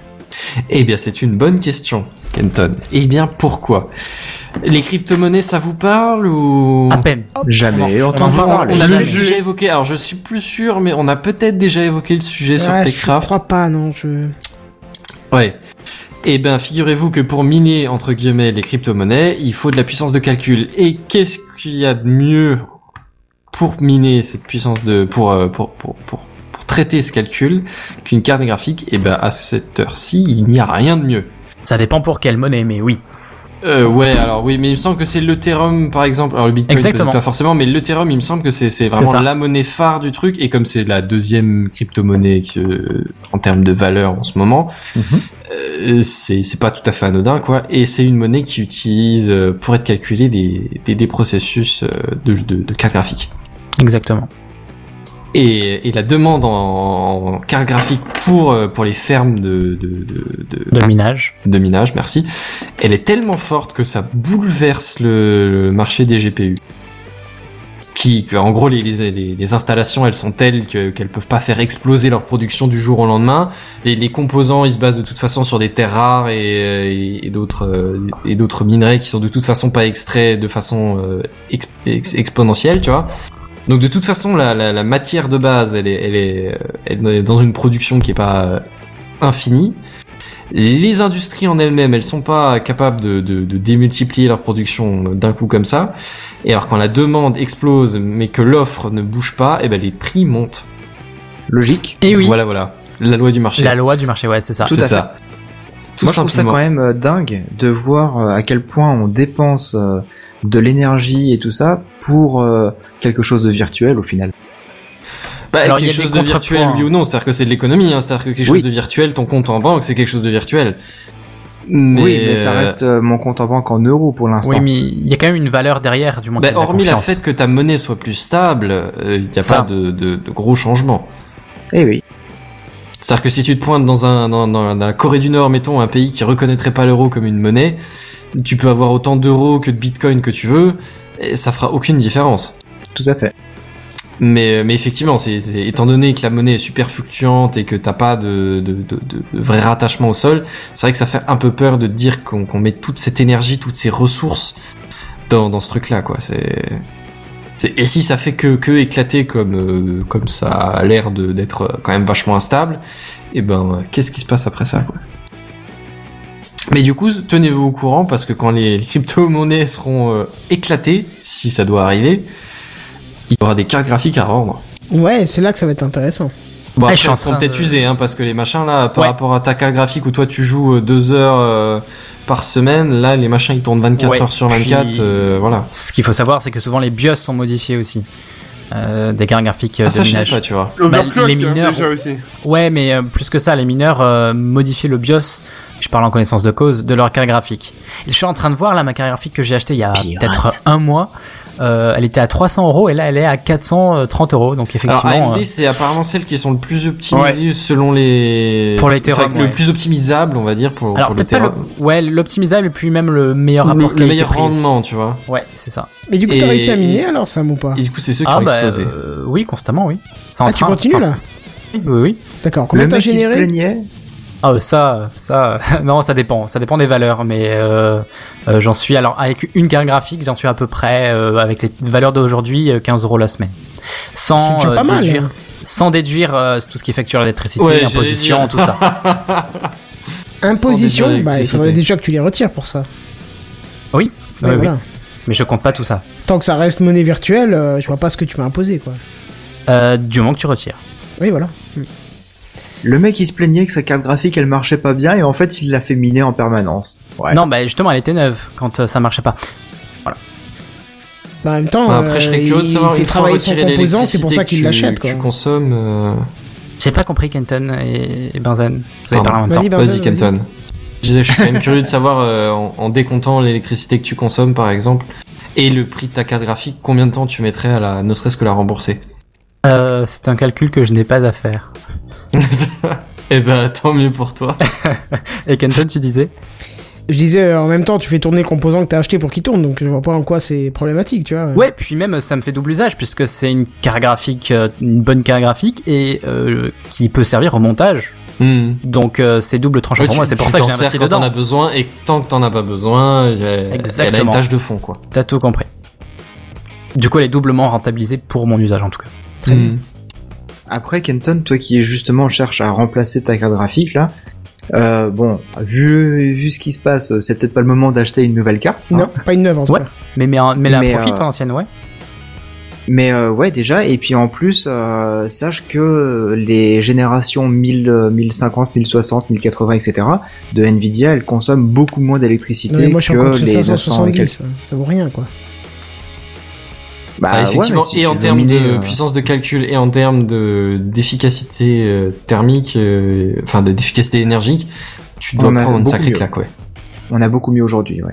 D: Eh bien, c'est une bonne question, Kenton. Eh bien, pourquoi Les crypto-monnaies, ça vous parle ou
C: À peine.
G: Jamais
C: non.
G: entendu
C: Ah, On va-
G: parler.
D: On a
C: Je-
D: déjà évoqué. Alors, je suis plus sûr, mais on a peut-être déjà évoqué le sujet sur
A: Ah, Je
D: Techcraft.
A: crois pas, non. Je...
D: Ouais. Eh ben, figurez-vous que pour miner, entre guillemets, les crypto-monnaies, il faut de la puissance de calcul. Et qu'est-ce qu'il y a de mieux pour miner cette puissance de, pour, euh, pour, pour, pour, pour traiter ce calcul qu'une carte graphique? Eh ben, à cette heure-ci, il n'y a rien de mieux.
C: Ça dépend pour quelle monnaie, mais oui.
D: Euh, ouais, alors oui, mais il me semble que c'est l'Ethereum par exemple. Alors le Bitcoin, peut-être
C: Exactement.
D: pas forcément, mais l'Ethereum, il me semble que c'est c'est
C: C'est
D: vraiment
C: ça.
D: la monnaie phare du truc. Et comme c'est la deuxième crypto-monnaie qui, euh, en termes de valeur en ce moment,
G: Mhm.
D: euh, c'est c'est pas tout à fait anodin quoi. Et c'est une monnaie qui utilise euh, pour être calculée des, des, des processus euh, de, de, de cartes graphiques.
C: Exactement.
D: Et, et la demande en, en cartes graphiques pour, euh, pour les fermes de, de, de, de,
C: De minage.
D: de minage, merci. Elle est tellement forte que ça bouleverse le, le marché des GPU. Qui, que, en gros, les, les, les- les installations, elles sont telles que- qu'elles peuvent pas faire exploser leur production du jour au lendemain. Les, les composants, ils se basent de toute façon sur des terres rares et, et, et d'autres euh, et d'autres minerais qui sont de toute façon pas extraits de façon euh, exp- ex- exponentielle, tu vois. Donc de toute façon, la, la, la matière de base, elle est, elle est, euh, elle est dans une production qui est pas euh, infinie. Les industries en elles-mêmes, elles sont pas capables de, de, de démultiplier leur production d'un coup comme ça. Et alors quand la demande explose, mais que l'offre ne bouge pas, eh ben les prix montent.
G: Logique.
C: Et Eh oui.
D: Voilà, voilà. La loi du marché.
C: La loi du marché, ouais, c'est ça.
G: Tout
D: c'est
G: à fait.
D: ça. Tout
G: Moi, je trouve ça
D: simplement.
G: quand même euh, dingue de voir euh, à quel point on dépense euh, de l'énergie et tout ça pour euh, quelque chose de virtuel au final.
D: Bah,
C: Alors, il y
D: quelque
C: a des
D: chose de virtuel,
C: contrepoints.
D: oui ou non, c'est-à-dire que c'est de l'économie, hein, c'est-à-dire que quelque
G: Oui.
D: chose de virtuel, ton compte en banque, c'est quelque chose de virtuel. Mais,
G: Oui, mais ça reste euh, mon compte en banque en euros pour l'instant.
C: Oui, mais il y a quand même une valeur derrière du montant.
D: Bah,
C: de
D: hormis la
C: confiance.
D: fait que ta monnaie soit plus stable, euh, il n'y a
C: Ça.
D: pas de, de, de gros changements.
G: Eh oui.
D: C'est-à-dire que si tu te pointes dans, un, dans, dans- dans la Corée du Nord, mettons, un pays qui reconnaîtrait pas l'euro comme une monnaie, tu peux avoir autant d'euros que de bitcoin que tu veux, et ça fera aucune différence.
G: Tout à fait.
D: Mais, mais effectivement, c'est c'est- étant donné que la monnaie est super fluctuante et que t'as pas de, de, de, de- de vrai rattachement au sol, c'est vrai que ça fait un peu peur de te dire qu'on qu'on met toute cette énergie, toutes ces ressources dans, dans ce truc-là, quoi. C'est c'est- et si ça fait que, que éclater comme, euh, comme ça a l'air de- d'être euh, quand même vachement instable, et ben euh, qu'est-ce qui se passe après ça, quoi mais du coup, tenez-vous au courant parce que quand les, les crypto-monnaies seront euh, éclatées, si ça doit arriver, il y aura des cartes graphiques à rendre.
A: Ouais, c'est là que ça va être intéressant.
D: Bon,
C: Ouais,
D: après,
C: je suis en
D: elles seront
C: train
D: peut-être
C: de-
D: usées, hein, parce que les machins là, par
C: Ouais.
D: rapport à ta carte graphique où toi tu joues euh, deux heures euh, par semaine, là les machins ils tournent 24
C: Ouais,
D: heures sur
C: puis-
D: 24, euh, voilà.
C: Ce qu'il faut savoir, c'est que souvent les BIOS sont modifiés aussi. Euh, des cartes graphiques euh,
D: Ah, ça
C: de
D: je sais
C: minage.
D: pas, tu vois.
C: Bah,
F: L'overclock,
C: les
F: hein,
C: mineurs-
F: déjà aussi.
C: Ouais, mais euh, plus que ça, les mineurs euh, modifient le BIOS, je parle en connaissance de cause, de leur carte graphique. Et je suis en train de voir là ma carte graphique que j'ai achetée il y a
G: Pirate.
C: peut-être un mois. Euh, elle était à 300 euros et là elle est à 430 euros. Donc
D: Alors
C: effectivement,
D: AMD
C: euh,
D: c'est apparemment celles qui sont le plus optimisées selon les...
C: Pour les
D: enfin,
C: Ethereum,
D: le
C: ouais.
D: plus optimisable on va dire pour,
C: alors
D: pour
C: peut-être pas le,
D: l'Ethereum.
C: ouais l'optimisable et puis même le meilleur
D: Le-
C: rapport
D: le
C: qualité-prix
D: meilleur
C: aussi.
D: rendement, tu vois.
C: Ouais, c'est ça.
A: Mais du coup, t'as
D: Et-
A: réussi à miner alors, Sam, ou pas
D: Et du coup c'est ceux qui
C: Ah
D: ont
C: bah
D: explosé.
C: euh, oui, constamment oui. C'est en
A: Ah, tu
C: train-
A: continues
C: enfin,
A: là
C: Oui, oui. oui.
A: D'accord. Combien
G: le
A: t'as
G: mec qui se
A: généré
G: plaignait,
C: Ah euh, ça, ça, non, ça dépend, ça dépend des valeurs, mais euh, euh, j'en suis alors avec une carte graphique, j'en suis à peu près euh, avec les valeurs d'aujourd'hui, euh, 15 euros la semaine,
A: C'est
C: sans euh,
A: déjà pas mal,
C: déduire,
A: hein.
C: sans déduire euh, tout ce qui est facture d'électricité,
D: Ouais, j'allais
C: imposition,
D: dire.
C: tout ça.
D: Sans
A: Imposition
D: déduire
A: Bah, il faudrait
D: l'électricité.
A: déjà que tu les retires pour ça.
C: Oui,
A: Ouais,
C: oui, oui.
A: voilà.
C: mais je compte pas tout ça.
A: Tant que ça reste monnaie virtuelle, euh, je vois pas ce que tu m'as imposé, quoi.
C: Euh, du moment que tu retires.
A: Oui, voilà.
G: le mec qui se plaignait que sa carte graphique elle marchait pas bien et en fait il l'a fait miner en permanence. Ouais.
C: Non, bah justement, elle était neuve quand euh, ça marchait pas.
A: Bah, en même temps,
D: Bah, après je serais
A: euh,
D: curieux de
A: il
D: savoir
A: fait
D: une fois
A: travailler son
D: retiré
A: composant, c'est pour
D: l'électricité
A: ça
D: que
A: qu'il
D: tu-
A: l'achète,
D: que
A: quoi.
D: tu consommes... euh,
C: J'ai pas compris Kenton et, et Benzen. Vous avez
D: Pardon.
C: parlé en même temps.
A: Vas-y, Benzen,
D: Vas-y, Kenton. Je disais, je suis quand même curieux de savoir, euh, en, en décomptant l'électricité que tu consommes, par exemple, et le prix de ta carte graphique, combien de temps tu mettrais à la, ne serait-ce que la rembourser
C: Euh, c'est un calcul que je n'ai pas à faire.
D: Eh ben, tant mieux pour toi.
C: Et Kenton, tu disais
A: Je disais, euh, en même temps, tu fais tourner le composant que t'as acheté pour qu'il tourne, donc je vois pas en quoi c'est problématique, tu vois.
C: Ouais, puis même ça me fait double usage puisque c'est une carte graphique, euh, une bonne carte graphique et euh, qui peut servir au montage.
D: Hmm.
C: Donc euh, c'est double tranchant
D: Ouais,
C: pour
D: tu-
C: moi. C'est pour
D: tu
C: ça que
D: t'en
C: j'ai investi
D: sers quand t'en as
C: dedans.
D: besoin, et tant que t'en as pas besoin, elle- elle a une
C: Exactement. Ah
D: tâche de fond, quoi.
C: T'as tout compris. Du coup, elle est doublement rentabilisée pour mon usage en tout cas.
A: Mm.
D: Hmm.
G: Après, Kenton, toi qui justement cherche à remplacer ta carte graphique là, euh, bon, vu, vu ce qui se passe, euh, c'est peut-être pas le moment d'acheter une nouvelle carte.
D: Hmm.
G: hein.
A: Non, pas une neuve en tout
C: Ouais.
A: cas.
C: Mais mais, mais la
G: Mais,
C: profite
G: euh,
C: toi, l'ancienne, hein, ouais.
G: Mais euh, ouais, déjà, et puis en plus, euh, sache que les générations 1000, euh, 1050, 1060, 1080, etc. de Nvidia, elles consomment beaucoup moins
A: Non, mais
G: d'électricité
A: moi je suis encore sur
G: que les 900 et quelques.
A: 570, ça vaut rien, quoi.
G: Bah,
D: Ah,
G: ouais,
D: effectivement,
G: mais si
D: et
G: tu
D: en
G: veux
D: termes
G: miner,
D: de
G: euh,
D: puissance de calcul, et en termes de d'efficacité euh, thermique, euh, enfin de- d'efficacité énergique, tu dois
G: On a
D: prendre une
G: beaucoup
D: sacrée
G: mieux.
D: claque, ouais.
G: on a beaucoup mieux aujourd'hui, ouais.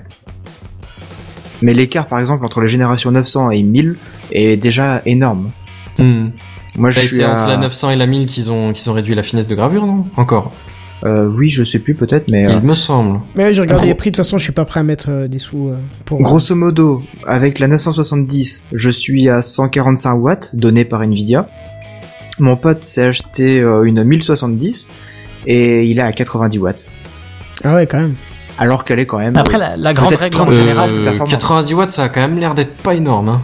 G: Mais l'écart, par exemple, entre les générations 900 et 1000 est déjà énorme.
D: Hmm.
G: Moi, je
D: Bah,
G: suis
D: c'est
G: à...
D: entre la 900 et la 1000 qu'ils ont, qu'ils ont réduit la finesse de gravure, non Encore.
G: Euh, oui, je sais plus peut-être, mais euh,
D: Il me semble.
A: Mais j'ai regardé
D: Gros-
A: les prix, de toute façon, je suis pas prêt à mettre euh, des sous euh, pour.
G: grosso modo, avec la 970, je suis à 145 watts donnée par Nvidia. Mon pote s'est acheté euh, une 1070 et il est à 90 watts,
A: Ah ouais, quand même.
G: alors qu'elle est quand même.
C: Après
G: euh,
C: la, la grande
G: peut-être
C: règle
G: 30
C: en
G: euros.
C: général.
G: général, la performance.
D: 90 watts, ça a quand même l'air d'être pas énorme. hein.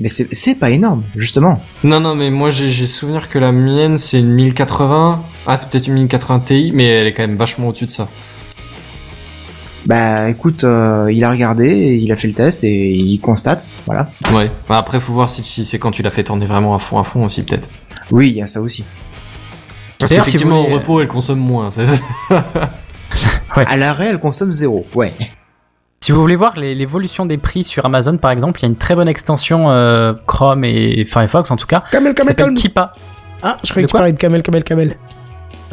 G: Mais c'est c'est pas énorme, justement.
D: Non, non, mais moi j'ai j'ai souvenir que la mienne c'est une 1080. Ah, c'est peut-être une 1080 Ti, mais elle est quand même vachement au-dessus de ça.
G: Bah, écoute, euh, il a regardé, et il a fait le test et il constate, voilà.
D: Ouais. Bah, après, faut voir si, si c'est quand tu l'as fait tourner vraiment à fond, à fond aussi, peut-être.
G: Oui, il y a ça aussi.
D: Parce
C: D'ailleurs, si
D: qu'effectivement,
C: vous voulez-
D: au repos, elle consomme moins. c'est-
G: À l'arrêt, elle consomme zéro. Ouais.
C: Si vous voulez voir les- l'évolution des prix sur Amazon par exemple, il y a une très bonne extension euh, Chrome et Firefox en tout cas.
A: Camel,
C: qui
A: camel,
C: s'appelle
A: camel.
C: Kipa.
A: Ah, je croyais
C: De
A: que tu
C: quoi
A: parlais de camel, camel, camel.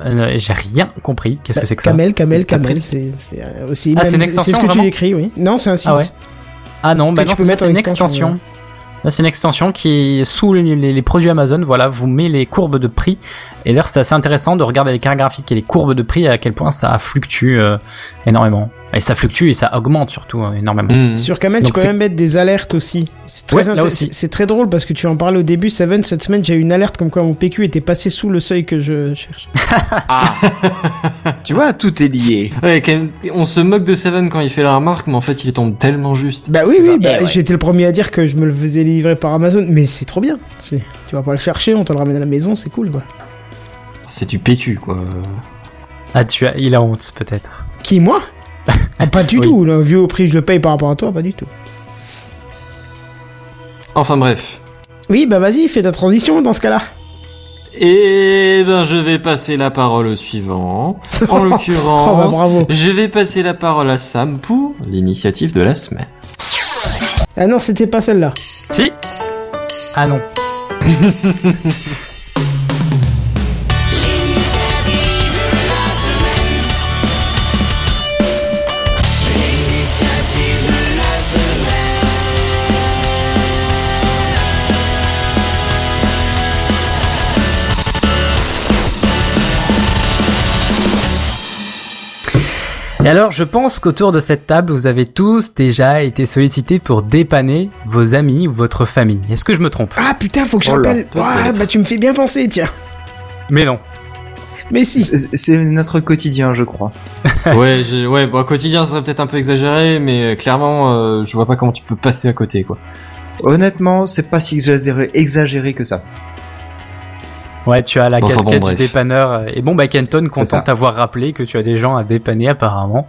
C: Euh, J'ai rien compris. Qu'est-ce
A: Bah,
C: que c'est que ça
A: Camel, camel,
D: T'as
A: camel,
D: pris-
A: c'est c'est, euh, aussi.
C: Ah,
A: même-
C: c'est une
A: C'est ce
C: extension,
A: que tu
C: vraiment
A: décris, oui. Non, c'est un site.
C: Ah ouais. Ah non, bah
A: tu
C: non,
A: peux
C: c'est
A: mettre
C: c'est
A: en
C: une
A: extension,
C: extension. Là, c'est une extension qui, sous les, les- les produits Amazon, voilà, vous met les courbes de prix. Et d'ailleurs, c'est assez intéressant de regarder les cartes graphiques et les courbes de prix à quel point ça fluctue euh, énormément. Et ça fluctue et ça augmente surtout euh, énormément.
G: Hmm.
D: Mmh.
A: Sur Kamel, tu
C: Donc
A: peux
C: c'est-
A: même mettre des alertes aussi. C'est très,
C: Ouais, là
A: inté-
C: aussi.
A: c'est- c'est très drôle parce que tu en parlais au début, Seven. Cette semaine, j'ai eu une alerte comme quoi mon PQ était passé sous le seuil que je cherche.
G: Ah Tu vois, tout est lié.
D: Ouais, quand même, on se moque de Seven quand il fait la remarque, mais en fait, il tombe tellement juste.
A: Bah oui, oui, bah,
G: Eh ouais.
A: j'étais le premier à dire que je me le faisais livrer par Amazon, mais c'est trop bien. Tu tu vas pas le chercher, on te le ramène à la maison, c'est cool quoi.
D: C'est du PQ, quoi.
C: Ah, tu as, il a honte peut-être.
A: Qui, moi Ah, Pas du
C: Oui.
A: tout, là, vu au prix que je le paye par rapport à toi, pas du tout.
D: Enfin bref.
A: Oui, bah vas-y, fais ta transition dans ce cas-là.
D: Et ben, je vais passer la parole au suivant. En
A: Oh bah
D: l'occurrence,
A: bravo.
D: je vais passer la parole à Sam pour l'initiative de la semaine.
A: Ah non, c'était pas celle-là.
C: Si Ah non. Et alors, je pense qu'autour de cette table, vous avez tous déjà été sollicités pour dépanner vos amis ou votre famille. Est-ce que je me trompe
A: Ah putain, faut que je
G: Oh là,
A: rappelle. Ah,
D: peut-être.
A: bah tu me fais bien penser, tiens.
C: Mais non.
A: Mais si.
G: C'est c'est notre quotidien, je crois.
D: ouais, j'ai- ouais, bon, quotidien, ça serait peut-être un peu exagéré, mais euh, clairement, euh, je vois pas comment tu peux passer à côté, quoi.
G: Honnêtement, c'est pas si exagéré, exagéré que ça.
C: Ouais, tu as la
D: Bon, enfin,
C: casquette
D: bon,
C: du
D: bref.
C: dépanneur. Et bon, bah, Kenton,
G: ça.
C: content d'avoir rappelé que tu as des gens à dépanner apparemment.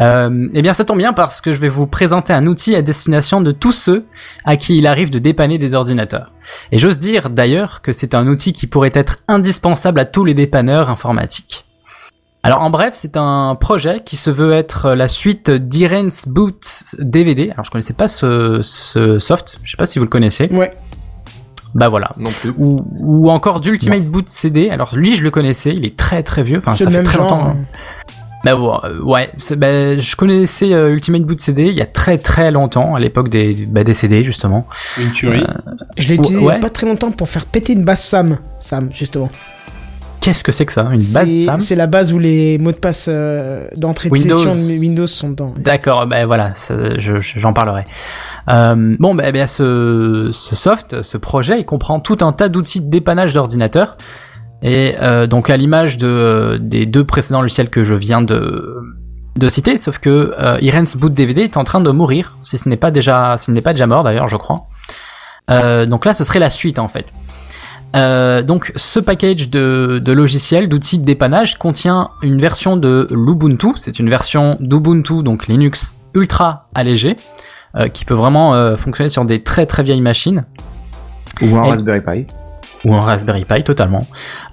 C: Euh, eh bien, ça tombe bien parce que je vais vous présenter un outil à destination de tous ceux à qui il arrive de dépanner des ordinateurs. Et j'ose dire d'ailleurs que c'est un outil qui pourrait être indispensable à tous les dépanneurs informatiques. Alors en bref, c'est un projet qui se veut être la suite d'Iren's Boots DVD. Alors je connaissais pas ce, ce soft, je sais pas si vous le connaissez.
A: Ouais.
C: Bah voilà,
D: Non plus.
C: ou, ou encore d'Ultimate Boot CD. Alors lui, je le connaissais, il est très très vieux, enfin
A: C'est
C: ça
A: le
C: fait
A: même
C: très
A: genre,
C: longtemps.
A: hein.
C: Bah bon, euh, ouais, c'est- bah, je connaissais euh, Ultimate Boot CD il y a très très longtemps, à l'époque des, des- bah, des CD justement.
F: Une tuerie.
A: Je l'ai utilisé il y a
C: Ouais.
A: pas très longtemps pour faire péter une base Sam. Sam, justement.
C: Qu'est-ce que c'est que ça Une base
A: C'est-
C: Sam
A: C'est la base où les mots de passe euh, d'entrée de
C: Windows.
A: session de Windows sont dedans.
C: D'accord, ben voilà, ça, je- je- j'en parlerai. Euh, bon, ben, ben, ce, ce soft, ce projet, il comprend tout un tas d'outils de dépannage d'ordinateurs. Et euh, donc à l'image de, des deux précédents logiciels que je viens de, de citer, sauf que euh, Iren's Boot DVD est en train de mourir, si ce n'est pas déjà, s'il n'est pas déjà mort d'ailleurs, je crois. Euh, donc là, ce serait la suite en fait. Euh, donc ce package de, de logiciels, d'outils de dépannage contient une version de l'Ubuntu, c'est une version d'Ubuntu, donc Linux ultra allégée, euh, qui peut vraiment euh, fonctionner sur des très très vieilles machines
G: Ou un
A: Eh.
C: Et-
G: Raspberry Pi.
C: ou un Raspberry Pi totalement.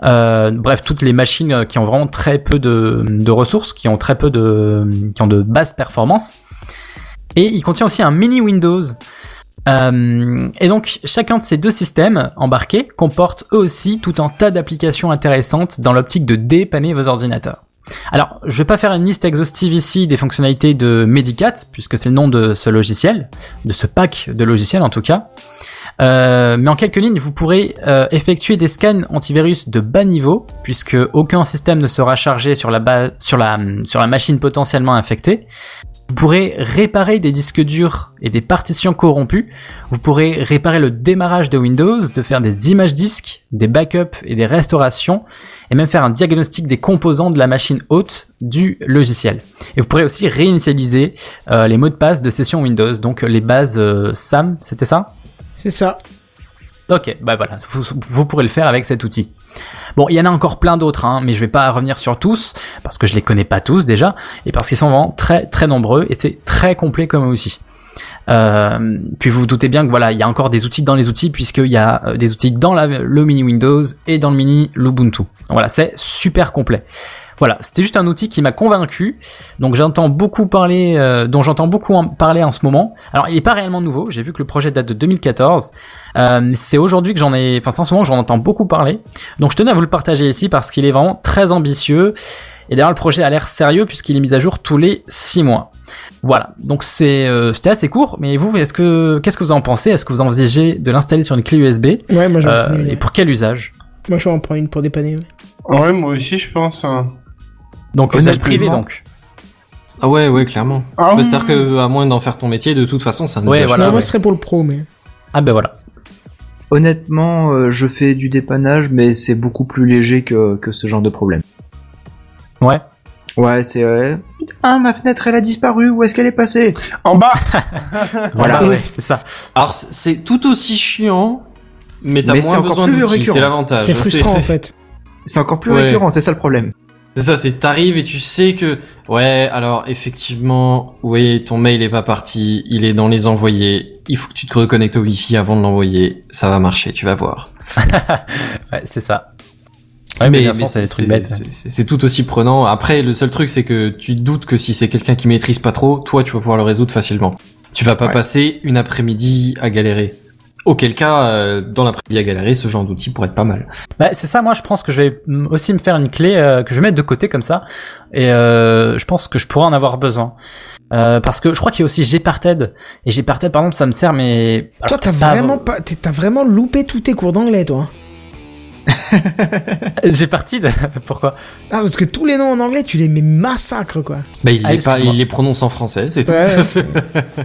C: Euh, bref, toutes les machines euh, qui ont vraiment très peu de, de ressources, qui ont très peu de, qui ont de basses performances. Et il contient aussi un mini Windows. Euh, et donc chacun de ces deux systèmes embarqués comporte eux aussi tout un tas d'applications intéressantes dans l'optique de dépanner vos ordinateurs. Alors, je vais pas faire une liste exhaustive ici des fonctionnalités de Medicat, puisque c'est le nom de ce logiciel, de ce pack de logiciels en tout cas. Euh, mais en quelques lignes, vous pourrez euh, effectuer des scans antivirus de bas niveau, puisque aucun système ne sera chargé sur la, base, sur la, sur la machine potentiellement infectée. Vous pourrez réparer des disques durs et des partitions corrompues. Vous pourrez réparer le démarrage de Windows, de faire des images disques, des backups et des restaurations, et même faire un diagnostic des composants de la machine hôte du logiciel. Et vous pourrez aussi réinitialiser euh, les mots de passe de session Windows, donc les bases euh, SAM, c'était ça
A: C'est ça.
C: Ok, bah voilà, vous, vous pourrez le faire avec cet outil. Bon, il y en a encore plein d'autres, hein, mais je vais pas revenir sur tous, parce que je les connais pas tous déjà, et parce qu'ils sont vraiment très très nombreux, et c'est très complet comme outil. Euh, puis vous vous doutez bien que voilà, il y a encore des outils dans les outils, puisqu'il y a euh, des outils dans la- le mini Windows et dans le mini Ubuntu. Donc Voilà, c'est super complet. Voilà, c'était juste un outil qui m'a convaincu. Donc j'entends beaucoup parler, euh, dont j'entends beaucoup en parler en ce moment. Alors il est pas réellement nouveau. J'ai vu que le projet date de 2014. Euh, c'est aujourd'hui que j'en ai, enfin c'est en ce moment que j'en entends beaucoup parler. Donc je tenais à vous le partager ici parce qu'il est vraiment très ambitieux. Et d'ailleurs le projet a l'air sérieux puisqu'il est mis à jour tous les six mois. Voilà. Donc c'est, euh, c'était assez court. Mais vous, est-ce que, qu'est-ce que vous en pensez Est-ce que vous envisagez de l'installer sur une clé USB
A: Ouais, moi j'en
C: Euh,
A: prends une.
C: Et pour quel usage
A: Moi j'en prends une pour dépanner. ouais.
F: Euh, Ouais, moi aussi, je pense. hein.
C: Donc
G: Honnêtement.
C: usage privé donc.
D: Ah ouais, ouais, clairement.
F: Ah,
D: Bah, C'est-à-dire que, à moins d'en faire ton métier, de toute façon, ça ne
C: Ouais,
D: gâche
C: voilà,
A: Non, moi
C: ouais.
A: ce serait pour le pro, mais.
C: Ah ben voilà.
G: Honnêtement, euh, je fais du dépannage, mais c'est beaucoup plus léger que, que ce genre de problème.
C: Ouais.
G: Ouais, c'est... euh, Ah, ma fenêtre, elle a disparu, où est-ce qu'elle est passée
F: En bas
G: Voilà.
C: Ah ouais, c'est ça.
D: Alors c'est- c'est tout aussi chiant, mais t'as
G: Mais c'est
D: moins
G: encore
D: besoin
G: plus
D: d'outils,
G: récurrent.
D: c'est l'avantage.
A: C'est frustrant en fait.
G: C'est encore plus
D: Ouais.
G: récurrent, c'est ça le problème.
D: C'est ça, c'est t'arrives et tu sais que ouais, alors effectivement, oui, ton mail est pas parti, il est dans les envoyés. Il faut que tu te reconnectes au wifi avant de l'envoyer, ça va marcher, tu vas voir.
C: Ouais, c'est ça. Ouais, mais, bien sûr, c'est des trucs bêtes. ouais.
D: c'est- c'est- c'est tout aussi prenant. Après, le seul truc, c'est que tu te doutes que si c'est quelqu'un qui maîtrise pas trop, toi, tu vas pouvoir le résoudre facilement. Tu vas pas
G: Ouais.
D: passer une après-midi à galérer. Auquel cas, euh, dans l'après-midi à galérer, ce genre d'outil pourrait être pas mal.
C: Bah, c'est ça, moi je pense que je vais mm, aussi me faire une clé euh, que je vais mettre de côté comme ça. Et euh, je pense que je pourrais en avoir besoin. Euh, parce que je crois qu'il y a aussi Gparted. Et Gparted, par exemple, ça me sert, mais...
A: Ah,
C: Ah,
A: Toi,
C: Alors,
A: t'as vraiment pas, t'es- t'as vraiment loupé tous tes cours d'anglais, toi.
C: Gparted Pourquoi
A: Ah, parce que tous les noms en anglais, tu les mets massacre, quoi.
D: Bah, il,
C: Ah,
D: les pas,
C: excuse-moi.
D: il les prononce en français, c'est tout.
A: Ouais, ouais.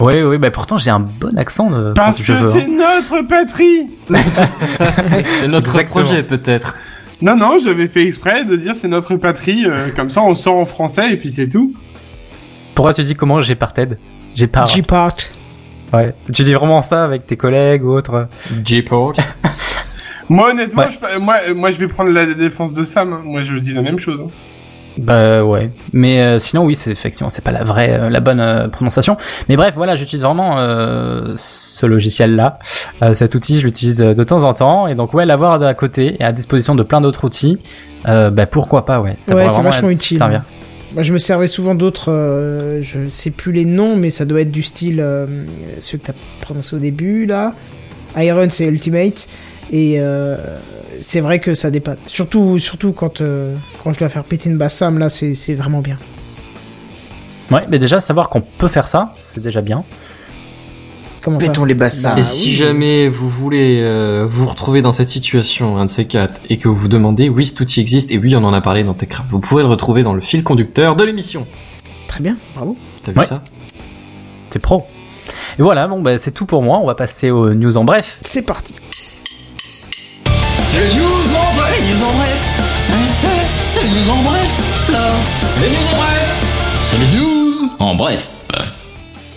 C: Oui, oui, bah pourtant j'ai un bon accent euh,
F: Parce
C: quand je
F: que
C: veux.
F: c'est
C: hein.
F: notre patrie
D: c'est c'est notre
C: Exactement.
D: projet, peut-être.
F: Non, non, j'avais fait exprès de dire c'est notre patrie, euh, comme ça on sort en français et puis c'est tout.
C: Pourquoi tu dis comment Gparted Gpart.
A: G-Part.
C: Ouais. Tu dis vraiment ça avec tes collègues ou autres euh,
D: J-Port.
F: Moi, honnêtement,
C: Ouais.
F: je, euh, moi, euh, moi je vais prendre la défense de Sam. hein. Moi, je vous dis la même chose. hein.
C: Bah ouais. Mais euh, sinon oui, c'est effectivement c'est pas la vraie euh, la bonne euh, prononciation. Mais bref, voilà, j'utilise vraiment euh, ce logiciel là, cet outil, je l'utilise euh, de temps en temps et donc ouais, l'avoir à côté et à disposition de plein d'autres outils, euh, bah pourquoi pas ouais. Ça
A: Ouais,
C: pourrait
A: c'est
C: vraiment
A: vachement
C: être-
A: utile.
C: servir.
A: Moi, je me servais souvent d'autres, euh, je sais plus les noms, mais ça doit être du style euh, celui que t'as prononcé au début, là. Iron, c'est Ultimate. Et euh, c'est vrai que ça dépanne. Surtout, surtout quand, euh, quand je dois faire péter une bassam, là, c'est c'est vraiment bien.
C: Ouais, mais déjà savoir qu'on peut faire ça, c'est déjà bien.
A: Comment ça
G: Mettons les bassins.
A: Ah,
D: et
A: oui.
D: si jamais vous voulez euh, vous retrouver dans cette situation, un de ces quatre, et que vous vous demandez, oui, cet outil existe, et oui, on en a parlé dans Techcraft, vous pouvez le retrouver dans le fil conducteur de l'émission.
A: Très bien, bravo.
D: T'as vu
C: Ouais.
D: ça
C: C'est pro. Et voilà, bon bah c'est tout pour moi, on va passer aux news en bref.
A: C'est parti.
J: En bref.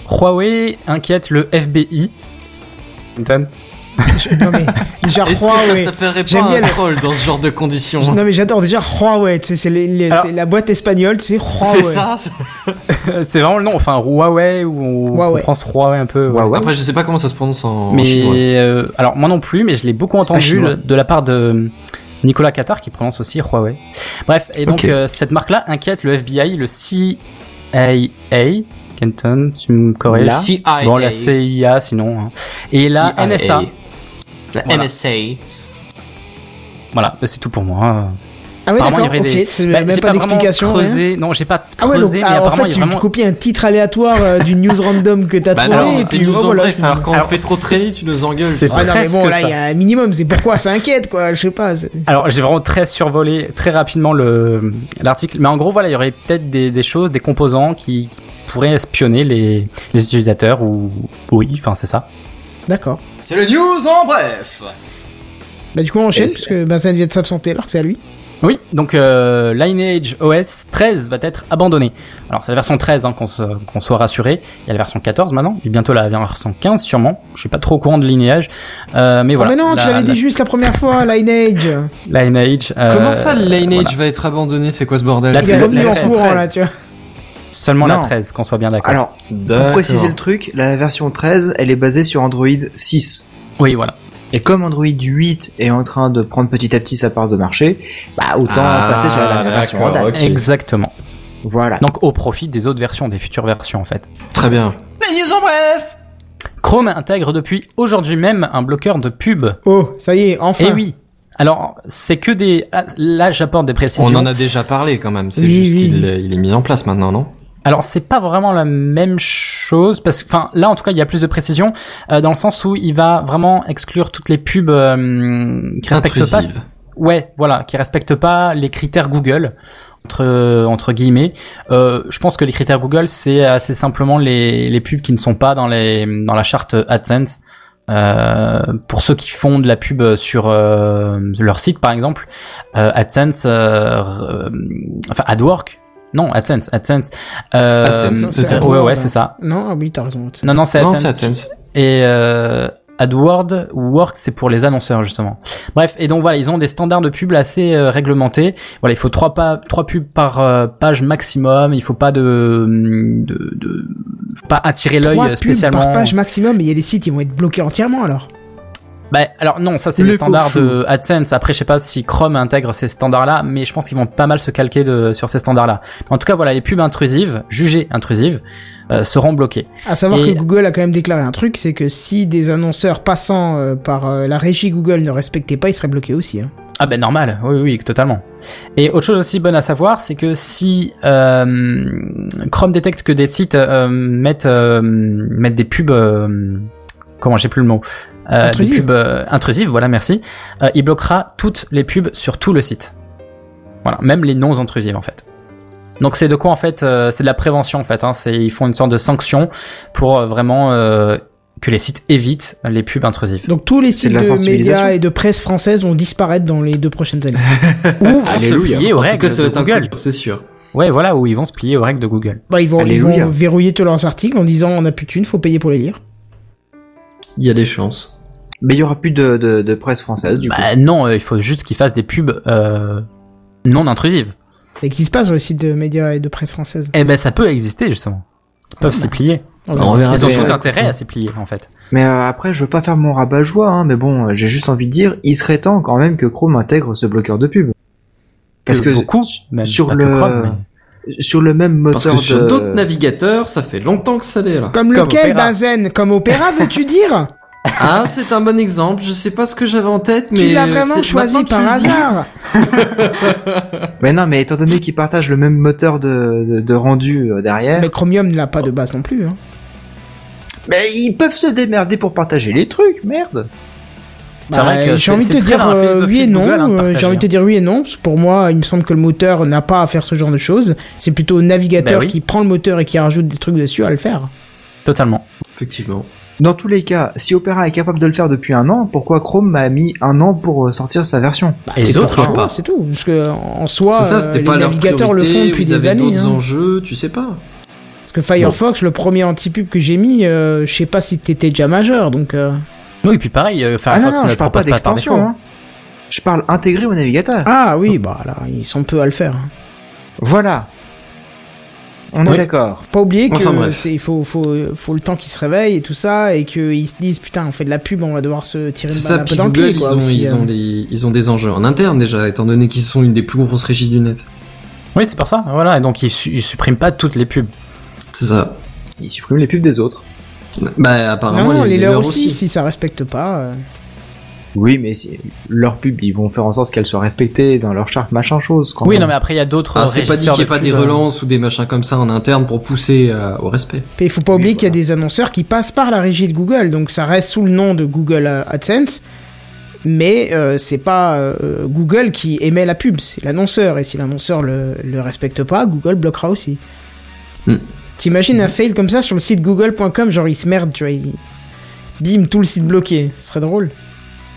C: Huawei inquiète le FBI. Clinton.
A: Non mais, déjà
C: Ah,
D: Est-ce que ça
A: Huawei.
D: s'appellerait
A: J'aime
D: pas
A: bien
D: un
A: le-
D: troll dans ce genre de conditions
A: Non mais j'adore déjà Huawei, tu sais, c'est les- les-
C: Alors-
A: c'est la boîte espagnole, c'est Huawei.
D: C'est ça c'est-
C: c'est vraiment le nom, enfin Huawei ou on
A: Huawei.
C: pense Huawei un peu. ouais.
G: Waouh.
D: Après, je sais pas comment ça se prononce en, en chinois.
C: Mais euh, alors moi non plus, mais je l'ai beaucoup
G: C'est pas
C: entendu
G: chinois.
C: le- de la part de Nicolas Qatar qui prononce aussi Huawei. Bref, et donc
G: Ok.
C: euh, cette marque-là inquiète le FBI, le CIA, Kenton, tu me corriges
D: Le
C: là.
G: ah,
D: CIA.
G: eh,
C: Bon, la CIA sinon. hein. Et la
D: CIA.
C: NSA.
D: La
G: eh,
C: Voilà.
D: NSA.
C: Voilà, bah, c'est tout pour moi. hein.
A: Ah ouais
C: Apparemment,
A: d'accord,
C: il y aurait
A: ok,
C: des-
A: c'est
C: Bah,
A: même
C: j'ai
A: pas,
C: vraiment
A: d'explication. hein. rien.
C: creusé. Non, j'ai pas
A: Ah ouais, donc,
C: creusé, mais
A: ah, en
C: apparemment
A: fait,
C: il y
A: tu
C: a vraiment.
A: copies un titre aléatoire euh, du news random que t'as
D: Bah
A: trouvé.
D: non,
A: et
D: c'est
A: puis,
D: nous
A: oh,
D: en
A: voilà,
D: bref.
A: je-
D: Alors quand
C: Alors,
D: on fait trop traîner, tu nous engueules.
C: c'est
A: Ah non, mais bon,
C: presque
A: là,
C: ça.
A: il y a un minimum, c'est pourquoi ça inquiète, quoi, je sais pas. c'est-
C: Alors j'ai vraiment très survolé très rapidement le l'article, mais en gros voilà, il y aurait peut-être des, des choses, des composants qui, qui pourraient espionner les, les utilisateurs ou oui, enfin c'est ça.
A: D'accord.
J: C'est le news en bref.
A: Bah, du coup, on enchaîne,
G: Est-ce-
A: parce que Benzen vient de s'absenter alors que c'est à lui.
C: Oui, donc euh, Lineage OS 13 va être abandonné. Alors c'est la version 13 hein, qu'on se- qu'on soit rassuré. Il y a la version 14 maintenant, et bientôt la version 15 sûrement. Je suis pas trop au courant de Lineage, euh, mais voilà.
A: oh, mais non, tu
C: La-
A: l'avais dit juste la première fois, Lineage.
C: la- Lineage. euh,
D: Comment ça, le
C: voilà.
D: lineage va être abandonné C'est quoi ce bordel
C: La
A: Il est
C: la-
A: revenu
G: la
A: en
G: version
A: courant,
G: 13.
A: là, tu vois.
C: Seulement la
G: Non.
C: 13, qu'on soit bien d'accord.
G: Alors, pour
D: D'accord.
G: préciser le truc, la version 13, elle est basée sur Android 6.
C: Oui, voilà.
G: Et comme Android 8 est en train de prendre petit à petit sa part de marché, bah autant
D: Ah,
G: passer sur la dernière version en
D: d'accord,
G: date.
D: ok.
C: Exactement.
G: Voilà.
C: Donc au profit des autres versions, des futures versions en fait.
D: Très bien.
J: Les news en bref
C: Chrome intègre depuis aujourd'hui même un bloqueur de pub.
A: Oh, ça y est, enfin.
C: Eh oui. Alors, c'est que des... ah, Là, j'apporte des précisions.
D: On en a déjà parlé quand même. C'est
A: Oui,
D: juste
A: oui.
D: qu'il est- il est mis en place maintenant, non
C: Alors c'est pas vraiment la même chose parce que enfin là en tout cas il y a plus de précision euh, dans le sens où il va vraiment exclure toutes les pubs euh, qui respectent
D: Intrusives.
C: pas ouais voilà qui respectent pas les critères Google entre entre guillemets euh, je pense que les critères Google c'est assez simplement les les pubs qui ne sont pas dans les dans la charte AdSense euh, pour ceux qui font de la pub sur euh, leur site par exemple euh, AdSense euh, euh, enfin AdWork non AdSense AdSense euh,
D: AdSense,
A: Non, c'est
C: ouais
A: AdWorld,
C: ouais
A: hein.
C: c'est ça
A: Non, ah oui, t'as raison.
C: non non c'est
D: Non,
C: AdSense,
D: c'est AdSense.
C: et euh, AdWords ou Work c'est pour les annonceurs justement bref et donc voilà ils ont des standards de pub assez euh, réglementés voilà il faut trois pas trois pubs par euh, page maximum il faut pas de de, de- faut pas attirer
A: Trois
C: l'œil
A: pubs
C: spécialement
A: par page maximum, mais il y a des sites, ils vont être bloqués entièrement alors.
C: Bah, alors non, ça c'est
G: Le
C: les standards
G: cochon.
C: de AdSense. Après, je sais pas si Chrome intègre ces standards-là, mais je pense qu'ils vont pas mal se calquer de, sur ces standards-là. En tout cas, voilà, les pubs intrusives, jugées intrusives, euh, seront bloquées.
A: À savoir
C: Et-
A: que Google a quand même déclaré un truc, c'est que si des annonceurs passant euh, par euh, la régie Google ne respectaient pas, ils seraient bloqués aussi. hein.
C: Ah ben normal, oui oui, totalement. Et autre chose aussi bonne à savoir, c'est que si euh, Chrome détecte que des sites euh, mettent euh, mettent des pubs, euh, comment j'ai plus le mot, euh, des
A: Intrusives.
C: pubs euh, intrusives, voilà merci, euh, il bloquera toutes les pubs sur tout le site. Voilà, même les non intrusives en fait. Donc c'est de quoi en fait, euh, c'est de la prévention en fait. Hein, c'est ils font une sorte de sanction pour euh, vraiment euh, que les sites évitent les pubs intrusives.
A: Donc tous les sites
G: C'est de
A: de,
G: la sensibilisation.
A: médias et de presse française vont disparaître dans les deux prochaines années.
C: Ou vont se
G: Alléluia.
C: plier aux
D: En tout
C: règles
D: cas, ça va
C: de
D: être un
C: Google.
D: coup dur, c'est sûr.
C: Ouais, voilà, où ils vont se plier aux règles de Google.
A: bah, ils vont, ils vont
G: Alléluia.
A: verrouiller tous leurs articles en disant on a plus de thunes, faut payer pour les lire.
D: Il y a des chances.
G: Mais il y aura plus de, de, de presse française du coup.
C: Bah non, euh, il faut juste qu'ils fassent des pubs euh, non intrusives.
A: Ça existe pas sur les sites de médias et de presse française.
C: Eh ben ça peut exister justement. Ils peuvent s'y plier.
D: On verra
C: Ils ont
G: mais,
C: tout
G: euh,
C: intérêt à s'y plier en fait.
G: Mais euh, après, je veux pas faire mon rabat-joie, hein, mais bon, euh, j'ai juste envie de dire, il serait temps quand même que Chrome intègre ce bloqueur de pub. Parce que,
C: beaucoup, même,
G: sur
C: pas que
G: le-
C: Chrome, mais-
G: sur le même moteur
D: Parce que sur
G: de...
D: d'autres navigateurs, ça fait longtemps que ça l'est là.
A: Comme,
C: Comme
A: lequel,
C: Opéra.
A: Benzen Comme Opéra, veux-tu dire
D: Ah, c'est un bon exemple. Je sais pas ce que j'avais en tête, mais
A: Tu l'as
D: c'est-
A: vraiment choisi
D: maintenant que tu
A: par
D: le dis-
A: hasard
G: Mais non, mais étant donné qu'ils partagent le même moteur de, de, de rendu euh, derrière,
A: Mais Chromium ne l'a pas de base non plus. Hein.
G: mais ils peuvent se démerder pour partager les trucs, merde
C: C'est vrai
A: Bah,
C: que
A: j'ai
C: c'est-
A: envie
C: c'est
A: de te
C: très
A: dire
C: dans la
A: euh,
C: philosophie
A: oui et
C: de
A: non.
C: Google, hein, de
A: euh,
C: partager,
A: j'ai envie de te dire oui et non. parce que Pour moi, il me semble que le moteur n'a pas à faire ce genre de choses. C'est plutôt le navigateur
C: Bah oui.
A: qui prend le moteur et qui rajoute des trucs dessus à le faire.
C: Totalement.
D: Effectivement.
G: Dans tous les cas, si Opera est capable de le faire depuis un an, pourquoi Chrome a mis un an pour euh, sortir sa version
C: Et les
A: C'est
C: autres,
A: leur
D: hein.
A: choix, C'est tout. Parce que en soi,
D: C'est ça,
A: euh,
D: c'était
A: les
D: pas leur
A: navigateurs le font
D: priorité,
A: depuis
D: ils
A: des
D: avaient
A: années.
D: d'autres
A: hein.
D: enjeux, tu sais pas.
A: Parce que Firefox, le premier anti-pub que j'ai mis, euh, je sais pas si t'étais déjà majeur. Donc euh,
C: Oui, et puis pareil, euh,
G: Ah non,
C: Firefox
G: non,
C: ne
G: je
C: le
G: parle pas
C: propose pas par défaut.
G: d'extension, hein. Je parle intégré au navigateur.
A: ah oui, bah là, ils sont peu à le faire. hein.
G: Voilà. On est d'accord.
A: Faut pas oublier que
D: Enfin, bref.
A: c'est- il faut, faut, faut le temps qu'ils se réveillent et tout ça, et qu'ils se disent putain, on fait de la pub, on va devoir se tirer
D: C'est
A: une
D: ça,
A: balle un peu
D: puis
A: dans le
D: Google,
A: pied.
D: ils
A: quoi,
D: ont,
A: aussi,
D: ils,
A: euh.
D: ont des, ils ont des enjeux en interne déjà, étant donné qu'ils sont une des plus grosses régies du net.
C: Oui, c'est pour ça. Voilà, et donc ils, su- ils suppriment pas toutes les pubs.
D: C'est ça.
G: Ils suppriment les pubs des autres.
D: Bah,
A: Non,
D: apparemment,
A: non,
D: il y a
A: les
D: des
A: leurs
D: leurs
A: aussi, si ça respecte pas. euh.
G: Oui, mais si- leurs pubs, ils vont faire en sorte qu'elles soient respectées dans leur charte, machin chose. Quand
C: Oui,
G: même.
C: non, mais après il y a d'autres.
D: Ah, c'est pas dit qu'il
C: régisseurs
D: n'y ait
C: de
D: pas des
C: pubs, euh,
D: relances ou des machins comme ça en interne pour pousser euh, au respect.
A: Et il faut pas oublier qu'il y a des annonceurs qui passent par la régie de Google, donc ça reste sous le nom de Google euh, AdSense, mais euh, c'est pas euh, Google qui émet la pub, c'est l'annonceur, et si l'annonceur le, le respecte pas, Google bloquera aussi.
D: Hmm.
A: T'imagines un fail comme ça sur le site google.com, genre il se merde, tu vois, il- bim, tout le site bloqué, ce serait drôle.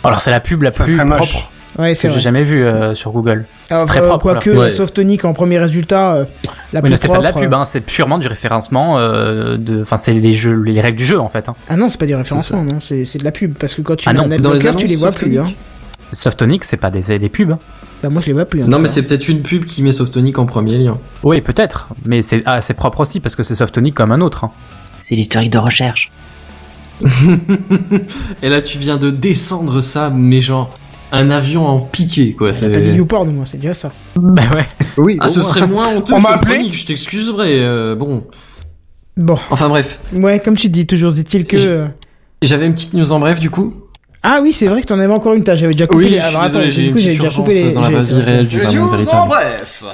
C: Alors c'est la pub la
F: Ça
C: plus
F: serait moche.
C: propre
A: Ouais,
C: que
A: c'est
C: j'ai
A: vrai.
C: jamais vue euh, sur Google.
A: Alors,
C: très
A: euh,
C: propre,
A: Quoique,
D: alors. Ouais.
A: sauf Tonic en premier résultat, euh, la
C: Oui,
A: plus
C: mais c'est pas de la
A: propre,
C: pub,
A: euh,
C: hein, c'est purement du référencement. euh, de, enfin, c'est les jeux, les règles du jeu en fait. Hein.
A: Ah non, c'est pas du référencement, non, c'est c'est de la pub, parce que quand tu
C: Ah
A: mets
C: non,
A: un
D: Dans les
A: adblocker,
D: annonces,
A: tu les vois
D: sauf
A: plus.
D: Tonic.
A: hein.
C: Softonic, c'est pas des, des pubs. hein.
A: Bah moi je les vois plus. hein,
D: Non, mais
A: tu
D: c'est peut-être une pub qui met Softonic en premier lien.
C: Oui, ah, peut-être, mais c'est assez propre aussi parce que c'est Softonic comme un autre. hein.
G: C'est l'historique de recherche.
D: Et là, tu viens de descendre ça, mais genre un avion en piqué, quoi.
A: T'as
D: c'est-
A: dit YouPorn, moi, c'est déjà ça.
C: Bah ouais.
G: Oui,
D: Ah,
G: au
D: ce
G: moins.
D: serait moins honteux.
F: On m'a
D: sauf
F: appelé
D: Panique, je t'excuserai. euh, bon,
A: Bon,
D: enfin bref,
A: ouais, comme tu dis, toujours est-il que.
D: Je- j'avais une petite news en bref du coup.
A: Ah oui, c'est vrai que t'en avais encore une, t'as- j'avais déjà coupé
D: Oui,
A: les.
D: je suis
A: alors, attends,
D: désolé, j'ai
A: du
D: une
A: coup, j'avais
D: petite
A: déjà
D: urgence
A: coupé les.
D: dans la
A: j'ai-
D: vie
A: c'est vrai.
D: réelle du
J: Les
D: vraiment
J: news en
D: véritable.
J: bref.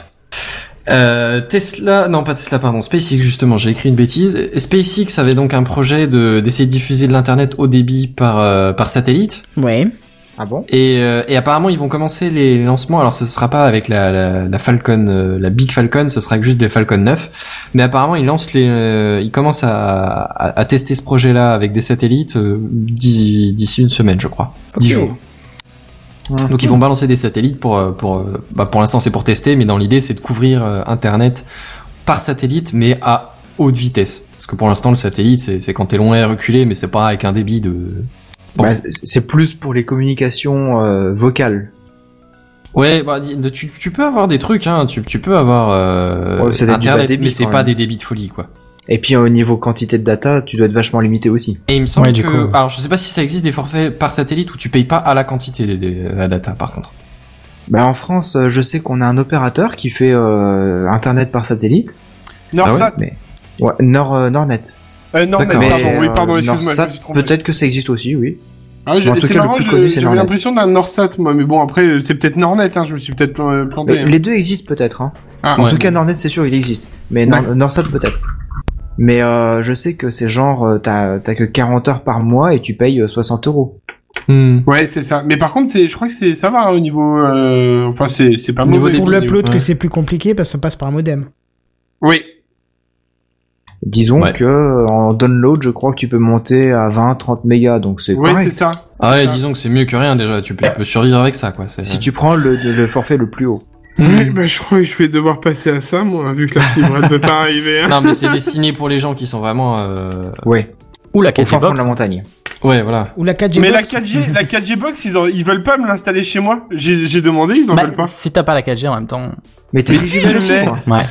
D: Euh, Tesla, non pas Tesla, pardon, SpaceX justement, j'ai écrit une bêtise. Euh, SpaceX avait donc un projet de d'essayer de diffuser de l'internet au débit par euh, par satellite.
A: Ouais.
G: Ah bon
D: Et, euh, et apparemment, ils vont commencer les lancements. Alors, ce sera pas avec la, la, la Falcon, euh, la Big Falcon, ce sera avec juste les Falcon 9. Mais apparemment, ils lancent les, euh, ils commencent à, à, à tester ce projet-là avec des satellites euh, d'i- d'ici une semaine, je crois, dix
A: Ok.
D: jours. Donc, ils vont balancer des satellites pour, euh, pour, euh, bah, pour l'instant, c'est pour tester, mais dans l'idée, c'est de couvrir euh, Internet par satellite, mais à haute vitesse. Parce que pour l'instant, le satellite, c'est c'est quand t'es loin et reculé, mais c'est pas avec un débit de, Bon.
G: Bah, c'est- C'est plus pour les communications euh, vocales.
D: Ouais, bah, dis- tu, tu peux avoir des trucs, hein. tu, tu peux avoir euh,
G: Ouais, ça doit être du bas
D: Internet,
G: débit,
D: mais c'est
G: quand
D: pas
G: même.
D: des débits de folie, quoi.
G: Et puis au niveau quantité de data, tu dois être vachement limité aussi.
D: Et il me semble
C: Ouais, du
D: que...
C: coup, ouais.
D: Alors, je sais pas si ça existe des forfaits par satellite où tu payes pas à la quantité de, la data, par contre.
G: Bah, en France, euh, je sais qu'on a un opérateur qui fait euh, Internet par satellite.
F: Norsat.
G: mais... ouais, Nord, euh, Nordnet.
F: Euh, Nordnet,
D: Ah D'accord.
F: pardon, oui,
G: euh,
F: pardon, excuse-moi, je
G: Norsat,
F: me suis trompé.
G: peut-être que ça existe aussi, oui.
F: Ah oui, je-
G: En tout
F: c'est
G: cas, le
F: marrant,
G: plus
F: je-
G: connu, c'est
F: j'avais
G: Nordnet.
F: l'impression d'un Norsat, moi, mais bon, après, euh, c'est peut-être Nordnet, hein, je me suis peut-être plan- planté.
G: Mais
F: hein.
G: Euh, les deux existent peut-être. Hein.
F: Ah,
G: En
D: Ouais.
G: tout cas, Nordnet, c'est sûr, il existe. Mais Nor- Norsat, peut-être. Mais euh, je sais que c'est genre, euh, t'as t'as que 40 heures par mois et tu payes euh, 60 euros.
A: Hmm.
F: Ouais, c'est ça. Mais par contre, c'est, je crois que c'est, ça va hein, au niveau, euh, enfin, c'est, c'est pas
D: Niveau
F: mauvais.
D: des
A: Pour
D: débit,
A: l'upload, que
D: ouais.
A: c'est plus compliqué parce que ça passe par un modem.
F: Oui.
G: Disons
D: Ouais.
G: que euh, en download, je crois que tu peux monter à 20-30 mégas, donc c'est
F: Ouais,
G: pareil.
F: c'est ça.
D: Ah
F: ça.
D: ouais, disons que c'est mieux que rien, déjà. Tu peux, tu peux survivre avec ça, quoi. c'est-
G: Si tu prends le, le forfait le plus haut.
F: Ouais, bah, je crois que je vais devoir passer à ça, moi, vu que la fibre, elle peut pas arriver. hein.
D: Non, mais c'est destiné pour les gens qui sont vraiment... euh,
G: Ouais,
C: Ou la
G: au
C: KG
G: fin fond de
C: Box.
G: la montagne.
D: Ouais, voilà.
A: Ou la 4G.
F: Mais la
A: box.
F: 4G, la 4G box, ils, en- ils veulent pas me l'installer chez moi. J'ai, j'ai demandé, ils en
C: Bah,
F: veulent pas.
C: si t'as pas la 4G en même temps.
G: Mais t'es
F: Mais
G: éligible
F: si,
G: à la
F: je l'ai.
G: fibre.
C: Ouais.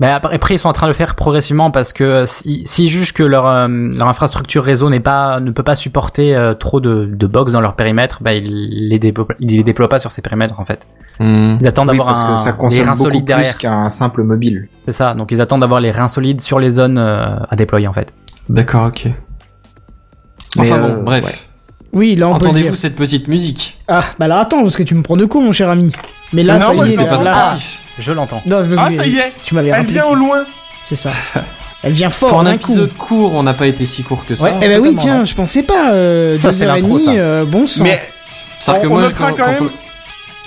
C: Mais après, après, ils sont en train de le faire progressivement parce que euh, si- s'ils jugent que leur, euh, leur infrastructure réseau n'est pas, ne peut pas supporter euh, trop de, de box dans leur périmètre, bah, ils les, dépo- ils les déploient pas sur ces périmètres en fait.
D: Hmm.
C: Ils attendent
G: Oui,
C: d'avoir
G: parce
C: un,
G: que ça
C: des
G: consomme
C: reins
G: beaucoup
C: solides derrière.
G: plus qu'un simple mobile.
C: C'est ça. Donc ils attendent d'avoir les reins solides sur les zones euh, à déployer en fait.
D: D'accord, ok.
G: Mais,
D: Enfin bon,
G: euh,
D: bref.
G: ouais.
A: Oui, là, on peut le dire.
D: Entendez-vous cette petite musique
A: Ah, bah alors attends, parce que tu me prends de con, mon cher ami. Mais là,
F: Non,
A: ça
F: moi,
A: y
F: je
A: Ah, est,
D: T'es pas
A: là. là-
D: attentif.
C: Je l'entends.
A: Non, c'est parce
F: Ah,
A: que
F: ça y est.
A: Tu m'avais
F: Elle
A: rappelé.
F: vient au loin.
A: C'est ça. Elle vient fort
D: Pour un
A: d'un coup.
D: épisode court, on n'a pas été si court que ça.
C: Ouais.
A: Eh ben oui,
C: Totalement,
A: tiens,
C: ouais.
A: je pensais pas. Euh,
C: Ça,
A: deux
C: c'est
A: heures et
C: l'intro,
A: demie,
C: ça.
A: euh, bon sang.
F: Mais,
D: C'est-à-dire
F: On-
D: que
F: on
D: moi,
F: notera
D: quand-
F: quand
D: quand
F: même-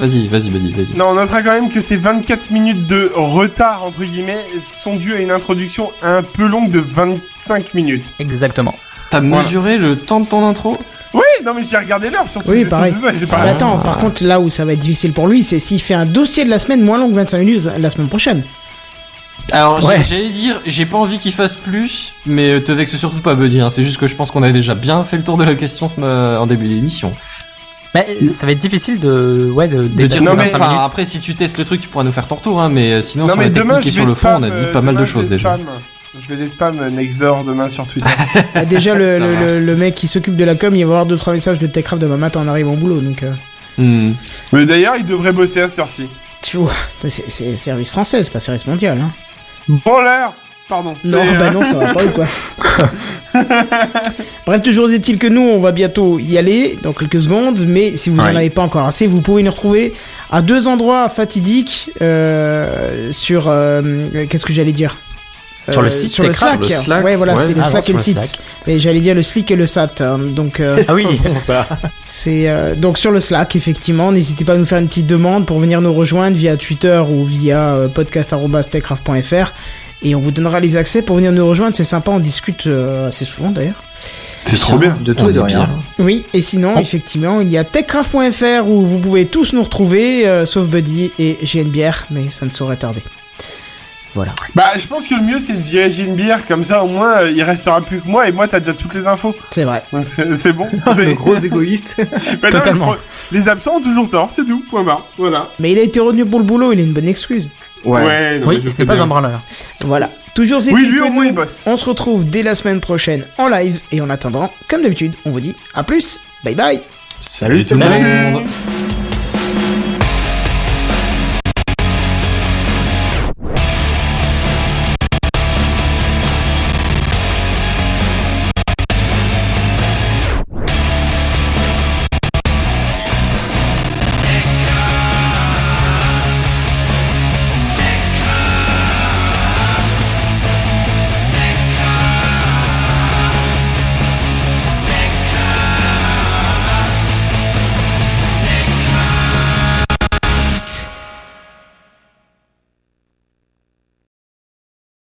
D: on- Vas-y, vas-y, vas-y, vas-y.
F: non, on notera quand même que ces 24 minutes de retard, entre guillemets, sont dues à une introduction un peu longue de 25 minutes.
C: Exactement.
D: T'as
F: Voilà.
D: mesuré le temps de ton intro
F: Oui, non, mais j'ai regardé l'heure, surtout.
A: Oui,
F: c'est- c'est
A: pareil.
F: ça, j'ai
A: Ah,
F: pas-
C: euh,
A: mais attends, par contre, là où ça va être difficile pour lui, c'est s'il fait un dossier de la semaine moins long que 25 minutes la semaine prochaine.
D: Alors j'ai-
C: Ouais.
D: j'allais dire, j'ai pas envie qu'il fasse plus, mais te vexe surtout pas Buddy, hein. c'est juste que je pense qu'on a déjà bien fait le tour de la question ce ma- en début d'émission.
C: Mais euh, ça va être difficile de, ouais, de,
D: De dire
C: d'établir
F: non,
D: que
F: mais-
D: 25
F: enfin,
D: minutes. après si tu testes le truc tu pourras nous faire ton retour, hein, mais euh, sinon
F: Non,
D: sur
F: mais
D: la
F: demain,
D: technique
F: je
D: et
F: vais
D: sur le fond
F: spam,
D: on a dit
F: euh,
D: pas mal
F: demain,
D: de
F: je
D: choses
F: vais
D: déjà.
F: spam. Je vais les spam euh, Nextdoor demain sur Twitter.
A: Ah, déjà, le, le,
D: Ça marche.
A: le- le mec qui s'occupe de la com, il va avoir deux trois messages de Techcraft demain matin en arrivant au boulot, donc. euh,
D: Hmm.
F: mais d'ailleurs, ils devraient bosser à cette heure-ci.
A: tu vois, c'est- c'est service français, c'est pas service mondial. Hein.
F: Bon, l'heure Pardon.
A: Non,
F: C'est, euh,
A: bah non, ça va pas ou quoi Bref, toujours est-il que nous, on va bientôt y aller dans quelques secondes, mais si vous en
D: Ouais.
A: avez pas encore assez, vous pouvez nous retrouver à deux endroits fatidiques euh, sur. euh, qu'est-ce que j'allais dire
C: Sur le
A: Euh,
C: site
A: sur le
C: Techcraft.
A: Slack.
D: Sur le Slack,
A: Ouais, voilà,
D: ouais.
A: c'était le
C: Ah,
A: Slack et
C: sur
A: le
C: le
A: site.
C: Slack.
A: Mais j'allais dire le Slick et le SAT. hein, donc, euh,
C: Ah oui.
A: c'est euh, donc sur le Slack, effectivement. N'hésitez pas à nous faire une petite demande pour venir nous rejoindre via Twitter ou via euh, podcast.techcraft.fr. Et on vous donnera les accès pour venir nous rejoindre. C'est sympa, on discute euh, assez souvent d'ailleurs.
D: C'est
G: trop bien. De tout et de rien.
A: Oui, et sinon,
C: Oh.
A: effectivement, il y a techcraft.fr où vous pouvez tous nous retrouver, euh, sauf Buddy et GNBR, mais ça ne saurait tarder.
F: Bah, je pense que le mieux, c'est de diriger une bière, comme ça, au moins, euh, il restera plus que moi, et moi, t'as déjà toutes les infos.
A: C'est vrai.
F: Donc, c'est c'est bon.
G: Le
F: C'est-
G: gros égoïste.
F: Bah non,
C: Totalement.
F: mais je crois- Les absents ont toujours tort, c'est tout, point barre. Voilà.
A: Mais il a été retenu pour le boulot, il a une bonne excuse.
G: Ouais.
F: non, mais
C: oui,
F: je
C: c'était
F: sais
C: pas
F: bien.
C: un branleur.
A: Voilà. Toujours est-il
F: Oui, lui,
A: que
F: au moins,
A: nous,
F: il bosse.
A: on se retrouve dès la semaine prochaine en live et en attendant, comme d'habitude, on vous dit à plus, bye bye
D: Salut tout le
C: Salut.
D: monde